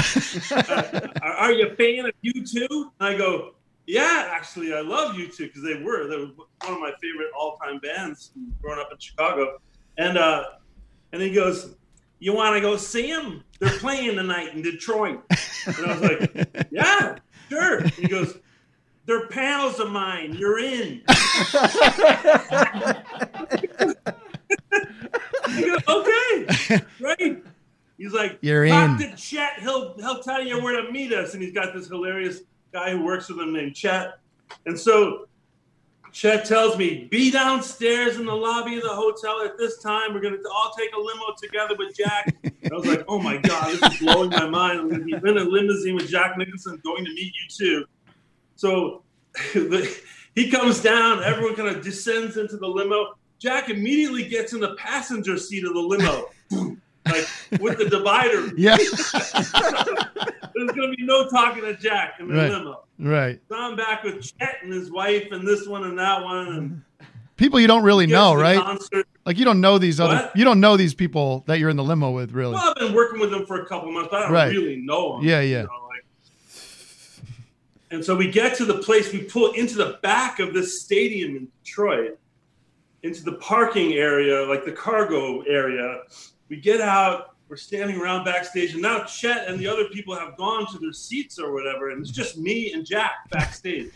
Speaker 12: Uh, are, are you a fan of you too?" And I go, "Yeah, actually, I love you too because they were they were one of my favorite all time bands growing up in Chicago." And uh, and he goes, "You want to go see them? They're playing tonight in Detroit." And I was like, "Yeah, sure." He goes, "They're pals of mine. You're in." I go, "Okay, great." He's like,
Speaker 1: You're
Speaker 12: "Talk
Speaker 1: in."
Speaker 12: to Chet. He'll he'll tell you where to meet us." And he's got this hilarious guy who works with him named Chet. And so Chet tells me, be downstairs in the lobby of the hotel at this time. We're going to all take a limo together with Jack. And I was like, oh my God, this is blowing my mind. I'm going to be in a limousine with Jack Nicholson going to meet you too. So the, he comes down. Everyone kind of descends into the limo. Jack immediately gets in the passenger seat of the limo, Boom. like with the divider.
Speaker 1: Yeah.
Speaker 12: There's going to be no talking to Jack in the
Speaker 1: Right.
Speaker 12: limo.
Speaker 1: Right.
Speaker 12: So I'm back with Chet and his wife and this one and that one. And
Speaker 1: People you don't really
Speaker 12: Gives
Speaker 1: know,
Speaker 12: the
Speaker 1: right?
Speaker 12: concert.
Speaker 1: Like you don't know these other
Speaker 12: What?
Speaker 1: you don't know these people that you're in the limo with, really.
Speaker 12: well, I've been working with him for a couple months, but I don't
Speaker 1: Right.
Speaker 12: really know him.
Speaker 1: Yeah, yeah.
Speaker 12: And so we get to the place, we pull into the back of this stadium in Detroit, into the parking area, like the cargo area. We get out, we're standing around backstage, and now Chet and the other people have gone to their seats or whatever, and it's just me and Jack backstage.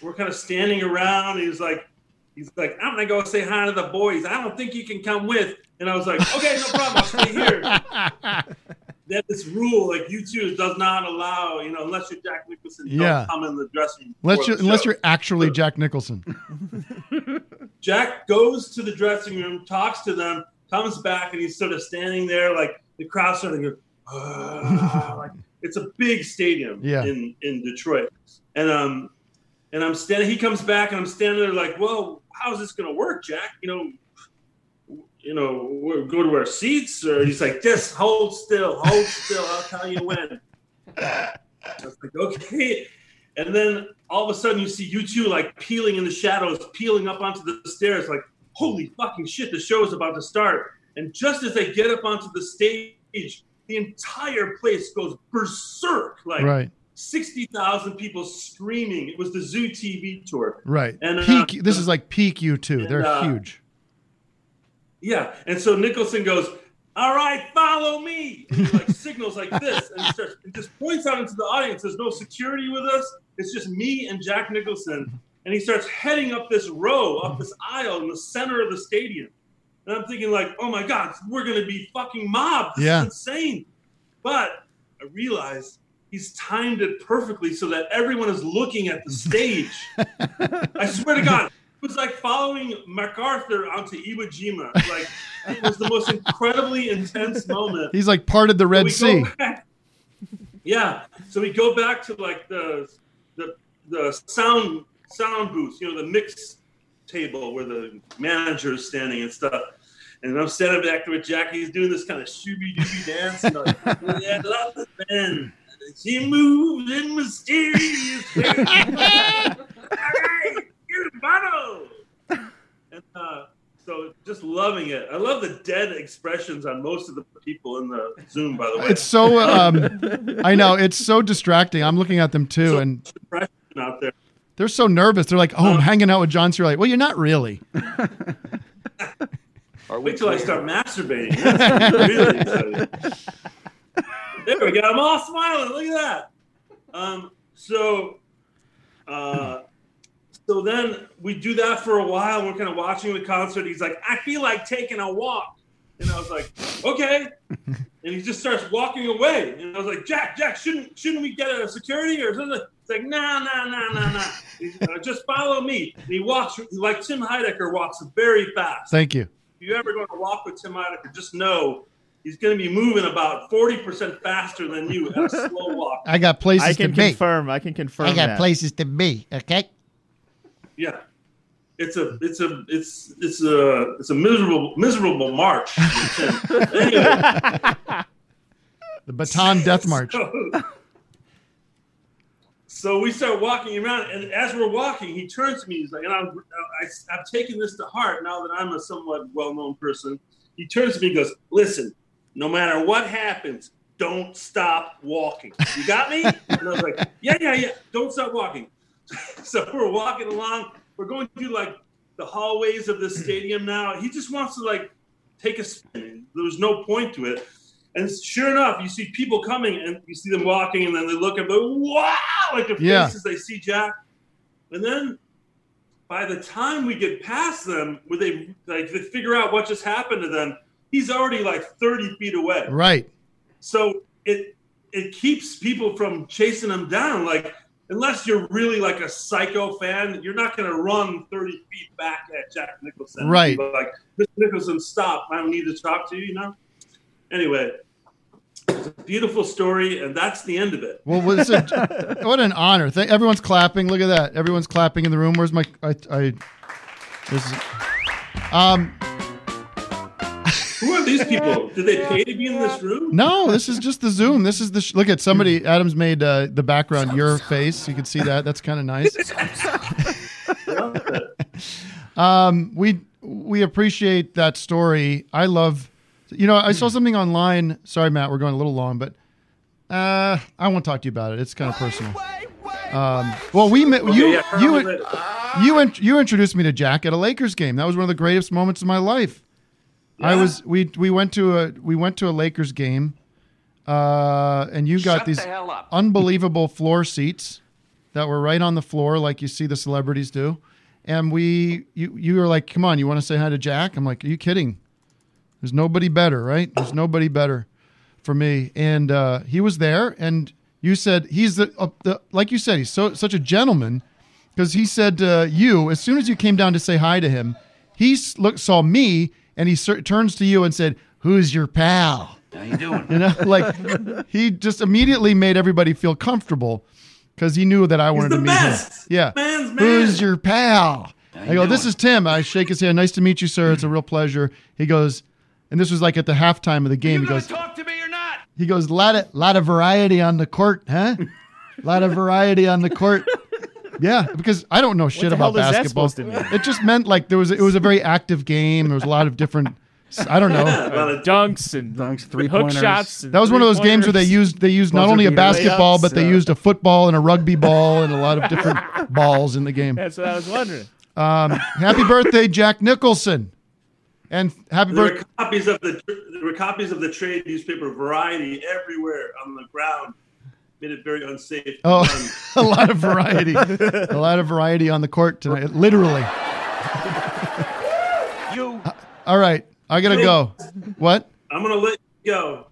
Speaker 12: we're kind of standing around, and he's like, he's like, I'm gonna go say hi to the boys. I don't think you can come with. And I was like, okay, no problem, I'll stay here. They have this rule like you two does not allow, you know, unless you're Jack Nicholson, you
Speaker 1: Yeah.
Speaker 12: don't come in the dressing room.
Speaker 1: Unless
Speaker 12: before
Speaker 1: you
Speaker 12: the
Speaker 1: unless
Speaker 12: show.
Speaker 1: you're actually Jack Nicholson.
Speaker 12: Jack goes to the dressing room, talks to them, comes back, and he's sort of standing there, like the crowd sort of goes, "Ah," like it's a big stadium
Speaker 13: Yeah.
Speaker 12: in in Detroit, and um, and I'm standing. He comes back, and I'm standing there like, "Whoa, how's this gonna work, Jack? You know, you know, we're- go to our seats? Or he's like, just hold still, hold still. I'll tell you when. I was like, okay. And then all of a sudden, you see you two like peeling in the shadows, peeling up onto the stairs. Like, holy fucking shit, the show is about to start. And just as they get up onto the stage, the entire place goes berserk. Like,
Speaker 1: Right.
Speaker 12: 60,000 people screaming. It was the Zoo TV tour.
Speaker 1: Right.
Speaker 12: And, uh,
Speaker 1: peak. This is like peak U two.
Speaker 12: and,
Speaker 1: They're
Speaker 12: uh,
Speaker 1: huge.
Speaker 12: Yeah. And so Nicholson goes, All right, follow me. And he like signals like this and starts and just points out into the audience. There's no security with us. It's just me and Jack Nicholson. And he starts heading up this row, up this aisle in the center of the stadium. And I'm thinking, like, oh my God, we're gonna be fucking mobbed. This
Speaker 13: Yeah.
Speaker 12: is insane. But I realized he's timed it perfectly so that everyone is looking at the stage. I swear to God, it was like following MacArthur out to Iwo Jima. Like it was the most incredibly intense moment.
Speaker 1: He's like parted the Red
Speaker 12: So we
Speaker 1: Sea.
Speaker 12: go back- yeah. So we go back to like the the the sound sound booth, you know, the mix table where the manager is standing and stuff. And I'm standing back there with Jackie. He's doing this kind of shooby dooby dance. And like, yeah, love the band. She moves in mysterious ways. All right, here's Bono. And uh, so just loving it. I love the dead expressions on most of the people in the Zoom, by the way.
Speaker 1: It's so. Um, I know. It's so distracting. I'm looking at them too, and
Speaker 12: Depression out there.
Speaker 1: they're so nervous. They're like, "Oh,
Speaker 12: Uh,
Speaker 1: I'm hanging out with John Cena." Like, well, you're not really.
Speaker 12: Wait till I start masturbating. That's really exciting. There we go. I'm all smiling. Look at that. Um, so, uh, so then we do that for a while. We're kind of watching the concert. He's like, I feel like taking a walk. And I was like, okay. And he just starts walking away. And I was like, Jack, Jack, shouldn't shouldn't we get a security or something? It's like, nah, nah, nah, nah, nah. He's, uh, just follow me. And he walks like Tim Heidecker walks very fast
Speaker 1: Thank you.
Speaker 12: if you're ever going to walk with Tim Heidecker, just know he's going to be moving about 40% faster than you at a slow walk.
Speaker 1: I got places
Speaker 7: I can
Speaker 1: to be.
Speaker 7: confirm. I can confirm.
Speaker 1: I got
Speaker 7: that.
Speaker 1: places to be. Okay.
Speaker 12: Yeah. It's a it's a it's it's a it's a miserable miserable march. with Tim. anyway,
Speaker 1: The Baton Death March.
Speaker 12: So, so we start walking around, and as we're walking, he turns to me. He's like, and I'm, I, I've taken this to heart now that I'm a somewhat well-known person. He turns to me and goes, "Listen, no matter what happens, don't stop walking. You got me?" and I was like, "Yeah, yeah, yeah. Don't stop walking." so we're walking along. We're going through like the hallways of the stadium now. He just wants to like take a spin. There was no point to it. And sure enough, you see people coming and you see them walking, and then they look and go, wow, like the
Speaker 13: Yeah.
Speaker 12: faces they see Jack. And then by the time we get past them, where they like they figure out what just happened to them, he's already like 30 feet away.
Speaker 1: Right.
Speaker 12: So it it keeps people from chasing them down. Like unless you're really like a psycho fan, you're not going to run 30 feet back at Jack Nicholson. and be
Speaker 1: Right.
Speaker 12: Like Mr. Nicholson, stop! I don't need to talk to you. You know. Anyway, it's a beautiful story, and that's the end of it.
Speaker 1: Well, was it, what an honor. Thank, everyone's clapping. Look at that. Everyone's clapping in the room. Where's my? I. I this is, um.
Speaker 12: Who are these people? Did they pay to be in this room?
Speaker 1: No, this is just the Zoom. This is the sh- look at somebody. Adam's made uh, the background your face. You can see that. That's kind of nice. um, we we appreciate that story. I love. You know, I saw something online. Sorry, Matt, we're going a little long, but uh, I won't talk to you about it. It's kind of personal. Um, well, we met
Speaker 13: Okay,
Speaker 1: you.
Speaker 13: yeah, turn
Speaker 1: you
Speaker 13: on the
Speaker 1: you int- you introduced me to Jack at a Lakers game. That was one of the greatest moments of my life. I
Speaker 13: Yeah.
Speaker 1: was we we went to a we went to a Lakers game, uh, and you got
Speaker 13: Shut
Speaker 1: these
Speaker 13: the hell up.
Speaker 1: unbelievable floor seats that were right on the floor, like you see the celebrities do. And we you you were like, come on, you want to say hi to Jack? I'm like, are you kidding? There's nobody better, right? There's nobody better for me. And uh, he was there, and you said he's the, uh, the like you said he's so such a gentleman because he said uh, you as soon as you came down to say hi to him, he s- look, saw me and he cer- turns to you and said, "Who's your pal?" How you doing? you know, like he just immediately made everybody feel comfortable because he knew that I wanted to meet him. Yeah,
Speaker 13: Man's man.
Speaker 1: who's your pal? I go, this is Tim. I shake his hand. Nice to meet you, sir. It's a real pleasure. He goes, and this was like at the halftime of the game. he goes, talk to me or not? He goes, lot of, lot of variety on the court, huh? lot of variety on the court. Yeah, because I don't know shit
Speaker 7: the
Speaker 1: about
Speaker 7: hell is that
Speaker 1: basketball.
Speaker 7: supposed to mean?
Speaker 1: It just meant like there was it was a very active game. There was a lot of different. I don't know.
Speaker 7: dunks and
Speaker 4: dunks, three
Speaker 7: hook shots. and
Speaker 1: That was one of those games where they
Speaker 7: three-pointers.
Speaker 1: used they used not
Speaker 7: Buzzer
Speaker 1: only a
Speaker 7: beater
Speaker 1: basketball,
Speaker 7: layups,
Speaker 1: but they
Speaker 7: uh,
Speaker 1: used a football and a rugby ball and a lot of different balls in the game.
Speaker 7: That's what I was wondering.
Speaker 1: Um, happy birthday, Jack Nicholson, and happy
Speaker 12: There were
Speaker 1: birthday.
Speaker 12: copies of the there were copies of the trade newspaper Variety everywhere on the ground. Made it very unsafe.
Speaker 1: Oh, a lot of variety, a lot of variety on the court tonight. Literally.
Speaker 12: You.
Speaker 1: All right, I gotta go. What?
Speaker 12: I'm gonna let you go.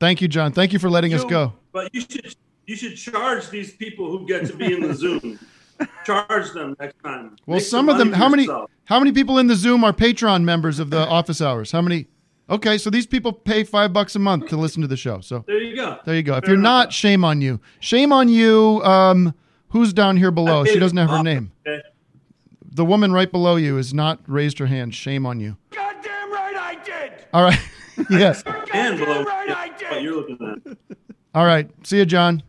Speaker 1: Thank you, John. Thank you for letting us
Speaker 12: You-
Speaker 1: go.
Speaker 12: But you should you should charge these people who get to be in the Zoom. charge them next time.
Speaker 1: Well,
Speaker 12: Make
Speaker 1: some of them.
Speaker 12: money
Speaker 1: How many?
Speaker 12: yourself.
Speaker 1: How many people in the Zoom are Patreon members of the Office Hours? How many? Okay, so these people pay five bucks a month to listen to the show. So
Speaker 12: There you go.
Speaker 1: There you go. If you're not, shame on you. Shame on you. Um, who's down here below? She doesn't have her name.
Speaker 12: Okay.
Speaker 1: The woman right below you has not raised her hand. Shame on you. Goddamn right, I did. All right. yes.
Speaker 12: And below what you're looking at.
Speaker 1: All right. See you, John.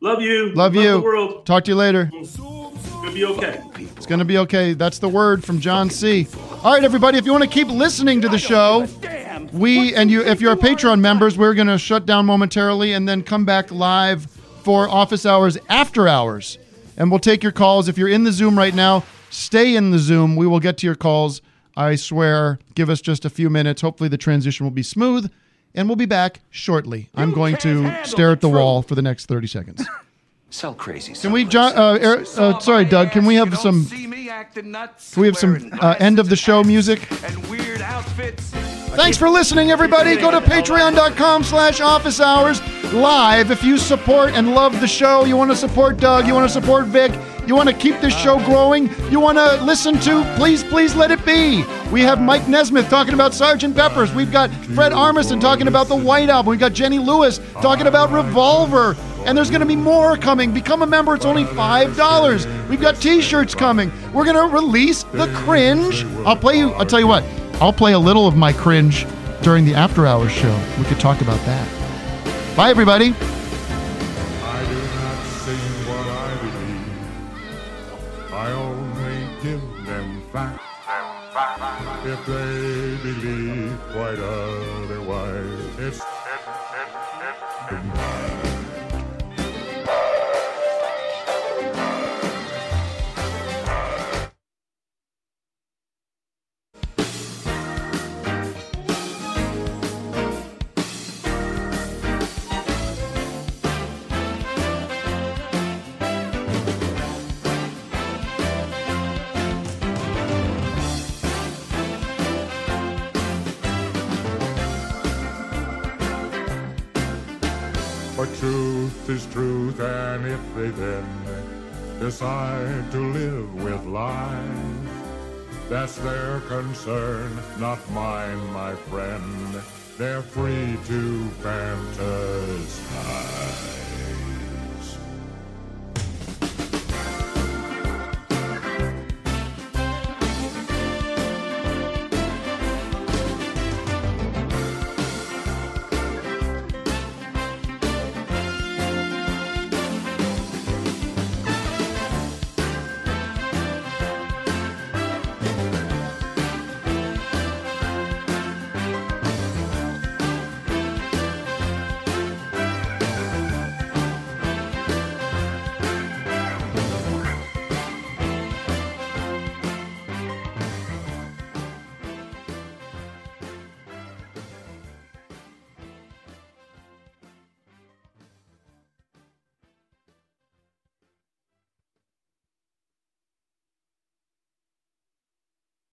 Speaker 12: Love you.
Speaker 1: Love you.
Speaker 12: The world.
Speaker 1: Talk to you later.
Speaker 12: You'll be okay.
Speaker 1: It's going to be okay. That's the word from John C. All right, everybody, if you want to keep listening to the show, we and you, if you're a Patreon members, we're going to shut down momentarily and then come back live for office hours after hours. And we'll take your calls. If you're in the Zoom right now, stay in the Zoom. We will get to your calls. I swear. Give us just a few minutes. Hopefully, the transition will be smooth. And we'll be back shortly. I'm going to stare at the wall for the next 30 seconds.
Speaker 14: Sell crazy.
Speaker 1: Can we, John? Uh, er, uh, sorry, Doug. Can we have some? Can we have some uh, end of the show music? Thanks for listening, everybody. Go to patreon.com slash office hours live. If you support and love the show, you want to support Doug, you want to support Vic, you want to keep this show growing, you want to listen to Please, Please Let It Be. We have Mike Nesmith talking about Sgt. Peppers. We've got Fred Armisen talking about the White Album. We've got Jenny Lewis talking about Revolver. And there's going to be more coming. Become a member. It's only $5. We've got t-shirts coming. We're going to release the cringe. I'll play you. I'll tell you what. I'll play a little of my cringe during the after hours show. We could talk about that. Bye, everybody.
Speaker 26: I do not sing what I believe. I only give them facts. If they believe quite otherwise, it's But truth is truth, and if they then decide to live with lies, that's their concern, not mine, my friend. They're free to fantasize.